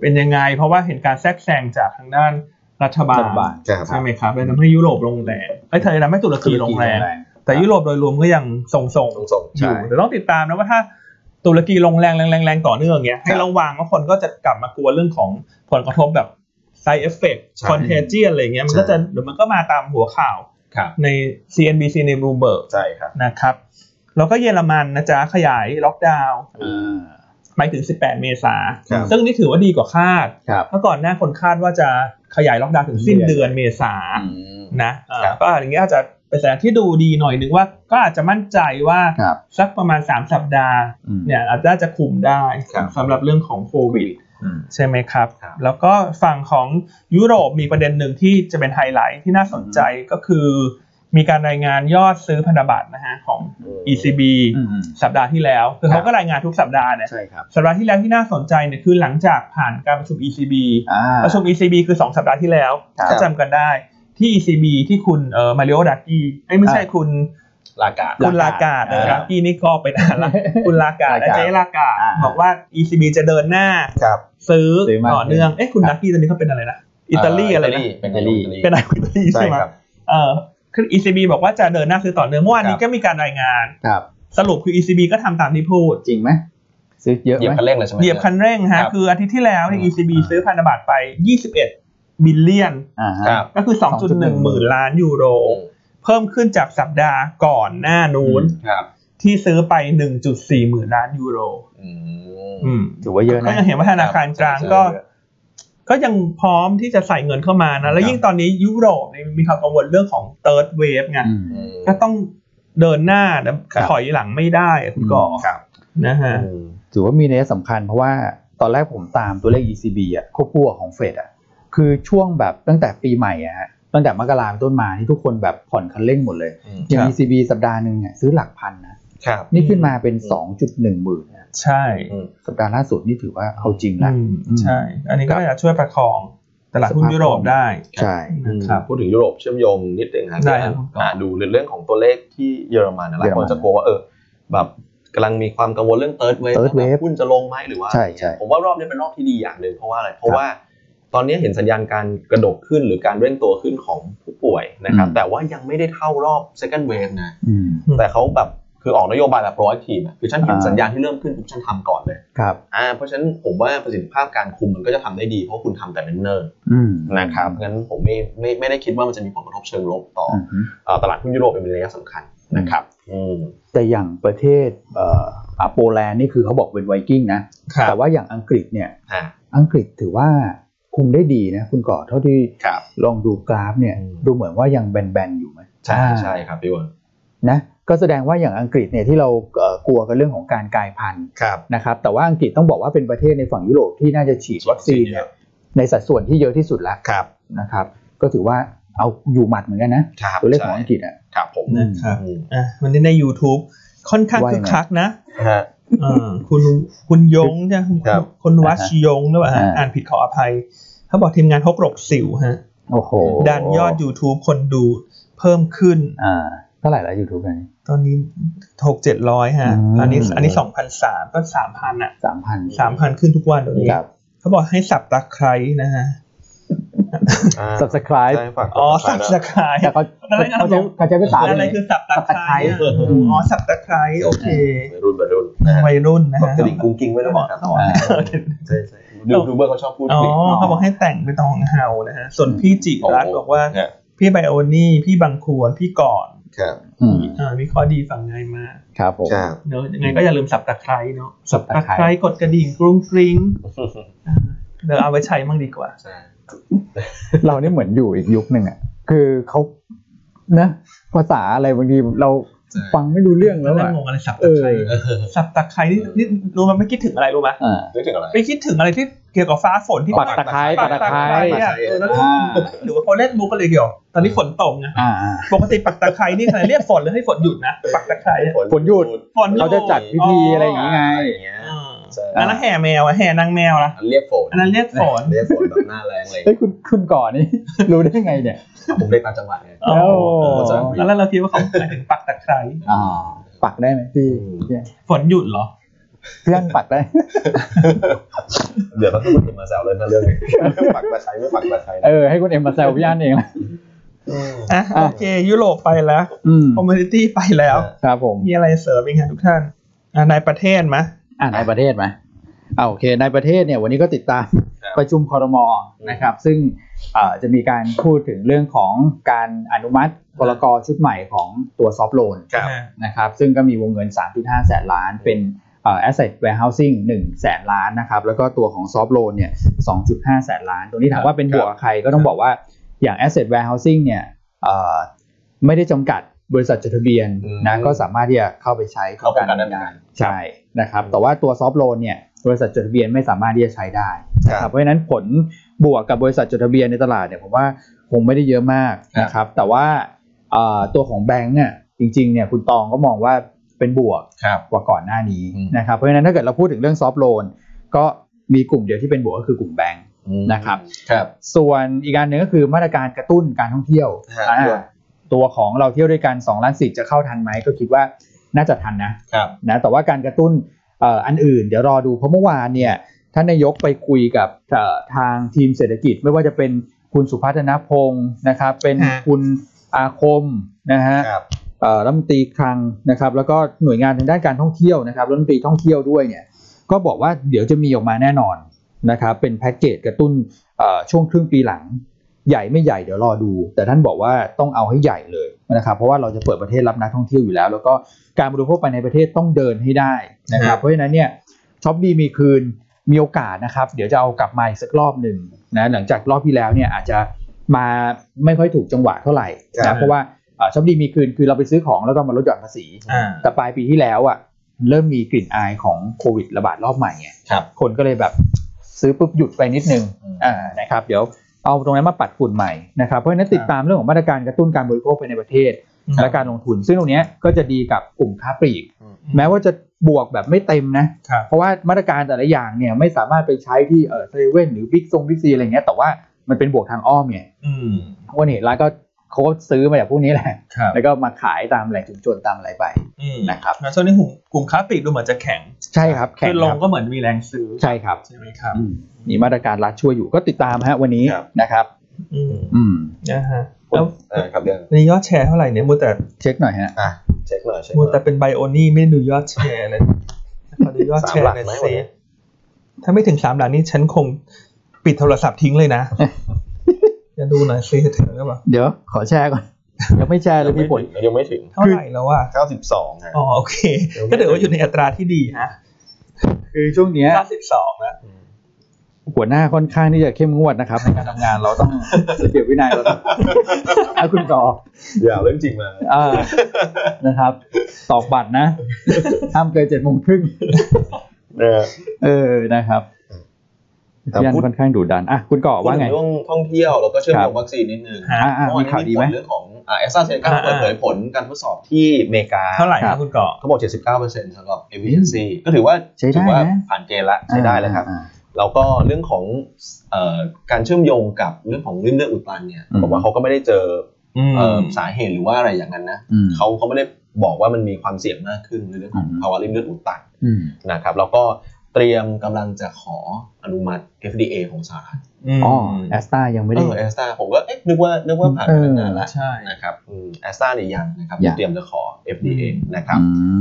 B: เป็นยังไง เพราะว่าเห็นการแทรกแซงจากทางด้านรัฐบาล
A: รัฐบาล
C: ครับ
B: ใช่ไหมครับเลยทำให้ยุโรปลงแรงไอ้ยเธอทำให้ตุรกีลงแรง แต่ยุโรปโดยรวมก็ยังทรงๆ
C: ต้องส่ง
B: อ
C: ใช่
B: ยู่เดี๋ยวต้องติดตามนะว่าถ้าตุรกีลงแรงแรงๆๆต่อเนื่องเงี้ยให้ระวังว่าคนก็จะกลับมากลัวเรื่องของผลกระทบแบบ side effect
C: ใช่
B: contagion อะไรเงี้ยมันก็จะเดี๋ยวมันก็มาตามหัวข่าว
C: ครับ
B: ใน CNBC ใน Bloomberg
C: ใช่ครับ
B: นะครับ แล้วก็เยอรมันนะจ๊ะ ขยายล็อกดาวน์
A: อ่า
B: ไปถึง 18 เมษา
C: ครับ
B: ซึ่งนี่ถือว่าดีกว่าคาด
A: ครับ
B: เมื่อก่อนหน้าคนคาดว่าจะขยายล็อกดาวน์ถึงสิ้นเดือนเมษา
A: อืม
B: นะเอ่อ
C: ครับ
B: ก็อย่างเงี้ยอาจจะเป็นสัญญาณที่ดูดีหน่อยนึงว่าก็อาจจะมั่นใจว่า
A: ครับ
B: สักประมาณ 3 สัปดาห์
A: อืม
B: เนี่ยอาจจะจะคุมได้
C: ครับ
B: สำหรับเรื่องของโควิด
A: อืม
B: ใช่ไหมครับ
C: ครับ
B: แล้วก็ฝั่งของยุโรปมีประเด็นหนึ่งที่จะเป็นไฮไลท์ที่น่าสนใจก็คือ มีการรายงานยอดซื้อพันธบัตรนะฮะของ ECB
A: อืม
B: สัปดาห์ที่แล้ว คือ
A: ครับ
B: เขาก็รายงานทุกสัปดาห์เนี่ย
A: ใช่ครับ
B: สัปดาห์ที่แล้วที่น่าสนใจเนี่ยคือหลังจากผ่านการประชุม ECB
A: อ่า
B: ประชุม ECB คือ 2 สัปดาห์ที่แล้ว
A: ครับ
B: ถ้าจำกันได้ที่ ECB ที่คุณเอ่อมาริโอดากี้เอ้ยไม่ใช่คุณ
C: ลากาด
B: คุณลากาด
A: อ่า
B: ดากี้นี่ก็ไป นานละคุณลากาด
A: ลากาด
B: เจ๊ลากาด
A: อ่า
B: บอกว่า ECB จะเดินหน้า
C: ครับ
B: ซื้อ
A: ซื้อมาก
B: ต่อเนื่องเอ๊ะคุณ
A: ครับ
B: ดากี้ตอนนี้เขาเป็นอะไรนะอิตาลีอะไรนะ
C: เป็นอิตาลี
B: เป็นอะไรอิตาลี
C: ใช่
B: ใช่ไหม
C: ครับ
B: เออคือ ECB บอกว่าจะเดินหน้าซื้อต่อเนื่องเมื่อวานนี้
C: ครับ
B: ก็มีการรายงาน
A: ครับ
B: สรุปคือ ECB ก็ทำตามที่พูด
A: จริงไหมซื้อเยอะ
C: เหยียบ
A: ไหม
C: คันเร่งเลยใช่ไหม
B: เหยียบคันเร่งฮะ
C: ครับ
B: คืออาทิตย์ที่แล้วเนี่ย
C: อืม
B: ECB
A: อ่า
B: ซื้อพันธบัตรไป 21บิลเลียน
A: อ่าฮะ
C: ครับ
B: ก็คือ 2.1
A: 2.1
B: หมื่นล้านยูโร เพิ่มขึ้นจากสัปดาห์ก่อนหน้านู้น
A: อืม
C: ครับ
B: ที่ซื้อไป 1.4 หมื่นล้านยูโร
C: อื
B: อื
C: ม
B: ม
A: ถือว่าเยอะ
B: ก็
A: นะ
B: ยังเห็นว่าธนาคารกลางก็
C: ใช่ใช่
B: ก็ยังพร้อมที่จะใส่เงินเข้ามานะ แล้ว
C: ครับ
B: ยิ่งตอนนี้ยุโรปเนี่ยมีความกังวลเรื่องของ third wave ไง
A: อืม
C: อืม
B: ก็ต้องเดินหน้านะครับ ถอยหลังไม่ได้อะคุณก่อ
C: ครับ
B: นะฮะ
A: ถือว่ามีนัยสำคัญเพราะว่าตอนแรกผมตามตัวเลข ECB อ่ะควบคู่กับของเฟดอ่ะคือช่วงแบบตั้งแต่ปีใหม่อ่ะฮะตั้งแต่มกราเป็นต้นมานี่ทุกคนแบบผ่อนคันเร่งหมดเลย
C: อืม
A: อย่าง
B: ครับ
A: ECB สัปดาห์หนึ่งเนี่ยซื้อหลักพันนะครับ นี่ขึ้นมาเป็น
C: อื
A: 2.1 หมื่นนะ
B: ใช่
C: อืม
A: สัปดาห์ล่าสุดนี่ถือว่าเอาจริงละ
B: อืม
A: อืม
B: ใช่ อันนี้ก็จะช่วยประคอง ตลาดหุ้นยุโรปได้
A: ใช่
B: นะครับ
C: พูดถึงยุโรปเชื่อมโยงนิดนึงครับ
B: ได้ครับ
C: อ่าดูเรื่องของตัวเลขที่เยอรมันนะหลายคนจะกลัวว่าเออแบบกำลังมีความกังวลเรื่อง third wave
A: Third wave
C: ว่าหุ้นจะลงไหมหรือว่า
A: ใช่ใช่
C: ผมว่ารอบนี้เป็นรอบที่ดีอย่างหนึ่งเพราะว่าอะไรเพราะว่าตอนนี้เห็นสัญญาณการกระดกขึ้นหรือการเร่งตัวขึ้นของผู้ป่วยนะครับ
A: อืม
C: แต่ว่ายังไม่ได้เท่ารอบ second wave นะ
A: อืม
B: อืม
C: แต่เขาแบบคือออกนโยบายแบบร้อยทีมคือฉันเห็น
A: อ่า
C: สัญญาณที่เริ่มขึ้นปุ๊บฉันทำก่อนเลย
A: ครับ
C: อ่าเพราะฉะนั้นผมว่าประสิทธิภาพการคุมมันก็จะทำได้ดีเพราะคุณทำแต่เนิ่น
A: อืม
C: ๆนะครับงั้นผมไม่ไม่ไม่ได้คิดว่ามันจะมีผลกระทบเชิงลบต่ออ
A: อืม
C: เอ่อตลาดหุ้นยุโรปเป็นระยะสำคัญนะครับอืม
A: แต่อย่างประเทศเอ่ออ่ะโปแลนด์นี่คือเขาบอกเป็นไวกิ้งนะ
B: ครับ
A: แต่ว่าอย่างอังกฤษเนี่ย
C: อ่า
A: อังกฤษถือว่าคุมได้ดีนะ คุณก่อเท่าที่
C: ครับ
A: ลองดูกราฟเนี่ย
C: อืม
A: ดูเหมือนว่ายังแบนๆอยู่ไหม
C: ใช่
A: อ่า
C: ใช่ครับพี่วอน
A: นะก็แสดงว่าอย่างอังกฤษเนี่ยที่เราเอ่อกลัวกันเรื่องของการกลายพันธุ์
C: ครับ
A: นะครับแต่ว่าอังกฤษต้องบอกว่าเป็นประเทศในฝั่งยุโรปที่น่าจะฉีดวัคซีนเนี่ยในสัดส่วนที่เยอะที่สุดแล้ว
C: ครับ
A: นะครับ ก็ถือว่าเอาอยู่หมัดเหมือนกันนะครับตัวเลขของอังกฤษอ่ะ
C: ครับผม
B: นะครับ
C: อืม
B: อ่ะวันนี้ใน YouTube ค่อนข้าง
A: ว่า
B: คึ
A: ยั
B: ก
A: งไง
B: คักนะ
C: ฮะ
B: เออคุณคุณยงใช่ไหมคุณ
C: ครับ
B: คุณวัชยงหรือเปล่าฮะ
A: อ่า
B: อ่านผิดขออภัยเขาบอกทีมงานฮกรกสิวฮะ
A: โอ้โห
B: ดันยอด YouTube คนดูเพิ่มขึ้น
A: อ่าเท่าไหร่แล้วยูทูบเนี่ย
B: ตอนนี้หกเจ็ดร้อยฮะ
A: อืม
B: อันนี้อันนี้สองพันสามก็สามพันอ่ะ
A: สามพัน
B: สามพันขึ้นทุกวันเดี๋ยวนี้
A: ครับ
B: เขาบอกให้สับตะไคร้นะฮะ
C: อ่า
A: subscribe
C: ใช่ฝาก
B: อ๋อ สับ
C: นะ
B: ตะไคร้
A: แต่เขา
B: นั่นแหละครับ
A: เขา
B: ผ
A: ใช้เขาใช้
B: ม
A: ภาษา
B: อะไรคือสับตะไคร้อะอ๋อสับตะไคร้โอเค
C: วัยรุ่นวัยรุ่นนะฮะ
B: วัยรุ่นนะ
C: กด
B: ฮะ
C: กระดิ่งกุ้งกิ้งไว้ด้วยนะครับ
B: อ๋อ
C: ใช่ใช่ยูทูบเบอร์เขาชอบพูด
B: อ๋อ
C: ผิด
B: เขาบอกให้แต่งเป็นตองเฮานะฮะ ส่วนพี่จิรัตน์
C: โอ้
B: บอกว่า
C: ฮะ
B: พี่ไบโอนี่ พี่บังควร พี่ก่อน
C: ครับ
A: อืม
B: อ่าวิเคราะห์ดีฝั่งไงมา
A: ครับผม
C: ครับ
B: เนอะยังไงก็อย่าลืมสับตะไคร้เนอะ
A: สับตะไคร้
B: กดกระดิ่งกรุ้งกริ้งอ่าเดี๋ยวเอาไว้ใช้มั่งดีกว่า
C: ใช่
A: เรานี่เหมือนอยู่อีกยุคหนึ่งอ่ะ คือเขานะ ภาษาอะไรบางทีเรา
C: ใช่
A: ฟังไม่รู้เรื่องแล้ว
B: แล้ว
A: อ่ะ
B: งงอะไรสับ
A: เออ
B: ตะไคร้สับตะไคร้นี่นี่รู้ไหมไม่คิดถึงอะไรรู้ไหม
A: อ่า
C: นึกถึงอะไร
B: ไปคิดถึงอะไรที่เกี่ยวกับฟ้าฝนที่
A: ปักตะไคร้ปักตะไคร้
B: อะเออแล้วก็
A: อ่า
B: หรือว่าเขาเล่นมุกกันเลยเดียว ตอนนี้ฝนตกไง
A: อ่า
B: ปกติปักตะไคร้นี่ใครเรียกฝนหรือให้ฝนหยุดนะปักตะไคร้อะ
A: ฝนหยุด
B: ฝนหยุ
A: เขาจะจัดพิธีอะไรอย่างงี้ไง
C: เงี้ย
B: อ่า
C: ใช่
B: อันนั้นแห่แมวอะแห่นางแมวนะ
C: อันเรียกฝน
B: อันนั้นเรียกฝน
C: เรียกฝนแบบหน้าแรงอะไรอย่าง
A: เฮ้ย
C: เลย
A: คุณคุณก่อนนี่ รู้ได้ไงเนี่ย
C: ผมเรียกตามจังหวะไง
B: โอ้
C: เข้าใจ
B: แล้วเราคิดว่าเขาหมายถึงปักตะไคร้
A: อ่า ปักได้ไหมพี่
C: อืม
A: เนี่ย
B: ฝนหยุดเหรอ
A: เพื่อนปักได้
C: เดี๋ยวเราต้องมาแซวเลยนะเรื่องนี้ปักตะไคร้ไม่ปักตะไคร้
A: เออ ให้คุณเอ็มมาแซวพี่อันเองนะ
B: อ่ะโอเค ยุโรปไปแล้ว
A: อืม
B: คอมมูนิตี้ไปแล้ว
A: ครับผม
B: มีอะไรเสริมอีกไหมทุกท่านอ่ะในประเทศไหม
A: อ่าในประเทศไหมอ่าโอเค ในประเทศเนี่ย วันนี้ก็ติดตาม ประชุมคอรมอนะครับ ซึ่งเอ่อจะมีการพูดถึงเรื่องของการอนุมัติพลกรชุดใหม่ของตัวซอฟโลน
C: ครับ
A: นะครับ ซึ่งก็มีวงเงิน 3.5 แสนล้าน เป็นเอ่อ asset warehousing 1 แสนล้านนะครับ แล้วก็ตัวของซอฟโลนเนี่ย 2.5 แสนล้าน ตรงนี้ถามว่าเป็นบวกกับใครก็ต้องบอกว่าอย่าง asset warehousing เนี่ยเอ่อไม่ได้จำกัดบริษัทจดทะเบียนนะก็สามารถที่จะเข้าไปใช้
C: เข้าประกันได้เหมือนกัน
A: ใช่นะครับ แต่ว่าตัวซอฟโลนเนี่ยบริษัทจดทะเบียนไม่สามารถที่จะใช้ได้
C: ค
A: ค
C: รั
A: รับ บเพราะฉะนั้นผลบวกกับบริษัทจดทะเบียนในตลาดเนี่ยผมว่าคงไม่ได้เยอะมากนะครับ แต่ว่าเอ่อตัวของแบงก์เนี่ยจริงๆเนี่ยคุณตองก็มองว่าเป็นบวก
C: ครับ
A: กว่าก่อนหน้านี้
C: อืม
A: นะครับเพราะฉะนั้นถ้าเกิดเราพูดถึงเรื่องซอฟ t l โลนก็มีกลุ่มเดียวที่เป็นบวกก็คือกลุ่มแบงก์ นะครับ
C: ครับ
A: ส่วนอีกการหนึ่งก็คือมาตรการกระตุ้นการท่องเที่ยว
C: ฮะ
A: อ่า
C: ด้วย
A: ตัวของเราเที่ยวด้วยกัน2ล้านสิทธิ์จะเข้าทันไหมก็คิดว่าน่าจะทันนะ
C: ครับ
A: นะแต่ว่าการกระตุ้นเอ่ออันอื่นเดี๋ยวรอดูเพราะเมื่อวานเนี่ยท่านนายกไปคุยกับเอ่อทางทีมเศรษฐกิจ ไม่ว่าจะเป็นคุณสุพัฒนพงศ์นะครับ เป็น
B: ฮะ
A: คุณอาคมนะฮะ
C: ครับ
A: เอ่อรัฐมนตรีคลังนะครับ แล้วก็หน่วยงานทางด้านการท่องเที่ยวนะครับรัฐมนตรีท่องเที่ยวด้วยเนี่ยก็บอกว่าเดี๋ยวจะมีออกมาแน่นอนนะครับ เป็นแพ็กเกจกระตุ้นเอ่อช่วงครึ่งปีหลัง ใหญ่ไม่ใหญ่เดี๋ยวรอดู แต่ท่านบอกว่าต้องเอาให้ใหญ่เลยนะครับเพราะว่าเราจะเปิดประเทศรับนักท่องเที่ยวอยู่แล้ว แล้วก็การบริโภคภายในประเทศต้องเดินให้ได้นะค
C: ครั
A: รั
C: บบ
A: เพราะฉะนั้นเนี่ยช็อปดีมีคืนมีโอกาสนะครับ เดี๋ยวจะเอากลับมาอีกสักรอบหนึ่งนะหลังจากรอบที่แล้วเนี่ยอาจจะมาไม่ค่อยถูกจังหวะเท่าไหร่
C: ครั
A: นะ
C: บ
A: เพราะว่าช็อปดีมีคืนคือเราไปซื้อของแล้วต้องมาลดหย่อนภาษี
B: อ่า
A: แต่ปลายปีที่แล้วอ่ะเริ่มมีกลิ่นอายของโควิดระบาดรอบใหม่ไง
C: ครับ
A: คนก็เลยแบบซื้อปุ๊บหยุดไปนิดนึง
C: อืม
A: อ่านะครับ เดี๋ยวเอาตรงนั้นมาปัดฝุ่นใหม่นะครับเพราะฉะนั้นติดตามเรื่องของมาตรการกระตุ้นการบริโภคภายในประเทศ
B: ครับ
A: และการลงทุน ซึ่งตรงเนี้ยก็จะดีกับกลุ่มค้าปลีก แม้ว่าจะบวกแบบไม่เต็มนะ
B: ครับ
A: เพราะว่ามาตรการแต่ละอย่างเนี่ยไม่สามารถไปใช้ที่เออเซเว่นหรือบิ๊กซงบิ๊กซีอะไรเงี้ยแต่ว่า มันเป็นบวกทางอ้อมเนี่ย
B: อืม
A: เพราะว่านี่ร้านก็เขาก็ซื้อมาจากพวกนี้แหละ
B: ครับ
A: แล้วก็มาขายตามแหล่งชุมชนตามอะไรไป
B: อืม
A: นะครับ
B: งั้นช่วงนี้กลุ่มกลุ่มค้าปลีกดูเหมือนจะแข็ง
A: ใช่ครับแข่ง
B: คือล
A: ค
B: ง
A: รับ
B: ก็เหมือนมีแรงซื้อ
A: ใช่ครับ
B: ใช่ไหมครับ
A: อืมมีมาตรการรัฐช่วยอยู่ก็ติดตามฮะวันนี้
C: ครับ
A: นะครับ
B: อืม
A: อืม
B: นะฮะแล้ว
C: เออครับเดี๋ยว
B: วันนี้ยอดแชร์เท่าไหร่เนี่ยมูแต่
A: เช็คหน่อยฮะ
C: อ่ะเช็คหน่อยเช็คห
B: มู
C: น่อย
B: แต่เป็นไบโอนี่ไม่ได้ดูยอดแชร์เลยขอดูยอดแชร์หน่อ
C: สาม
B: ย
C: หลักไหมวั
B: สิ
C: นนี้
B: ถ้าไม่ถึงสามหลักนี่ฉันคงปิดโทรศัพท์ทิ้งเลยนะจะดูหน่อยสิถึงหรือเปล่า
A: เดี๋ยวขอแชร์ก่อน ยังไม่แชร์เลยพี่ผล
C: ยังไม่ถึง
B: เท่าไหร่แล้วอ่ะ
C: 92ฮะ
B: อ๋อโอเค ก็ถือว่าอยู่ในอัตราที่ดีฮะ
A: คือช่วงเนี้ย
B: 92นะ
A: หัวหน้าค่อนข้างที่จะเข้มงวดนะครับ ในการทำงานเราต้อง ระเบียบวินัยเราต้อง เอาคุณต่อ
C: อย่าเอาเรื่องจริงมา
A: เออนะครับ ตอกบัตร นะห้ามเกินเจ็ดโมงครึ่ง
C: เออ
A: เออนะครับ
C: ครับ
A: พี่อันค่อนข้างดุดันอ่ะคุณก่อว่า
C: พูดถึ
A: ไง
C: เรื่องท่องเที่ยวแล้วก็เชื่อม
A: ครับ
C: โยงวัคซีนนิดนึง
B: ฮะ
A: อ่าอ่า
C: เมื่อวา
A: มี
C: นนี้
A: ข่าวดี
C: มีผ
A: ไหม
C: ลเรื่องของแอสตราเซเนกา
B: อ่า
C: เปิดเผยผลการทดสอบที่อเมริกา
B: เท่าไหร่
A: ครั
B: นะ
A: บ
B: คุณเกาะ
C: เขาบอก79เปอร์เซ็นต์สำหรับ efficiency ก็ถือว่า
A: ใช้ได้
C: ถืว่า
A: นะ
C: ผ่านเกณฑ์ละใช้ได้แล้วครับ
A: อ่า
C: แล้วก็เรื่องของเอ่อการเชื่อมโยงกับเรื่องของริ่มเลือดอุดตันเนี่ย
A: อืม
C: ผมว่าเขาก็ไม่ได้เจอ
B: อืม
C: เอ่อสาเหตุหรือว่าอะไรอย่างนั้นนะ
A: อืม
C: เขาเขาไม่ได้บอกว่ามันมีความเสี่ยงมากขึ้นในเรื่องของ
A: อืม
C: ภาวะริ่มเลือดอุดตัน
A: อืม
C: นะครับแล้วก็เตรียมกำลังจะขออนุมัติ FDA ของสหรัฐ
B: ม
A: อ๋อแอสตายังไม่
C: เอ
A: ได้
C: อแอสตาผมก็เอ๊ะนึกว่านึกว่าผ่านมาตั้งนานละ
B: ใช่
C: นะครับแอสตราเนี่ยยังนะครับ
A: ยัง
C: เตรียมจะขอ FDA
B: อืม
C: นะครับ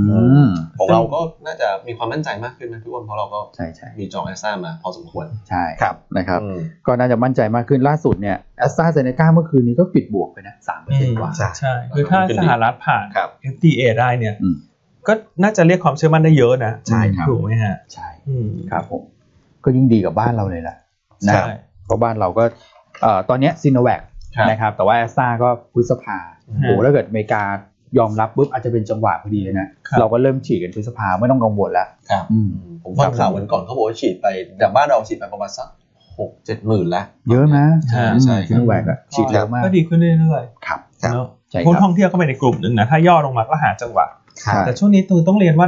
A: อืม
C: ของเราก็น่าจะมีความมั่นใจมากขึ้นนะทุกคนเพราะเราก็
A: ใช่ใช่
C: มีจองแอสตรามาพอสมควร
A: ใช่
C: ครับ
A: นะครับ
C: อืม
A: ก็น่าจะมั่นใจมากขึ้นล่าสุดเนี่ยแอสตราเซเนกาเมื่อคืนนี้ก็ปิดบวกไปนะสามเปอร์เซ็นต์กว่า
C: ใช่
B: ใช่ คือถ้าสหรัฐผ่าน
C: ครับ
B: FDA ได้เนี่ย
A: อืม
B: ก็น่าจะเรียกความเชื่อมั่นได้เยอะนะ
A: ใช่ครับ
B: ถูกไหมฮะ
A: ใช่
B: อืม
A: ครับผมก็ยิ่งดีกับบ้านเราเลยล่ะนะ
B: ใช่
A: เพราะบ้านเราก็เอ่อตอนเนี้ซีโนแวค
C: ครับ
A: นะครับแต่ว่าแอสตราก็พฤษภาโอ้โหถ้าเกิดอเมริกายอมรับปุ๊บอาจจะเป็นจังหวะพอดีเลยนะครับ เราก็เริ่มฉีดกันพฤษภาไม่ต้องกังวลแล้ว
C: ครับ
A: อืม
C: ผมฟังข่าววันก่อนเขาบอกว่าฉีดไปจากบ้านเราฉีดไปประมาณสักหกเจ็ดหมื่นแล้ว
A: เยอะนะ
C: ใช่
A: อืม
C: ใช่
A: ซีโนแวคอะฉีดเยอะมาก
B: ก็ดีขึ้นเรื่อย
A: ครับ
C: ครั
B: ๆ
C: บ
B: เนอะ
A: ใช่ค
B: คน
A: รั
B: ท่
A: บ
B: องเที่ยวก็ไปในกลุ่มหนึ่งนะ ถ้าย่อลงมาก็หาจังหวะ
A: ครับ
B: แต่ช่วงนี้ตูนต้องเรียนว่า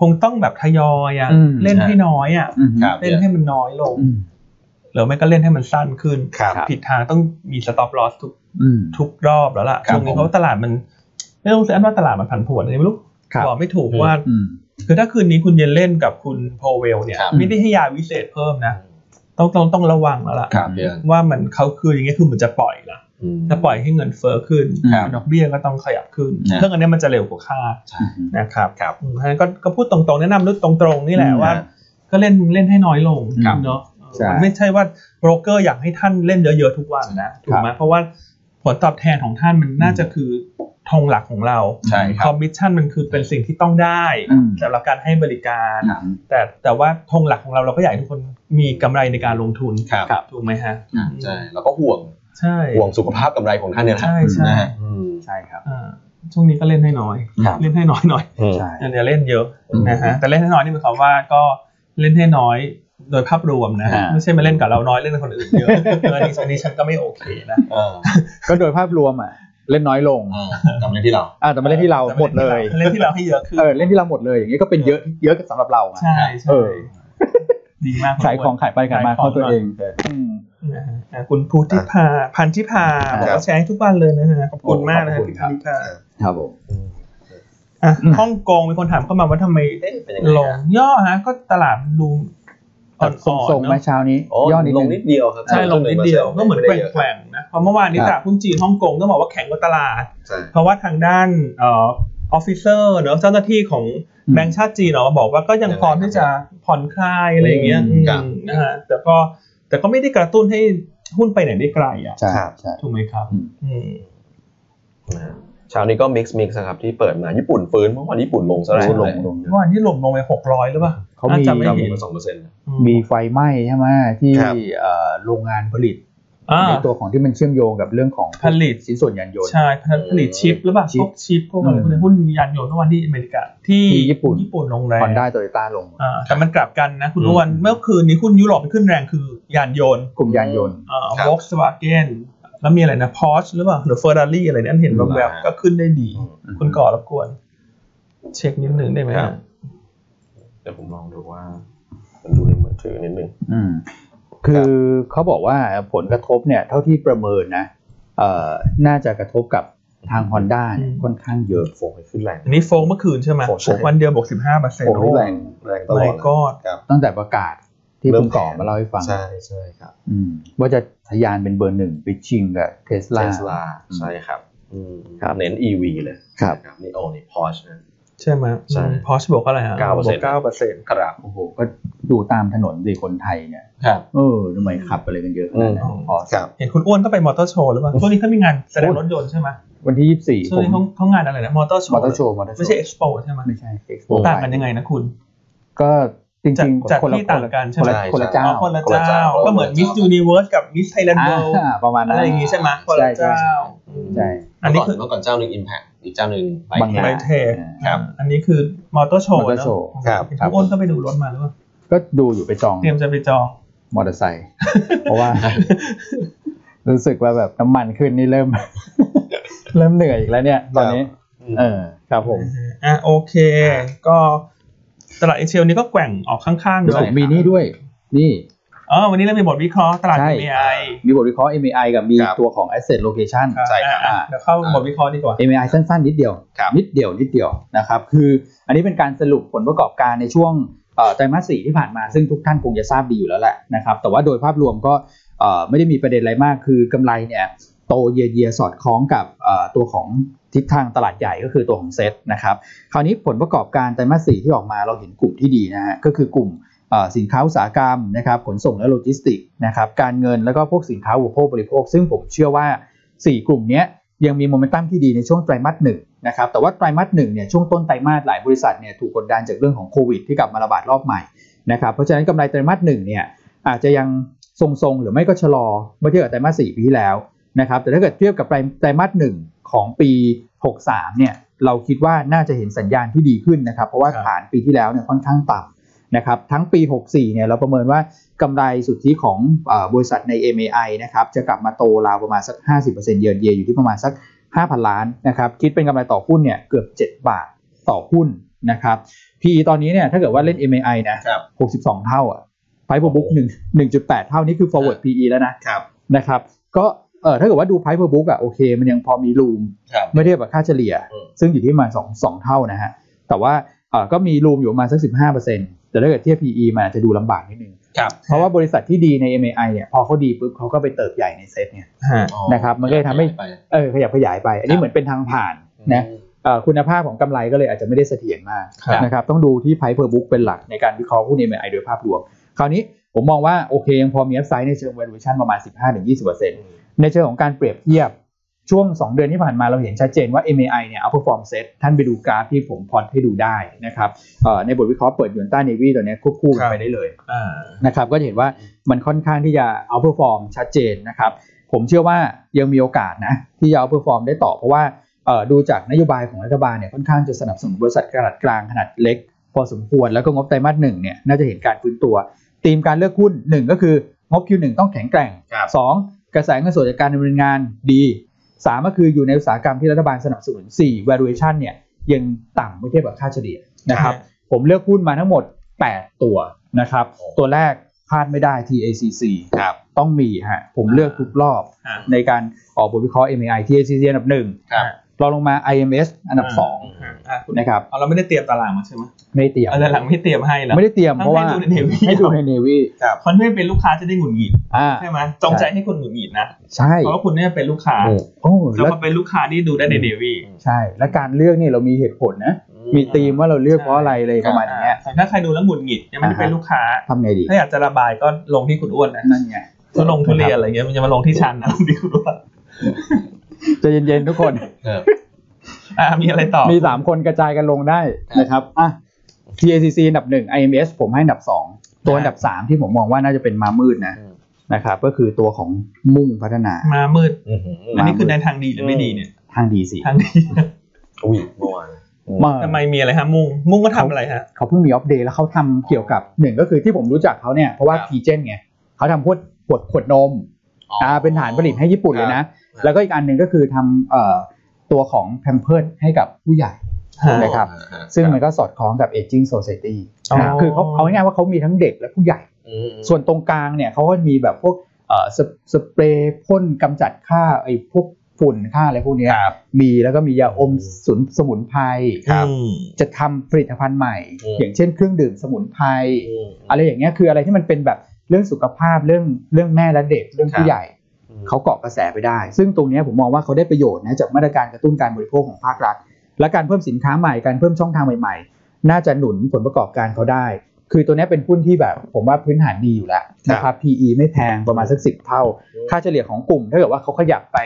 B: คงต้องแบบทยอยอะ
A: อืม
B: เล่นให้น้อยอะ
A: อืม
C: ครับ
B: เล่นให้มันน้อยลง
A: อืม
B: หรือไม่ก็เล่นให้มันสั้นขึ้น
C: ครับ
A: ครับ
B: ผิดทางต้องมี stop loss ทุก
A: อืม
B: ทุกรอบแล้วล่ะ
C: ครับ
B: ช่วงนี้
C: ผม
B: เพราะว่าตลาดมันไม่รู้สึกว่าตลาดมันผันผวนอะไรไม่รู้
A: ครับ
B: บอกไม่ถูกว่า
A: อืม
B: คือถ้าคืนนี้คุณเย็นเล่นกับคุณโพเวลเนี่ย
C: ครับ
B: ไม่ได้ให้ยาวิเศษเพิ่มนะ ต้องต้องต้องระวังแล้วล่ะ
C: ครับเดือน
B: ว่ามันเขาคืออย่างเงี้ยคือเหมันจะปล่อยละ
C: อืม
B: จะปล่อยให้เงินเฟ้อขึ้น
A: ครับ
B: ดอกเบี้ยก็ต้องขยับขึ้น
C: นะ
B: เรื่องอันเนี้ยมันจะเร็วกว่าคาด
C: ใช่
B: นะครับ
C: ครับ
B: อืมเพราะฉะนั้นก็ก็พูดตรงๆแนะนำนุดตรงๆนี่แหละ
A: อืม
B: ว่า ก็เล่นเล่นให้น้อยลง
A: ครับ
B: เนาะ
A: ใช่
B: มันไม่ใช่ว่าโบรกเกอร์อยากให้ท่านเล่นเยอะๆทุกวันนะถูกไหมเพราะว่าผลตอบแทนของท่านมันน่าจะคือธงหลักของเรา
C: ใช่ครับ
B: คอมมิชชั่นมันคือเป็นสิ่งที่ต้องได้
A: อืม
B: สำหรับการให้บริการ
A: ครับ
B: แต่แต่ว่าธงหลักของเราเราก็อยากให้ทุกคนมีกำไรในการลงทุน
C: ครับ
A: ครับ
B: ถูกไหมฮะ
C: ใช่แล้วก็ห่วง
B: ใช่
C: ห่วงสุขภาพกำไรของท่านเนี่ยแหละ
B: ใช่ใช่
C: นะฮะอืม
A: ใช่ครับ
B: อ่าช่วงนี้ก็เล่นให้น้อย
C: ครับ
B: เล่นให้น้อยหน่อย
C: อืม
A: ใช่
B: อย่าอย่าเล่นเยอะ
C: อืม
B: นะฮะแต่เล่นให้น้อยนี่หมายความว่าก็เล่นให้น้อยโดยภาพรวมนะฮะ
A: อ่า
B: ไม่ใช่มาเล่นกับเราน้อยเล่นกับคนอื่น เยอะเอออันนี้อันนี้ฉันก็ไม่โอเคนะ
C: เออ
A: ก็โดยภาพรวมอ่ะเล่นน้อยลง
C: อ่ากลับมาที่เรา
A: อ่ะแต่มาเล่นที่เรา
B: แต่
A: หมดเลย
B: เล่นที่เราให้เยอะขึ้น
A: เออเล่นที่เราหมดเลยอย่างนี้ก็เป็นเยอะเยอะสำหรับเราอะ
B: ใช่ใช่
A: เออ
B: ดีมาก
A: ขายของขายไปขายมาเข้าตัวเองอืม
B: นะฮะอ่ะคุณภูทิพาพันธิพาบอกว่าแชร์ให้ทุกวันเลยนะฮะขอบคุณมากนะฮะ
A: ขอบคุณครับ
B: คุณภูทิพา
A: ครับผม
B: อ่ะ
A: อืม
B: ฮ่องกงมีคนถามเข้ามาว่าทำไม
C: เอ๊ะเป็นยังไงฮะ
B: ลงย่อฮะ ก็ตลาดดูอ่อนๆ
A: ส่งๆไหม
B: เนาะ
A: เช้านี้
C: โอ้
A: ย่อนิด
C: ลง
A: นึ
C: นิ
A: ง
C: ดเดียวครับ
B: ใช่ลงนิดเดียวก็เหมือนแ
C: ไได้ยะ
B: กว่งๆนะเพราะเมื่อวานนี้
A: ครับ
B: ตลาดหุ้นจีนฮ่องกงต้องบอกว่าแข็งกว่าตลาด
C: ใช่
B: เพราะว่าทางด้านเอ่อออฟฟิเซอร์เนอะเจ้าหน้าที่ของแบงก์ชาติจีนเนาะบอกว่าก็ยังพร้อมที่จะผ่อนคลายอะไรอย่างเงี้ย
A: อืม
B: อืม
C: ครับ
B: นะฮะแต่ก็แต่ก็ไม่ได้กระตุ้นให้หุ้นไปไหนได้ไกลอ่ะ
A: ใช่
C: ครับ
A: ใช่
B: ถูกไหมครับ
A: อืม
B: อืม
C: นะฮะเช้านี้ก็ mix mix นะครับที่เปิดมาญี่ปุ่นฟื้นเพราะวันญี่ปุ่นลงซะแรง
A: โอ้ลงลง
B: เมื่อวานที่หลบลงไปหกร้อยหรือเปล่า
A: เขามี
B: น่าจะไม่
C: เราล
B: เห็
C: ง
B: น
C: มาสองเปอร์เซ็นต์
B: อื
A: มีไฟไหม้ใช่ไหมที่
C: ครับ
A: เอ่อโรงงานผลิต
B: อ่า
A: ในตัวของที่มันเชื่อมโยงกับเรื่องของ
B: ผลิต
A: ชิ้นส่วนยานยนต์
B: ใช่ผลิตชิปหรือเปล่า
A: ชิป
B: พวกชิปพวกอะไรพวกนี้หุ้นยานยนต์เมื่อวันที่อเมริกาที่
A: ที่ญี่ปุ่น
B: ญี่ปุ่นลงแรง
A: ฮอนด้าโตโยต้าลง
B: อ่าแต่มันกลับกันนะคุณ
C: อืม
B: อ้วนเมื่อคืนนี้หุ้นยุโรปขึ้นแรงคือยานยนต์
A: กลุ่มยานยนต์
B: อ่า
C: ครับ
B: วอล์กสวาเกนแล้วมีอะไรนะพอชหรือเปล่าหรือเฟอร์รารี่อะไรเนี่ยอันเห็น
C: อืม
B: แวบๆก็ขึ้นได้ดี
C: อืม
B: คุณก่อรบกวน เช็คนิดนึงได้ไหมฮะ
C: เดี๋ยวผมลองดูว่ามันดูในมือถือนิดนึง
A: อืม คือเขาบอกว่าผลกระทบเนี่ยเท่าที่ประเมินนะเอ่อน่าจะกระทบกับทาง Honda เนี่ย
B: อืม
A: ค่อนข้างเยอะ
C: โฟงขึ้นแรง
B: อันนี้โฟกเมื่อคืนใช่ไหม
C: โฟกใช่
B: วันเดียวบวกสิบห้าเปอร์เซ็นต์
A: โอ้โห
C: แรงแรงตลอ
B: ไม่
C: ด
B: ก็
C: ครับ
A: ตั้งแต่ประกาศที่
C: เริ่
A: คุ
C: ม
A: ณก่อ
C: แผน
A: มาเล่าให้ฟัง
C: ใช่ใช่ครับ
A: อืมว่าจะทะยานเป็นเบอร์หนึ่งไปชิงกับเทส
C: เท
A: ลา
C: สลาใช่ครับอืม
A: ครับ
C: เน้น EV เลย
A: ครับ
C: นะนี่โอ้นี่พอชนะ
B: ใช่ไหม
C: ใช่
B: พอชบวกอะไรฮะ
C: 9%
B: บวกเก้าเปอร์เซ็นต์
C: ครับ
A: โอ้โหก็ดูตามถนนสิคนไทยเนี่ย
C: ครับ
A: เออทำไมขับอะไรกันเยอะขนาดนั้นพอ
C: ครับ
B: เห็นคุณอ้วนก็ไปมอเตอร์โชว์หรือเปล่าช่วงนี้เขามีงานแสดงรถยนต์ใช่ไหม
A: วันที่ยี่สี่
B: ช่
A: ผ
B: ว
A: ม
B: งนี้เขาเขางานอะไรนะมอเตอร์โช
A: มอ
B: ว์
A: เตอร์โชว์มอเตอร์โชว์
B: ไม่ใช่เอ็กซ์โปใช่ไหม
A: ไม่ใช่ Expo
B: ต่างกันยังไงนะคุณ
A: ก็จริง
B: จาก
A: ๆคนละ
B: ที่ต่างกันใช่ไหม
A: คนละคนละเจ้า
B: อ๋อคนละ
C: คนละ
B: เจ้า
C: เจ้า
B: ก็เหมือนมิส s u น i เวิร์สกับมิสไทยแลนด์เวิล
A: อ่าประมาณนั้
B: อะ
A: น
B: ไรอย่างงี้ใช่ไหมคนละเจ้า
A: ใช่
B: อันนี้คือ
C: เมื่อก่อนเจ้าหนึ่ง Impact อีกเจ้าหนึ่ง
A: บาง
B: ไบ
A: นา
B: เทค
C: ครับ
B: อันนี้คือมอเตอร์โชว์
A: Motor
B: นะ
A: Show
C: ครับ
B: เห็น
A: ครับ
B: คุณอ้นก็ไปดูรถมาหรือเปล่า
A: ก็ดูอยู่ไปจอง
B: เตรียมจะไปจอง
A: มอเตอร์ไซค์เพราะ ว่า รู้สึกว่าแบบน้ำมันขึ้นนี่เริ่ม เริ่มเหนื่อยอีกแล้วเนี่ย ตอนนี้ เออ ครับผม
B: อ่ะโอเค ก็ตลาดเอเชียวันนี้ก็แกว่งออกข้างๆ
A: เดี๋ยว
B: เล
A: ผ
B: ย
A: มมีนี่ด้วย นี่
B: เออวันนี้เรามีบทวิเคราะห์ตลาด
A: ใช่
B: MAI
A: มีบทวิเคราะห์ MAI กับมี
C: ครับ
A: ตัวของ Asset Location
B: อ่ะ
C: ใช่ครับ
B: อ่ะเดี๋ยวเข้าบทวิเคราะห์ดีกว่า
A: MAI สั้นๆ นิดเดียว
C: ครับ
A: นิดเดียวนิดเดียวนะครับ คืออันนี้เป็นการสรุปผลประกอบการในช่วงเอ่อไตรมาสสี่ที่ผ่านมาซึ่งทุกท่านคงจะทราบดีอยู่แล้วแหละนะครับ แต่ว่าโดยภาพรวมก็เอ่อไม่ได้มีประเด็นอะไรมาก คือกำไรเนี่ยโตเยียเยียๆสอดคล้องกับเอ่อตัวของทิศทางตลาดใหญ่ก็คือตัวของเซ็ตนะครับ คราวนี้ผลประกอบการไตรมาสสี่ที่ออกมาเราเห็นกลุ่มที่ดีนะฮะก็คือกลุ่มเอ่อสินค้าอุตสาหกรรมนะครับขนส่งและโลจิสติกส์นะครับการเงินแล้วก็พวกสินค้าอุปโภคบริโภค ซึ่งผมเชื่อว่า 4 กลุ่มเนี้ยยังมีโมเมนตัมที่ดีในช่วงไตรมาสหนึ่งนะครับแต่ว่าไตรมาสหนึ่งเนี่ยช่วงต้นไตรมาสหลายบริษัทเนี่ยถูกกดดันจากเรื่องของโควิดที่กลับมาระบาดรอบใหม่นะครับเพราะฉะนั้นกำไรไตรมาสหนึ่งเนี่ยอาจจะยังทรงๆ หรือไม่ก็ชะลอเมื่อเทียบกับไตรมาสสี่ปีที่แล้วนะครับแต่ถ้าเกิดเทียบกับไตรไตรมาสหนึ่งของปี 63เนี่ยเราคิดว่าน่าจะเห็นสัญญาณที่ดีขึ้นนะครับเพราะว่า
B: ครับ
A: ฐานปีที่แล้วเนี่ยค่อนข้างต่ำ นะครับทั้งปี 64 เนี่ยเราประเมินว่ากำไรสุทธิของเออบริษัทใน MAI นะครับจะกลับมาโตราวประมาณสัก 50%เยือนเยียอยู่ที่ประมาณสัก 5,000 ล้านนะครับคิดเป็นกำไรต่อหุ้นเนี่ยเกือบ 7 บาทต่อหุ้นนะครับ PE ตอนนี้เนี่ยถ้าเกิดว่าเล่น MAI นะครับ 62 เท่าอ่ะไพ e per book 1 1.8 เท่านี่คือ forward PE แล้วนะครับ นะครับก็เออถ้าเกิดว่าดูไพ e per book อ่ะโอเค มันยังพอมีรูม
C: ครับ
A: เมื่อเทียบกับค่าเฉลี่ย
C: อืม
A: ซึ่งอยู่ที่ประมาณสองสองเท่านะฮะ แต่ว่าเอ่อก็มีรูมอยู่ประมาณสักสิบห้าเปอร์เซ็นต์แต่ถ้าเกิดเทียบ PE มาจะดูลำบากนิดนึง
C: ครับ
A: เพราะว่าบริษัทที่ดีใน MAI เนี่ย พอเขาดีปุ๊บเขาก็ไปเติบใหญ่ในเซ็ตเนี่ย
B: ฮะ
A: นะครับมันก็เลยทำให้
C: ไป
A: เออขยับขยายไป อันนี้
C: ครับ
A: เหมือนเป็นทางผ่านนะเอ่อคุณภาพของกำไรก็เลยอาจจะไม่ได้เสถียรมาก
C: ครับ
A: นะครับ ต้องดูที่ price per book เป็นหลักในการวิเคราะห์หุ้น MAI โดยภาพรวม คราวนี้ผมมองว่าโอเคยังพอมี upside ในเชิง valuation ประมาณ 15-20% ในเชิงของการเปรียบเทียบช่วง 2 เดือนที่ผ่านมาเราเห็นชัดเจนว่า MAI เนี่ย outperform set ท่านไปดูกราฟที่ผมพอดให้ดูได้นะครับเอ่อในบทวิเคราะห์เปิดยูนต้าเนวีตัวเนี้ยควบคู่กันไปได้เลย
B: อ่า
A: นะครับก็จะเห็นว่ามันค่อนข้างที่จะ outperform ชัดเจนนะครับผมเชื่อว่ายังมีโอกาสนะที่จะ outperform ได้ต่อเพราะว่าเอ่อดูจากนโยบายของรัฐบาลเนี่ยค่อนข้างจะสนับสนุนบริษัทขนาดกลางขนาดเล็ก พอสมควรแล้วก็งบไตรมาสหนึ่งเนี่ยน่าจะเห็นการฟื้นตัวธีมการเลือกหุ้นหนึ่งก็คืองบ Q1 ต้องแข็งแกร่ง
C: ครับ
A: สองกระแสเงินสดจากการดำเนินงานดีสามก็คืออยู่ในอุตสาหกรรมที่รัฐบาลสนับสนุนสี่ valuation เนี่ยยังต่ำเมื่อเทียบกับค่าเฉลี่ยนะครับผมเลือกหุ้นมาทั้งหมด 8 ตัวนะครับ
C: โอ้
A: ตัวแรกพลาดไม่ได้ TACC
C: ครับ
A: ต้องมีฮะผมเลือกทุกรอบ
B: ฮะ
A: ในการออกบทวิเคราะห์ MAI TACC อันดับหนึ่ง
C: ครับ
A: รองลงมา IMS อันดับ
B: อ่า
A: สอง
B: อ่ะคุณ
A: นะครับ
B: เอาเราไม่ได้เตรียมตารางมาใช่ไหม
A: ไม่ได้เตรียม
B: เอาตารางไม่เตรียมให้แล้ว
A: ไม่ได้เตรียม
B: ต้อง
A: เพราะว่า
B: ให้ดูใน Navy
A: ให้ดูในเนวี
B: คนที่ไม่เป็นลูกค้าจะได้หงุดหงิด
A: อ่า
B: ใช่ไหมจงใจให้คุณหงุดหงิดนะ
A: ใช่
B: เพราะว่าคุณเนี่ยเป็นลูกค้า
C: อืม
A: โอ้แล้
B: แล้ว
A: ว
B: พอเป็นลูกค้านี่ดูได้ในเดวี่
A: ใช่และการเลือกนี่เรามีเหตุผลนะ มีธีมว่าเราเลือกเพราะอะไรอะไรประมาณอย่างเงี้ย
B: แต่ถ้าใครดูแล้วหงุดหงิดยังไม่ได้
A: อ่าฮะ
B: เป็นลูกค้า
A: ทำไงดี
B: ถ้าอยากจะระบายก็ลงที่คุณอ้วนนะ
A: นั่นไง
B: ทุลงทุเรียนอะไรเงี้ยมันจะมาลงที่ชันนะลงที่คุณอ้วน
A: ใจะเย็นๆทุกคน
C: ครับ
B: อ่ามีอะไรต่อ
A: มี 3 คนกระจายกันลงได้นะครับอ่ะ TACC อันดับ 1 IMS ผมให้อันดับ 2 ตัวอันดับ 3 ที่ผมมองว่าน่าจะเป็นมามืดนะ
C: อืม
A: นะครับก็คือตัวของมุ่งพัฒนา
B: มามืด
C: อื้อหือ
B: อันนี้คือในทางดีหรือไม่ดีเนี่ย
A: ทางดีสิ
B: ทางดี
C: อุ้ยเมื่อวาน
A: มา
B: ทำไมมีอะไรฮะมุ่งมุ่งก็ทำอะไรฮะ
A: เขาเพิ่งมีอัปเดตแล้วเขาทำเกี่ยวกับหนึ่งก็คือที่ผมรู้จักเขาเนี่ยเพราะว่า
C: ครับ
A: พีเจนไงเขาทำพวกขวดขวดนมอ่าเป็นฐานผลิตให้ญี่ปุ่นเลย
C: ค
A: นะ
C: รับ
A: แล้วก็อีกอันหนึ่งก็คือทำเอ่อตัวของแพมเพิร์ดให้กับผู้ใหญ่ นะครับ ซึ่งมันก็สอดคล้องกับ aging society
B: อ๋อ
A: นะคือเขาเอาง่ายๆว่าเขามีทั้งเด็กและผู้ใหญ่
C: อื อืม
A: ส่วนตรงกลางเนี่ยเขาก็มีแบบพวกเอ่อสเปสเปรย์พ่นกำจัดค่าไอ้พวกฝุ่นค่าอะไรพวกเนี้ย
C: ครับ
A: มีแล้วก็มียาอมสุนสมุนไพร
C: ครับ
B: อืม
A: จะทำผลิตภัณฑ์ใหม่
C: อืม
A: อย่างเช่นเครื่องดื่มสมุนไพร
C: อืม
A: อะไรอย่างเงี้ยคืออะไรที่มันเป็นแบบเรื่องสุขภาพเรื่องเรื่องแม่และเด็กเรื่อง
C: ครั
A: ผู้
C: บ
A: ใหญ่ เขาเกาะกระแสไปได้ ซึ่งตรงเนี้ยผมมองว่าเขาได้ประโยชน์นะจากมาตรการกระตุ้นการบริโภคของภาครัฐ และการเพิ่มสินค้าใหม่ การเพิ่มช่องทางใหม่ๆ น่าจะหนุนผลประกอบการเขาได้ คือตัวเนี้ยเป็นหุ้นที่แบบผมว่าพื้นฐานดีอยู่แล้วนะครับ PE ไม่แพงประมาณสักสิเท่า ค่าเฉลี่ยของกลุ่ม ถ้าเกิดว่าเขาขยับไป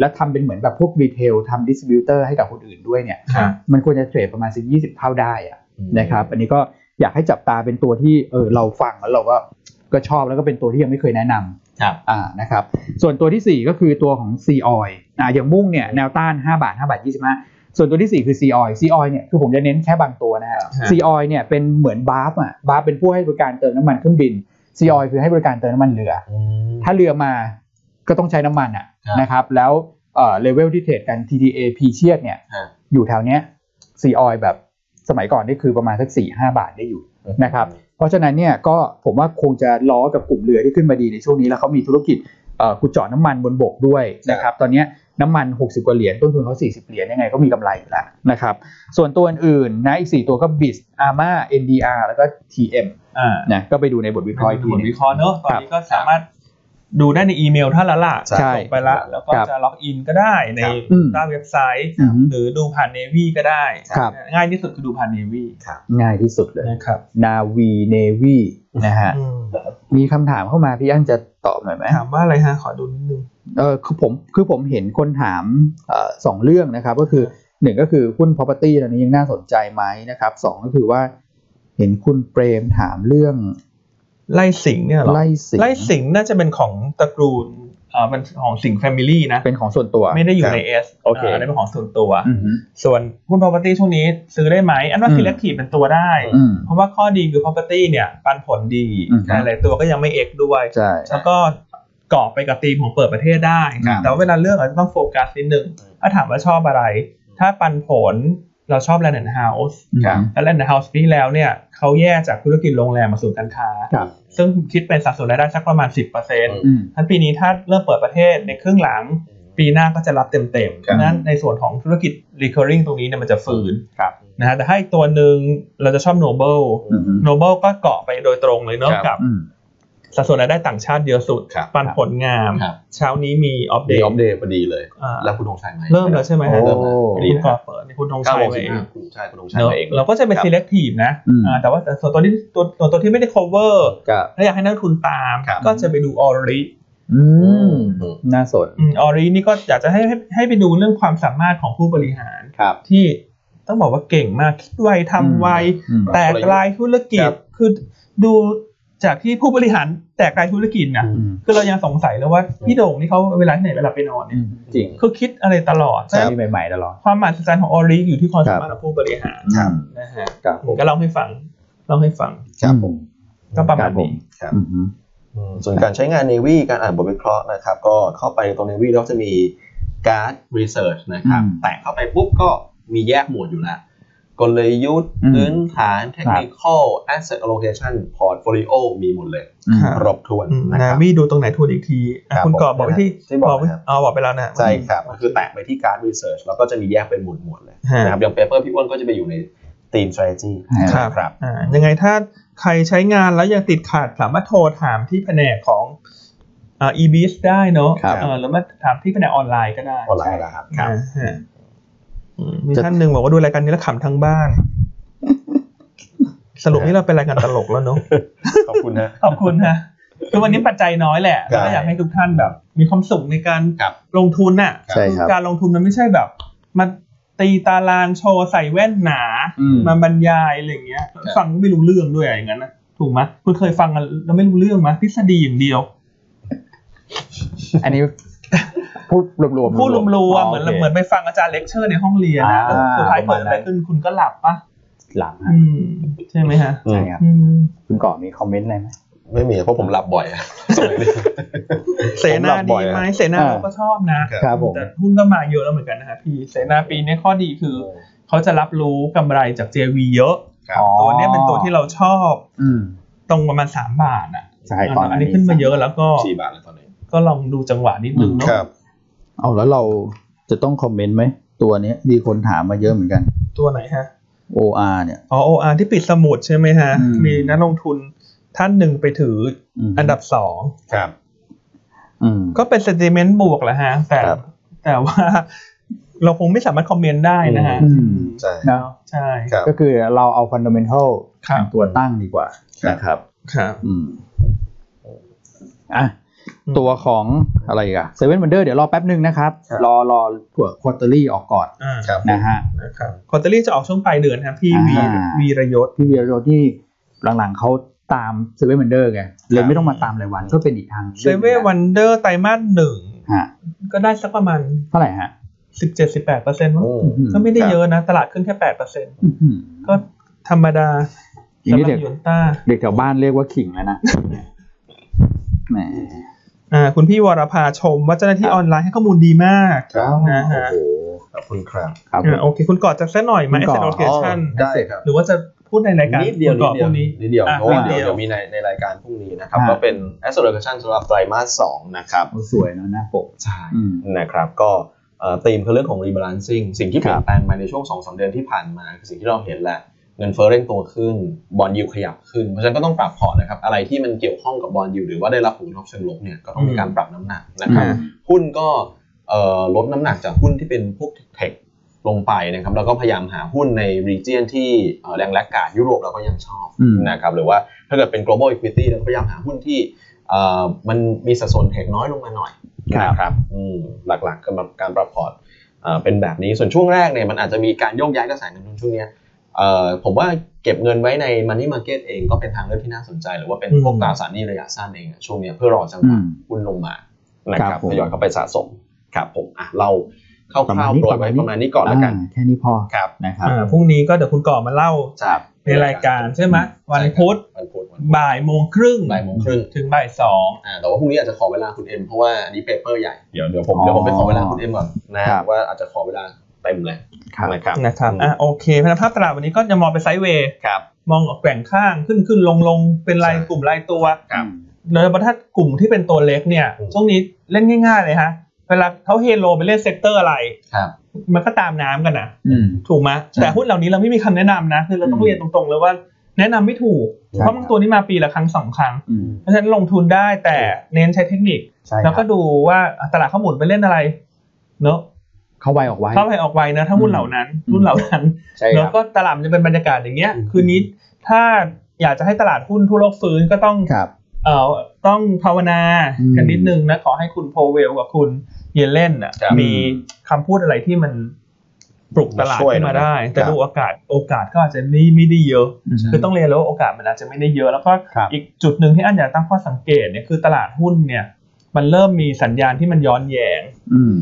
A: แล้วทำเป็นเหมือนแบบพวกรีเทลทำดิสติบิวเตอร์ให้กับคนอื่นด้วยเนี่ย
B: ค่ะ
A: มันควรจะเทรดประมาณสักยีเท่าได้อะนะครับ อันนี้ก็อยากให้จับตาเป็นตัวที่เออเราฟังแล้วเราก็ก็ชอบแล้วก็เป็นตัวที่ยังไม่เคยแนะนำ
C: ครับ
A: อ่านะครับส่วนตัวทีสี่ 4 ก็คือตัวของ C oil อ่าอย่างมุ่งเนี่ยแนวต้าน 5 บาท 5 บาท 25 ส่วนตัวทีสี่ 4 คือ C oil C oil เนี่ยคือผมจะเน้นแค่บางตัวนะครับ
B: ฮะ
A: C oil เนี่ยเป็นเหมือนบาร์ฟอ่ะบาร์ฟเป็นผู้ให้บริการเติมน้ำมันเครื่องบิน C oil คือให้บริการเติมน้ำมันเรือ ถ้าเรือมาก็ต้องใช้น้ำมันอ่ะ
C: ครับ
A: นะครับแล้วเอ่อเลเวลที่เทรดกัน TDA P เชียดเนี่ย
C: อ่า
A: อยู่แถวเนี้ย C oil แบบสมัยก่อนนี่คือประมาณสัก4 5 บาทได้อยู่ นะครับ เพราะฉะนั้นเนี่ยก็ผมว่าคงจะล้อกับกลุ่มเรือที่ขึ้นมาดีในช่วงนี้แล้วเขามีธุรกิจเอ่อขุดเจาะน้ำมันบนบกด้วยนะครับตอนเนี้ยน้ำมัน 60 กว่าเหรียญต้นทุนเขา 40 เหรียญยังไงก็มีกำไรอยู่แล้วนะครับส่วนตัวอื่นๆนะอีก 4 ตัวก็ BIS AMA NDR แล้วก็ TM
B: อ่า
A: นะก็ไปดูในบทวิเคราะห์อีกทีห
B: ผล
A: นึง
B: วิเคราะห์เนอะตอนนี้ก็สามารถดูได้ในอีเมลท่านละล่ะ
C: ใช่
B: ส่งไปละ แล้วก็
A: ครับ
B: จะล็อกอินก็ได้ใน
C: ครับ
A: อืม
B: หน้าเว็บไซต์
A: อือฮึ
B: หรือดูผ่านเนวีก็ได้
A: ครับ
B: ง่ายที่สุดคือดูผ่านเนวี
C: ครับ
A: ง่ายที่สุดเลย
B: นะครับ
A: Navi Navy นะฮะมีคำถามเข้ามาพี่อั้นจะตอบหน่อยไหม
B: ถามว่าอะไรฮะ ขอดูนิดนึง
A: เออคือผมคือผมเห็นคนถามเออสองเรื่องนะครับ ก็คือหนึ่งก็คือหุ้น property ตอนนี้ยังน่าสนใจไหมนะครับสองก็คือว่า เห็นคุณเปรมถามเรื่อง
B: ไล่สิงห์เนี่ยเหรอ
A: ไล่สิง
B: ไล่สิงห์น่าจะเป็นของตระกูลอ่ามันของสิงห์แฟมิลี่นะ
A: เป็นของส่วนตัว
B: ไม่ได้อยู่ในเอส
A: โอเค
B: อันนี้เป็นของส่วนตัว
A: อืมฮึ
B: ส่วนหุ้น property ช่วงนี้ซื้อได้ไหม อันว่า
A: อืม
B: selective เป็นตัวได้
A: อืม
B: เพราะว่าข้อดีคือ property เนี่ยปันผลดี
A: อืม
B: หลายๆตัวก็ยังไม่ X ด้วย
A: ใช่
B: แล้วก็เกาะไปกับธีมของเปิดประเทศได้
A: ครับ
B: แต่ว่าเวลาเลือกอาจจะต้องโฟกัสนิดนึงถ้าถามว่าชอบอะไร ถ้าปันผลเราชอบ Land and House
A: ครับ
B: และ Land and House ปีที่แล้วเนี่ยเขาแยกจากธุรกิจโรงแรมมาสู่การค้า
A: ครับ
B: ซึ่งคิดเป็นสัดส่วนรายได้สักประมาณ 10%
A: อืม
B: ทั้นปีนี้ถ้าเริ่มเปิดประเทศในครึ่งหลัง ปีหน้าก็จะรับเต็มๆ
A: ครับ
B: ดังนั้นในส่วนของธุรกิจ recurring ตรงนี้เนี่ยมันจะฝืน
A: ครับ
B: นะฮะแต่ให้าอีกตัวหนึ่งเราจะชอบ Noble
A: อืมฮึ
B: Noble ก็เกาะไปโดยตรงเลยเนาะ
C: ครับ
B: กับ
A: อืม
B: สัดส่วนรายได้ต่างชาติเยอะสุด
C: ครับ
B: ปันผลงาม
C: ครับ
B: เช้านี้มีอัปเด
C: ดี
B: ต
C: อัปเดตพอดีเลย
B: อ่า
C: แล้วคุณธงชัยไหม
B: เริ่มแล้วใช่ไหม
A: โอ้
B: ฮะ
C: เริ่มแล้วพอดี
B: คุณ
C: นะค
B: ก่อ
C: รับ
B: เปิดนี่คุณธง
C: เก้า
B: ชัย
C: โมง
B: ไว้
C: สิบ
B: เอ
C: ห้าง คุณธงชัยคุณธงชัย
B: เนาะ
C: มาเอง
B: เราก็จะเป็น
C: ครับ
B: selective นะ
A: อืม
B: อ่าแต่ว่าส่วนตัวที่ตัวตัวตัวที่ไม่ได้ cover
A: ครับ
B: ถ้าอยากให้นักลงทุนตาม
C: ครับ
B: ก็จะไปดูออริ
A: อืม
C: อืม
A: น่าสน
B: อมออรีนี่ก็อยากจะให้ให้ให้ไปดูเรื่องความสามารถของผู้บริหาร
A: ครับ
B: ที่ต้องบอกว่าเก่งมากคิดไวทำไว
A: อืม
B: แตกลายธุรกิ
C: ค
B: จ
C: รับ
B: คือดูจากที่ผู้บริหารแตกลายธุรกิจนะ
A: อืม
B: คือเรายังสงสัยเลยว่าพี่โด่งนี่เขาเวลาที่ไหนเวลาไปนอน
A: อื
B: เนี่ย
A: มจริง
B: คือคิดอะไรตลอด
A: ใช่ใหม่ๆตลอด
B: ความหมายสำคัญของออรีอยู่ที่ความสามารถ
A: ค
B: ข
A: รับ
B: องผู้บริหาร
C: ครับ
B: นะฮะ
A: ครับ
B: ผมก็เล่าให้ฟังเล่าให้ฟัง
C: ครับผม
B: ก็ประมาณ
A: ผ
B: นี้
C: ครับ
A: อืมฮึ
C: อืมส่วนการใช้งาน Navy การอ่านบทวิเคราะห์นะครับ ก็เข้าไปตรง Navy แล้วจะมีการ์ดรีเสิร์ชนะครับ
A: อืม
C: แต่เข้าไปปุ๊บก็มีแยกหมวดอยู่แล้วกลยุทธ์
A: อืม
C: พื้นฐาน technical asset allocation portfolio มีหมดเลย
A: อืม
C: ครบถ้วน
B: อืม
C: นะค
B: นา
C: รับ
B: วีดูตรงไหนทวนอีกทีอ่ะ
C: ครับ
B: คุณ
C: ผม
B: กอบบอกไปที่
C: ที่บอก
B: ไป
C: นะครับ
B: อ๋อบอกไปแล้วนะ
C: ใช่ครับก็คือแตะไปที่การ์ดรีเสิร์ชแล้วก็จะมีแยกเป็นหมวดหมวดๆเลย
B: ฮะ
C: นะครับอย่างเปเปอร์พี่อ้วนก็จะไปอยู่ใน team strategy
B: ครับ
C: ครับ
B: อ่ายังไงถ้าใครใช้งานแล้วยังติดขัดสามารถโทรถามที่แผนกของอ่า EBS ได้เนอะ
A: ครับ
B: เออหรือมาถามที่แผนกออนไลน์ก็ได้
C: ออนไลน์นะครับครับ
B: อ่าฮะอืมมีท่านหนึ่งบอกว่าดูรายการนี้แล้วขำทั้งบ้าน สรุปนี่เราเป็นรายการตลกแล้วเนอะ
C: ขอบคุณนะ
B: ขอบคุณฮะคือวันนี้ปัจจัยน้อยแหละ
C: ครับ
B: แล้วก็อยากให้ทุกท่านแบบ มีความสุขในการ
C: ครับ
B: ลงทุนน่ะ
A: ใช่ครับ
B: การลงทุนมันไม่ใช่แบบมาตีตารางโชว์ใส่แว่นหนา
A: อืม
B: มาบรรยายอะไรอย่างเงี้ย ฟังไม่รู้เรื่องด้วยอย่างนั้นนะถูกไหมคุณเคยฟังกันแล้วไม่รู้เรื่องไหมยทฤษฎีอย่างเดียว
A: อันนี้ พูดรวมๆ
B: พูดรวมๆเหมือนเหมือนไปฟังอาจารย์เลคเชอร์ในห้องเรียนนะ
A: อ่า
B: แล้วสุดท้ายเกิดอะไรขึ้นคุณก็หลับปะ
A: หลัง
B: อืมใช่ไหมฮะ
A: ใช่ครับ
B: อืม
A: คุณก่อมีคอมเมนต์อะไรไหม
C: ไม่มีเพราะผมหลับบ่อยอะ สมัยนี้
B: เสนาดีไหมเสนา
A: อ่า
B: เราก็ชอบนะครับ
A: ผม
B: แต่หุ้นก็มาเยอะแล้วเหมือนกันนะฮะพี่เสนาปีนี้ข้อดีคือ เขาจะรับรู้กำไรจาก JV เยอะ
C: ครับ
B: ตัวเนี้ยเป็นตัวที่เราชอบ
A: อืม
B: ตรงประมาณสามบาทอ่ะ
A: ใช่ตอน
B: อันนี้ขึ้นมาเยอะแล้วก็
C: สี่บาทแล้วตอนนี้
B: ก็ลองดูจังหวะนิดนึงเนาะ
A: เอาแล้วเราจะต้องคอมเมนต์ไหมตัวเนี้ยมีคนถามมาเยอะเหมือนกัน
B: ตัวไหนฮะ
A: OR เนี่ย
B: อ๋อโออาร์ที่ปิดสมุดใช่ไหมฮะ
A: อืม
B: มีนักลงทุนท่านหนึ่งไปถือ
A: ม
B: อันดับสอง
C: ครับ
A: อืม
B: ก็เป็น sentiment บวกแหละฮะ แต่
C: ครับ
B: แต่ว่าเราคงไม่สามารถคอมเมนต์ได้นะฮะ
A: อืม
C: ใช่
A: นะ
B: ใช่
C: ครับ
A: ก็คือเราเอาฟันดัมเ n นทัล
B: ครับ
A: ตัวตั้งดีกว่า
C: ครับ
A: นะครับ
B: ครับ
A: อืมอ่ะตัวของอะไรอีกอะเซเว่นวันเดอร์เดี๋ยวรอแป๊บหนึ่งนะครับ
C: ครับ
A: รอรอถั่วควอเตอรี่ออกก่อน
B: อ่า
C: ครับ
A: นะฮะ
B: นะครับคอตเตอรี่จะออกช่วงปลายเดือนครับพี่วี
A: อ่า
B: วีรยศ
A: พี่เวียโรที่หลังๆเขาตามเซเว่นวันเดอร์ไงเลยไม่ต้องมาตามรายวันก็เป็นอีกทาง
B: เซเว่นวันเดอร์ไตรมาสหนึ่ง
A: ฮะ
B: ก็ได้สักประมาณ
A: เท่าไหร่ฮะ
B: 17-18เปอร์เซ็นต์
C: อืม
B: ก็ไม่ได้
C: ครับ
B: เยอะนะ ตลาดขึ้นแค่8เปอร์เซ็นต์
A: อื้อหือ
B: ก็ธรรมดา
A: อย่าง
B: สำห
A: นี้
B: รั
A: เด็
B: บ
A: ก
B: ยูนต้า
A: เด็กแถวบ้านเรียกว่าขิงแล้วนะแหม
B: อ่าคุณพี่วรภาชมว่าเจ้าหน้าที่
A: ครับ
B: ออนไลน์ให้ข้อมูลดีมาก
C: ครับ
B: นะฮะ
C: โอ้โหขอบคุณครับ
A: ครับผม
B: อ่าโอเค คุณกอดจากเส้นหน่อยไหม
A: คุณกอด
B: asset allocation
C: อ๋อได้ครับ
B: หรือว่าจะพูดในรายการ
C: นิดเดียว
B: คุณ
C: นิด
B: กอด
C: เดี
B: พ
C: ยว
B: วกนี้
C: นิดเดียว
B: อ่ะ
C: เพราะว่า
B: นิดเดี
C: เดี๋ย
B: ยว ว
C: เดี๋ยวมีในในรายการพรุ่งนี้นะครับ
A: อ่ะ
C: ก็เป็น asset allocation สำหรับไตรมาสสองนะครับ
A: สวยเนอะหน้าปก
C: ใช่
A: อืม
C: นะครับก็เอ่อธีมคือเรื่องของ rebalancing สิ่งที่เปลี่ยนแปลงไปในช่วง2อสเดือนที่ผ่านมาคือสิ่งที่เราเห็นแหละเงินเฟ้อเร่งตัวขึ้นบอลยิวขยับขึ้น เพราะฉะนั้นก็ต้องปรับพอร์ตนะครับ อะไรที่มันเกี่ยวข้องกับบอลยิวหรือว่าได้รับผลกระทบเชิงลบเนี่ยก็ต้องมีการปรับน้ำหนักนะครับ
A: อ่า
C: หุ้นก็เอ่อลดน้ำหนักจากหุ้นที่เป็นพวกเทคลงไปนะครับแล้วก็พยายามหาหุ้นในรีเจียนที่เอ่อแรงแลกกาดยุโรปเราก็ยังชอบ
A: อืม
C: นะครับหรือว่าถ้าเกิดเป็น global equity เราก็พยายามหาหุ้นที่เอ่อมันมีสัดส่วนเทคน้อยลงมาหน่อยนะครับอืมหลักๆก็แบบการปรับพอร์ตเอ่อเป็นแบบนี้ส่วนช่วงแรกเนี่ยมันอาจจะมีการโยกย้ายกระแสเงินทุนช่วงเนี้ยเอ่อผมว่าเก็บเงินไว้ใน money market เองก็เป็นทางเลือกที่น่าสนใจ หรือว่าเป็นพวก
B: อืม
C: ตราสารหนี้ระยะสั้นเองอะช่วงเนี้ยเพื่อรอจังหวะ
A: อืม
C: หุ้นลงมา นะครับ
A: ครับผม
C: ทยอยเข้าไปสะสมครับผมอ่ะเราเข้า
A: ประมา
C: ข้า
A: ณ
C: ว
A: นี้
C: โปรยไว้ประมาณนี้ก่อนแล้วกัน
A: อ่าแค่นี้พอ
C: ครับ
A: นะครับ
B: อ่าพรุ่งนี้ก็เดี๋ยวคุณกอดมาเล่า
C: จาก
B: ในรายการใช่ไหมวันพุธ
C: วันพุธวัน
B: บ่ายโมงครึ่ง
C: บ่ายโมงครึ่ง
B: ถึงบ่ายสอง
C: อ่าแต่ว่าพรุ่งนี้อาจจะขอเวลาคุณเอ็มเพราะว่าอันนี้เปเปอร์ใหญ่เดี๋ยวเดี๋ยวผม
A: อ๋อ
C: เดี๋ยวผมไปขอเวลาคุณเอ็มก่อนนะครับ ว่าอาจจะขอเวลาเต็มเลย
A: ครับ
C: นะครับ
B: นะครับอ่ะโอเคพนักภาพตลาดวันนี้ก็จะมองไปไซด์เวย์
C: ครับ
B: มองออกแกว่งข้างขึ้นขึ้นลงลงเป็นราย
C: ใช่
B: กลุ่มรายตัว
C: ครับ
B: โดยเฉพาะถ้ากลุ่มที่เป็นตัวเล็กเนี่ย
C: อืม
B: ช่วงนี้เล่นง่าย ๆ เลยฮะเวลาเขาเฮโลไปเล่นเซกเตอร์อะไร
C: ครับ
B: มันก็ตามน้ำกันนะ
A: อืม
B: ถูกไหม
A: ใช่
B: แต่หุ้นเหล่านี้เราไม่มีคำแนะนำนะคือเราต้อง
A: อืม
B: เรียนตรงๆเลยว่า แนะนำไม่ถูก
A: ใช่
B: เพราะบางตัวนี้มาปีละครั้งสองครั้ง
A: อืม
B: เพราะฉะนั้นลงทุนได้แต่เน้นใช้เทคนิค
A: ใช่ค
B: แล้
A: รับ
B: วก็ดูว่าตลาดเขาหมุนไปเล่นอะไรเนอะ
A: เข้าไวออกไว
B: เข้าไปออกไวนะถ้าหุ้นเหล่านั้น
A: อืม
B: หุ้นเหล่านั้น
A: ใช่ค
B: แล้ว
A: รับ
B: ก็ตลาดมันจะเป็นบรรยากาศอย่างเงี้ย
C: อืม
B: คืนนี้ถ้าอยากจะให้ตลาดหุ้นทั่วโลกฟื้นก็ต้อง
A: ครับ
B: เอ่อต้องภาวนา
A: อืม
B: กันนิดนึงนะ ขอให้คุณโพเวลกับคุณเยเลนน่ะ
C: ครับ
B: มีคำพูดอะไรที่มันปลุกตลาดขึ้นมาได้ แต่
C: ครับ
B: ดูโอกาสโอกาสก็อาจจะไม่ไม่ได้เยอะ คือต้องเรียนรู้ว่าโอกาสมันอาจจะไม่ได้เยอะ แล้วก็
A: ครับ
B: อีกจุดหนึ่งที่อันอยากตั้งข้อสังเกตเนี่ยคือตลาดหุ้นเนี่ย มันเริ่มมีสัญญาณที่มันย้อนแยง
A: อืม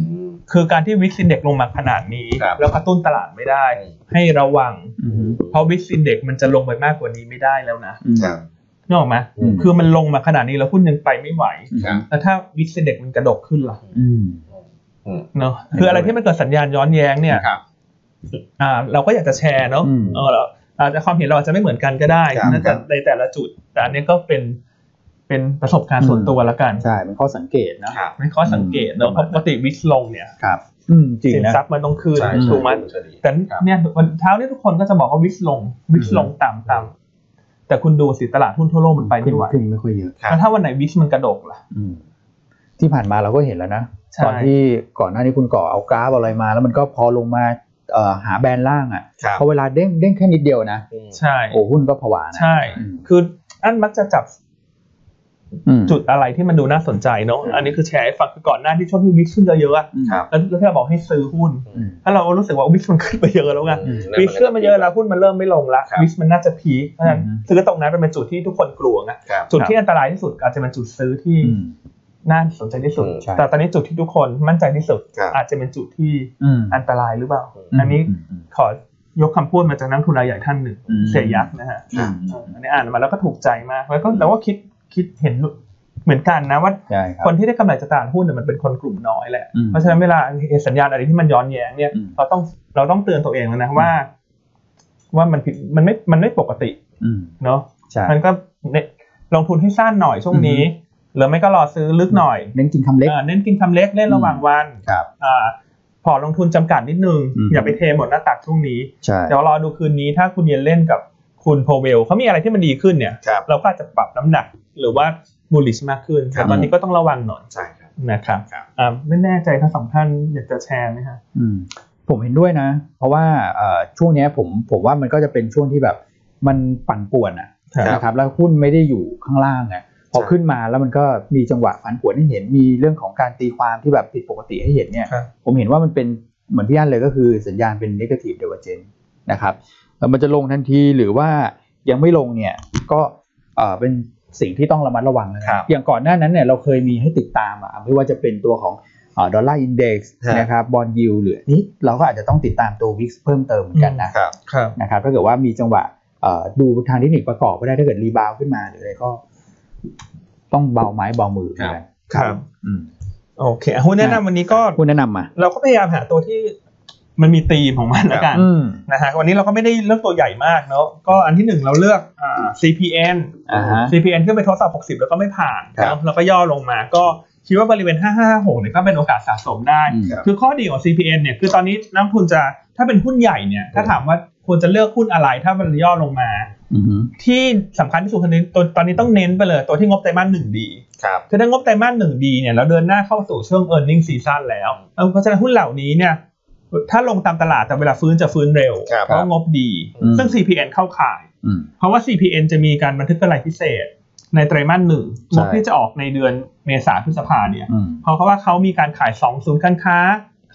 B: คือการที่วิกซินเด็กลงมาขนาดนี้
C: ครับ
B: แล้วกระตุ้นตลาดไม่ได้ ให้ระวัง
A: อืม
B: เพราะวิกซินเด็กมันจะลงไปมากกว่านี้ไม่ได้แล้วนะ
A: อืม
C: ครับ
B: นึกออกไหม
C: อืม
B: คือมันลงมาขนาดนี้แล้วหุ้นยังไปไม่ไหว
C: ครับ
B: แล้วถ้าวิกซินเด็กมันกระดกขึ้นล่ะ
A: อืม
C: อืม
B: เนาะ คืออะไรที่มันเกิดสัญญาณย้อนแย้งเนี่ย
C: ครับ
B: อ่า เราก็อยากจะแชร์เนาะ
A: อืม
B: เออเราอาจจะความเห็นเราอาจจะไม่เหมือนกันก็ได้
C: ครับ
B: นะ
C: ครั
B: แต่
C: บ
B: ในแต่ละจุด แต่อันนี้ก็เป็น เป็นประสบการณ์ส่วนตัวละกัน
A: ใช่เป็นข้อสังเกตนะ
C: ครับ
B: ไม่ข้อสังเกตเนาะเพราะปกติวิกลงเนี่ย
A: ครับ อืม จริง
B: สิน
A: นะ
B: ทรัพย์มันต้องขึ้น
C: ใช่
B: ถูกไหม
C: ใช่ดี
B: แต่
C: ครับ
B: เนี่ยวันเช้าเนี่ยทุกคนก็จะบอกว่าวิสลงวิสลงต่ำต่ำแต่คุณดูสิตลาดหุ้นทั่วโลกมันไป
A: ขึ้น
B: ไม่ไหว
A: ขึ้นไม่ค่อยเยอะ
C: ครับ
B: แล้วถ้าวันไหนวิสมันกระดกล่ะ
A: อืม ที่ผ่านมาเราก็เห็นแล้วนะ
B: ใช่
A: ตอนที่ก่อนหน้านี้คุณก่อเอากราฟเอาอะไรมา แล้วมันก็พอลงมาเอ่อหาแบรนด์ล่างอ่ะ
C: ครับ
A: พอเวลาเด้งเด้งแค่นิดเดียวนะ
C: อืม
B: ใช่
A: โอ้หุ้นก็ผวานะ
B: ใช่
A: อืม
B: คืออันมักจะจับ
A: อืม
B: จุดอะไรที่มันดูน่าสนใจเนาะ
C: อืม
B: อันนี้คือแชร์ให้ฟังคือก่อนหน้าที่ช่วงที่วิสขึ้นเยอะๆอะ
A: อืม
C: ครับ
B: แล้วแล้วที่เราบอกให้ซื้อหุ้น
C: อืม
B: ถ้าเรารู้สึกว่าวิสมันขึ้นไปเยอะแล้วไง
C: อืม
B: วิสขึ้นมาเยอะแล้วหุ้นมันเริ่มไม่ลงละ
C: ครับ
B: วิสมันน่าจะพีคเพราะฉะนั้นซื้อตรงนั้นเป็นจุดที่ทุกคนกลัวไง
C: ครับ
B: จุดที่อันตรายที่สุดอาจจะเป็นจุดซื้อที่
A: อืม
B: น่าสนใจที่สุด
C: อืมใช่
B: แต่ตอนนี้จุดที่ทุกคนมั่นใจที่สุด
C: ครับ
B: อาจจะเป็นจุดที่
A: อืม
B: อันตรายหรือเปล่า
A: ม
B: อันนี้
A: อืม
B: ขอยกคำพูดมาจากนักทุนรายใหญ่ท่านหนึ่ง
A: อืม
B: เสียยักษ์นะฮะ
A: อืม
B: อันนี้อ่านมาแล้วก็ถูกใจมากแล้วก็เราก็คิดคิดเห็นเหมือนกันนะว่า
A: ใช่ครับ
B: คนที่ได้กำไรจากตลาดหุ้นเนี่ยมันเป็นคนกลุ่มน้อยแหละ
A: อืม
B: เพราะฉะนั้นเวลาเห็นสัญญาณอะไรที่มันย้อนแย้งเนี่ย
A: อืม
B: เราต้องเราต้องเตือนตัวเองแล้วนะว่า ว่ามันผิดมันไม่มันไม่ปกติ
A: อืม
B: เนาะ
A: ใช่
B: มันก็เนี่ย ลงทุนให้สั้นหน่อยช่วงนี้ หรือไม่ก็รอซื้อลึกหน่อย
A: เน้นกินคำเล็ก
B: เอ่อเน้นกินคำเล็กเล่นระหว่างวัน
A: ครับ
B: อ่าพอร์ตลงทุนจำกัดนิดนึง
A: อืม
B: อย่าไปเทหมดหน้าตักช่วงนี้
A: ใช่
B: เดี๋ยวรอดูคืนนี้ถ้าคุณเย็นเล่นกับคุณโพเวลเขามีอะไรที่มันดีขึ้นเนี่ย
C: ครับ
B: เราก็อาจจะปรับน้ำหนักหรือว่าบูลลิชมากขึ้น
C: ครับ
B: แต่ตอนนี้ก็ต้องระวังหน่อย
C: ใช่ครับ
B: นะครับ
C: ครับ
B: อ่าไม่แน่ใจทั้งสองท่านอยากจะแชร์ไหมฮะ
A: อืมผมเห็นด้วยนะ เพราะว่าเอ่อช่วงเนี้ยผมผมว่ามันก็จะเป็นช่วงที่แบบมันปั่นป่วนอะ
B: ครับ
A: นะครับแล้วหุ้นไม่ได้อยู่ข้างล่างอะพอขึ้นมาแล้วมันก็มีจังหวะผันผวนให้เห็นมีเรื่องของการตีความที่แบบผิดปกติให้เห็นเนี่ย ผมเห็นว่ามันเป็นเหมือนพี่อันเลยก็คือสัญญาณเป็น negative divergence นะครับแล้วมันจะลงทันทีหรือว่ายังไม่ลงเนี่ยก็เอ่อเป็นสิ่งที่ต้องระมัดระวังนะครับอย่างก่อนหน้านั้นเนี่ยเราเคยมีให้ติดตามอ่ะไม่ว่าจะเป็นตัวของดอลลาร์อินเด็กซ์
C: ฮะ
A: นะครับบอลยูหรืออันนี้เราก็อาจจะต้องติดตามตัววิกเพิ่มเติมเหมือนกันนะครับ
B: ครับ
A: นะครับถ้าเกิดว่ามีจังหวะเอ่อดูทางเทคนิคประกอบก็ได้ถ้าเกิดรีบาวขึ้นมาหรืออะไรก็ ต้องเบาไม้เบามือเหมือนกัน
B: ครับ
A: อืม
B: โอเคอ่ะหุ้นแนะนำวันนี้ก็
A: คุณแนะนำมา
B: เราก็พยายามหาตัวที่มันมีธีมของมันแล้วกัน
A: อืม
B: นะฮะวันนี้เราก็ไม่ได้เลือกตัวใหญ่มากเนาะก็อันที่หนึ่งเราเลือกอ่า CPN
A: อ่าฮะ
B: CPN ขึ้นไปทดสอบ 60 แล้วก็ไม่ผ่าน
A: ครับ
B: เนอะแล้วก็ย่อลงมาก็คิดว่าบริเวณ 5556เนี่ยก็เป็นโอกาสสะสมได้
A: อืม
B: คือข้อดีของ CPN เนี่ยคือตอนนี้นักลงทุนจะถ้าเป็นหุ้นใหญ่เนี่ยถ้าถามว่าควรจะเลือกหุ้นอะไรถ้ามันย่อลงมา
A: อือฮึ
B: ที่สำคัญที่สุดคือตัวตอนนี้ต้องเน้นไปเลย ตัวที่งบไตรมาสหนึ่งดี
C: ครับ
B: คือถ้างบไตรมาสหนึ่งดีเนี่ยเราเดินหน้าเข้าสู่ช่วง e a r n i n g ็ season แล้วเออเพราะฉะนั้นหุ้นเหล่านี้เนี่ยถ้าลงตามตลาดแต่เวลาฟื้นจะฟื้นเร็ว
C: ครับ
B: เพราะงบดี
A: อืม
B: ซึ่ง CPN เข้าข่าย
A: อืม
B: เพราะว่า CPN จะมีการบันทึกกำไรพิเศษ ในไตรมาสหนึ่งงบ
A: ใช่
B: ที่จะออกในเดือนเมษาพฤษภาเนี่ย
A: อืม
B: เพราะเขาว่าเขามีการขาย 2 ศูนย์การค้า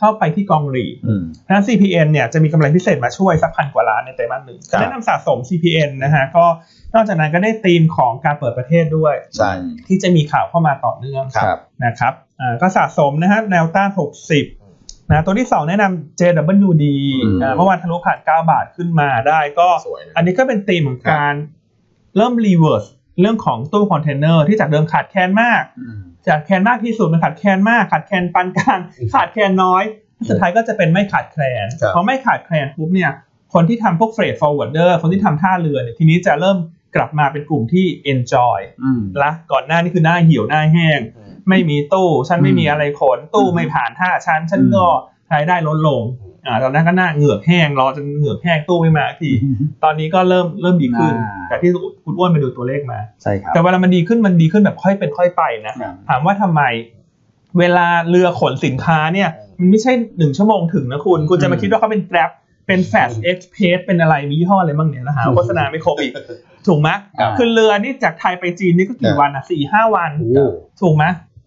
B: เข้าไปที่กองหลีด
A: อืม
B: ดังนั้น CPN เนี่ยจะมีกำไรพิเศษมาช่วยสักพันกว่าล้านในไตรมาสหนึ่ง
C: ครับ
B: แนะนำสะสม CPN นะฮะก็นอกจากนั้นก็ได้ธีมของการเปิดประเทศด้วย
C: ใช่
B: ที่จะมีข่าวเข้ามาต่อเนื่อง
C: ครับ
B: นะครับอ่าก็สะสมนะฮะแนวต้าน 60นะตัวที่ 2 แนะนำ JWD
A: อืม
B: อ่าเมื่อวานทะลุผ่าน 9 บาทขึ้นมาได้ก็
C: สวยนะ
B: อันนี้ก็เป็นธีมของการเริ่มรีเวิร์สเรื่องของตู้คอนเทนเนอร์ที่จากเดิมขาดแคลนมาก
A: อืม
B: ขาดแคลนมากที่สุดมันขาดแคลนมากขาดแคลนปานกลางขาดแคลนน้อย สุดท้ายก็จะเป็นไม่ขาดแคลน
C: ครับ
B: พอไม่ขาดแคลนปุ๊บเนี่ยคนที่ทำพวกเฟรดฟอร์เวิร์ดเดอร์คนที่ทำท่าเรือเนี่ยทีนี้จะเริ่มกลับมาเป็นกลุ่มที่ enjoy
A: อืม
B: ละก่อนหน้านี่คือหน้าเหี่ยวหน้าแห้ง
C: อืม
B: ไม่มีตู้ฉันไม่
A: อืม
B: มีอะไรขนตู้ไม่ผ่านท่าฉันฉัน
A: อืม
B: ก็รายได้ลดลงอ่าตอนนั้นก็หน้าเหงือกแห้งรอจนเหงือกแห้งตู้ไม่มาสักที ตอนนี้ก็เริ่มเริ่มดีขึ้น
A: อ่า
B: แต่ที่คุณอ้วนไปดูตัวเลขมา
A: ใช่ครับ
B: แต่เวลามันดีขึ้นมันดีขึ้นแบบค่อยเป็นค่อยไปนะ ถามว่าทำไม เวลาเรือขนสินค้าเนี่ย มันไม่ใช่หนึ่งชั่วโมงถึงนะคุณ คุณจะมาคิดว่าเขาเป็น Grab เป็น Fast Express เป็นอะไรมียี่ห้ออะไรบ้างเนี่ยนะฮะโฆษณาไม่ครบอีก ถูกไหม
A: ครับ
B: คือเรือนี่จากไทยไปจีนนี่ก็กี่วันอ่ะสี่ห้าวัน
A: โอ้
B: ถูกไหม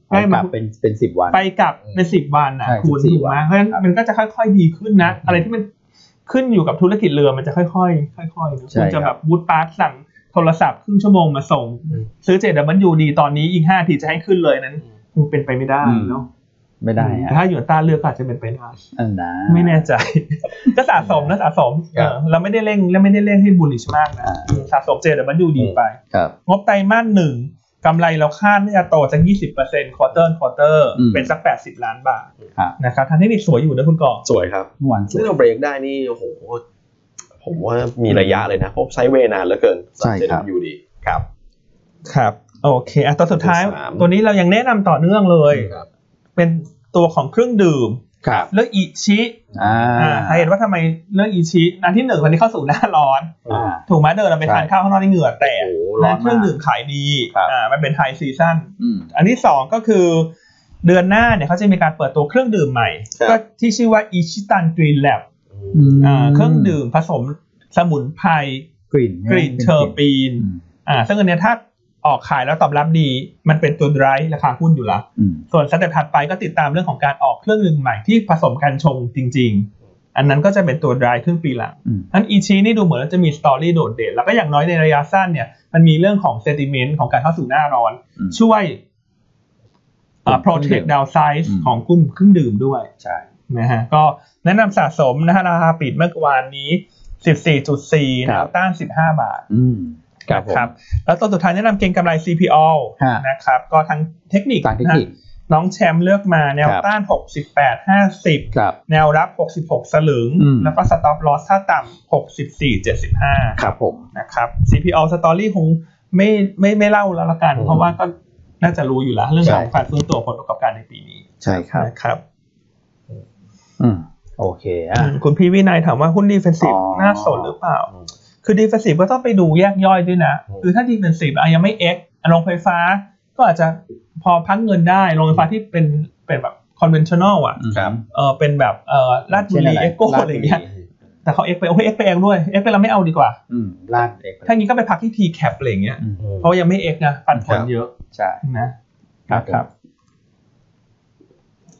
A: ไป
B: ได้
A: ก
B: มา
A: ลับเป็นเป็นสิบวัน
B: ไปกลับเป็นสิบวันนะ
A: ใช่
B: คุณ
A: สิบสี่
B: ถูกไหมเพราะฉะนั้น
A: ครับ
B: มันก็จะค่อย ๆ ดีขึ้นนะ อะไรที่มันขึ้นอยู่กับธุรกิจเรือมันจะค่อยๆค่อยๆนะคุณจะแบบบูตปาร์คสั่งโทรศัพท์ครึ่งชั่วโมงมาส่ง ซื้อเจดับเบิลยูดีตอนนี้อีกห้าทีจะให้ขึ้นเลยนั้น คงเป็นไปไม่ได้เนาะ
A: ไม่ได้
B: แต่
A: ฮะ
B: ถ้าอยู่ต้าเลือกก็อาจจะเป็นไปได้
A: อันนะ
B: ไม่แน่ใจ ก็สะสมนะสะสม
C: ครับ
B: เออเราไม่ได้เร่งและไม่ได้เร่งให้บูลลิชมากนะสะสมเจดับเบิลยูดีไป
A: ครับ
B: งบไตรมาสหนึ่งกำไรเราคาดน่าจะโตจาก 20% quarter on quarter
A: อืม
B: เป็นสัก 80 ล้านบาท
A: ครับ
B: นะครับทางเทคนิคสวยอยู่นะคุณก่อ
C: สวยครับ
A: เมื่อวานสุด
C: ซึ่งเราเบรกได้นี่โอ้โห ผมว่ามีระยะเลยนะเพราะไซด์เวย์นานเหลือเกิน
A: ใช่ครับ
C: อยู่ดีครับ
B: ครับ โอเคอ่ะตัวสุดท้าย
C: ตัวที่สาม
B: ตัวนี้เรายังแนะนำต่อเนื่องเลย
C: ครับ
B: เป็นตัวของเครื่องดื่ม
A: ครับ
B: เลือกอิชิ
A: อ่า
B: อ่าใครเห็นว่าทำไมเลือกอิชิอันที่หนึ่งตอนนี้เข้าสู่หน้าร้อน
A: อ่า
B: ถูกไหมเดินเราไป
A: ใช่
B: ทานข้าวข้างนอกในเหงื่อแต
A: โอ้
B: ก
A: โหร้อน
B: และเค
A: มาก
B: รื่องดื่มขายดี
A: ครับ
B: อ่ามันเป็นไฮซีซั่น
A: อืม
B: อันที่สองก็คือเดือนหน้าเนี่ยเขาจะมีการเปิดตัวเครื่องดื่มใหม่
C: ครับ
B: ก็ที่ชื่อว่าอิชิตันกรีนแลบ
C: อืม
B: เครื่องดื่มผสมสมุนไพร
A: กลิ่น
B: กลิ่นเชอร์ปีน
A: อืม
B: อ่าซึ่งอันเนี้ยถ้าออกขายแล้วตอบรับดี มันเป็นตัวไร้ราคาหุ้นอยู่ละ
A: อืม
B: ส่วนสเต็ปถัดไปก็ติดตามเรื่องของการออกเครื่องดื่มใหม่ที่ผสมกันชงจริง ๆ อันนั้นก็จะเป็นตัวไร้ครึ่งปีหลัง
A: อืม
B: นั้นอีชีนี่ดูเหมือนว่าจะมีสตอรี่โดดเด่นแล้วก็อย่างน้อยในระยะสั้นเนี่ยมันมีเรื่องของเซติเมนต์ของการเข้าสู่หน้าร้อน
A: อืม
B: ช่วย
A: ก
B: โปร
A: ลุ่มเค
B: เท
A: รื่องดื่
B: ค
A: ม
B: ดาวไซส์
A: อืม
B: ของกลุ่มเครื่องดื่มด้วย
A: ใช่
B: นะฮะก็แนะนำสะสมนะฮะราคาปิดเมื่อวานนี้ 14.4
A: ค
B: แน
A: รับ
B: วต้าน 15 บาท
A: อืม
B: นะแล้วตัวสุดท้ายแนะนำเก็งกำไร CPO
A: ฮะ
B: นะครับ ก็ทั้งเทคนิค
A: ต่างเทคนิค
B: นะน้องแชมป์เลือกมาแนว
A: ครับ
B: ต้าน 68 50
A: ครับ
B: แนวรับ 66 สลึง
A: อืม
B: แล้วก็สต็อปลอสถ้าต่ำ64 75
A: ครับผม
B: นะครับ CPO Story คง ไม่ไม่ไม่เล่าแล้วละกัน
C: อืม
B: เพราะว่าก็น่าจะรู้อยู่แล้วเรื่องของ
A: ใช่
B: การฟื้นตัวผลประกอบการในปีนี้
A: ใช่ครับ
B: นะครับ
A: อืมโอเคอ่ะ
B: คุณพี่วินัยถามว่าหุ้นดีเฟนซีฟ
A: อ๋อ
B: น่าสนหรือเปล่า คือดีเฟนซีฟก็ต้องไปดูแยกย่อยด้วยนะ
C: อืม
B: คือถ้าดีเฟนซีฟอะยังไม่เอ็กโรงไฟฟ้า ก็อาจจะพอพักเงินได้โรงไฟฟ้าที่เป็นเป็นแบบคอนเวนชั่นแนลอ่ะ
C: ครับ
B: เออเป็นแบบเออลาดบุ
A: เช่น
B: รี
A: ไร
B: เอ็กโก
A: ลาดบุรี
B: อะไรอย่างเงี้ยแต่เขาเอ็กไปโอ้ยเอ็กไปเองด้วยเอ็กไปเราไม่เอาดีกว่า
A: อืมลาดเอกไป
B: ถ้างี้ก็ไปพักที่ทีแคปอะไรอย่างเงี้ย
A: อืม
B: เพราะว่ายังไม่เอ็กนะปันผลเยอะ
A: ใช่
B: นะ
A: ครับครับ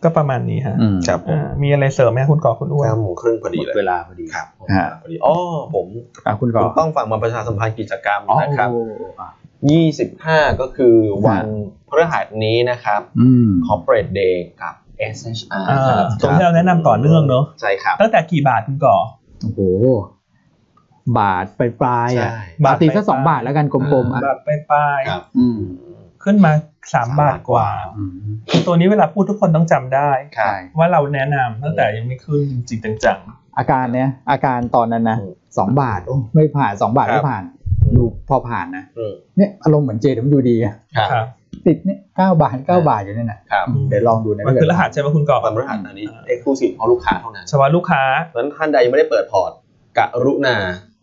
B: ก็ประมาณนี้ฮะ
A: อืม
C: ครับผม
B: อ่ามีอะไรเสริมไหมคุณก่อคุณอ้วน
C: เก้าโมงครึ่งพอดี หมดเลย
A: เวลาพอดี
C: ครับผม
A: ฮะ
C: พอดีอ๋อผม
A: อ่ะคุณก่อ
C: ผมต้องฟังมาประชาสัมพันธ์กิจกรรม
A: อ๋อ
C: นะครับ
A: โอ้โหอ่ะ
C: 25 ก็คือวันพฤหัสนี้นะครับ
A: อืม
C: Corporate Day กับ SHR
B: อ่า
C: ครับ
B: ตรงที่เราแนะนำต่อเนื่องเนอะ
C: ใช่ครับ
B: ตั้งแต่กี่บาทคุณก่อ
A: โอ้โห บาทไปปลายๆอ่ะ
C: ใช่
A: บาทตีสัก
B: บาทปลายๆ
A: สองบาทแล้วกันกลมๆอ่ะ
B: บาทไปลายๆ
C: ครับ
A: อืม
B: ขึ้นมาสามบาทกว่า
A: อืม
B: ตัวนี้เวลาพูดทุกคนต้องจำได้
C: ครับ
A: ใช่
B: ว่าเราแนะนำตั้งแต่ยังไม่ขึ้นจริงๆจัง
A: อาการเนี้ยอาการตอนนั้นนะ
C: อืม
A: สองบาทโอ้ไม่ผ่านสองบาท
C: ครับ
A: ไม่ผ่าน ดูพอผ่านนะ
C: อืม
A: เนี่ยอารมณ์เหมือน JWD อ่ะ
C: ครับ
B: ๆครับ
A: ติดเนี่ยเก้าบาทเก้าบาทอยู่เนี่ยนะครับ อืมเดี๋ยวลองดูนะ
B: มันคือรหัส
A: ถ้าเกิด
B: ใช่ไหมคุณก่อ
C: วันพฤหัสอันนี้ Exclusive เพราะลูกค้าเท่านั้น
B: เฉพาะลูกค้า
C: เพราะฉะนั้นท่านใดยังไม่ได้เปิดพอร์ตกรุณา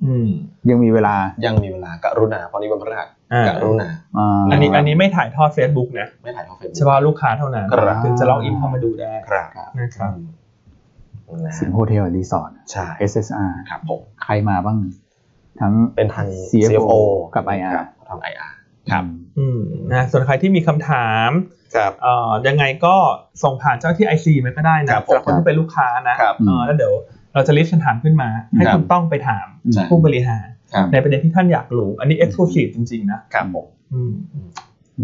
B: อืม
A: ยังมีเวลา
C: ยังมีเวลากรุณา เพราะนี้วันพฤหัส
B: อ่าก
C: รุณา
A: อ่า
B: อันนี้อันนี้ไม่ถ่ายทอด Facebook นะ
C: ไม่ถ่ายทอดเฟซ
B: เฉ
C: บุ๊ก
B: พาะลูกค้าเท่านั้น
C: ครับ
B: ถึงจะล็อกอินเข้ามาดูได้
C: ครับ
B: นะครับ
C: อืมนะ
A: สิงห์โฮเทลรีสอร์ท
C: ใช่
A: SSR
C: ครับผม
A: ใครมาบ้าง ทั้ง
C: เป็นทาง
A: CFO
C: CFO
A: กับ IR
C: คทาง IR ครับ
B: อืมนะส่วนใครที่มีคำถาม
C: ครับ
B: เอ่อยังไงก็ส่งผ่านเจ้าที่ IC มาก็ได้
C: ครั
B: นะ
C: บผม
B: สำหรับคนที่เป็นลูกค้านะครับ เออแล้วเดี๋ยวเราจะลิสต์คำถามขึ้นมา ให้
C: ครับ
B: คุณต้องไปถาม
C: ใช่
B: ผู้บริหาร
C: ครับ
B: ในประเด็นที่ท่านอยากรู้ อันนี้ Exclusive จริง ๆ นะครับ
C: ผม
B: อืม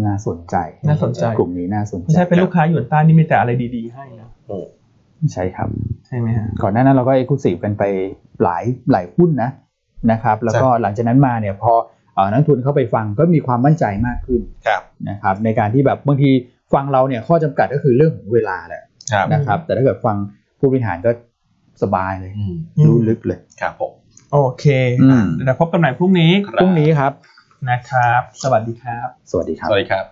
A: น่าสนใจ
B: น่าสนใจ
A: กลุ่มนี้น่าสน
B: ไม่
A: ใจ
B: ใช่เป็นลูกค้าหยวนต้านี่มีแต่อะไรดีๆ ให้นะ
A: ใช่ครับ
B: ใช่ไหมฮะ
A: ก่อนหน้านั้นเราก็เอ็กซ์คลูซีฟกันไปหลายหลายหุ้นนะนะครับ แล้วก็หลังจากนั้นมาเนี่ยพอเอ่อนักทุนเข้าไปฟังก็มีความมั่นใจมากขึ้น
C: ครับ
A: นะครับในการที่แบบบางทีฟังเราเนี่ยข้อจำกัดก็คือเรื่องของเวลาแหละ
C: ครับ
A: นะครับ แต่ถ้าเกิดฟังผู้บริหารก็สบายเลย
C: อืม
B: อืม
A: รู้ลึกเลย
C: ครับผม
B: โอเค
A: อืม
B: เดี๋ยวพบกันใหม่พรุ่งนี้
A: พรุ่งนี้ครับ
B: นะครับ สวัสดีครับ
A: สวัสดีครับ
C: สวัสดีครับ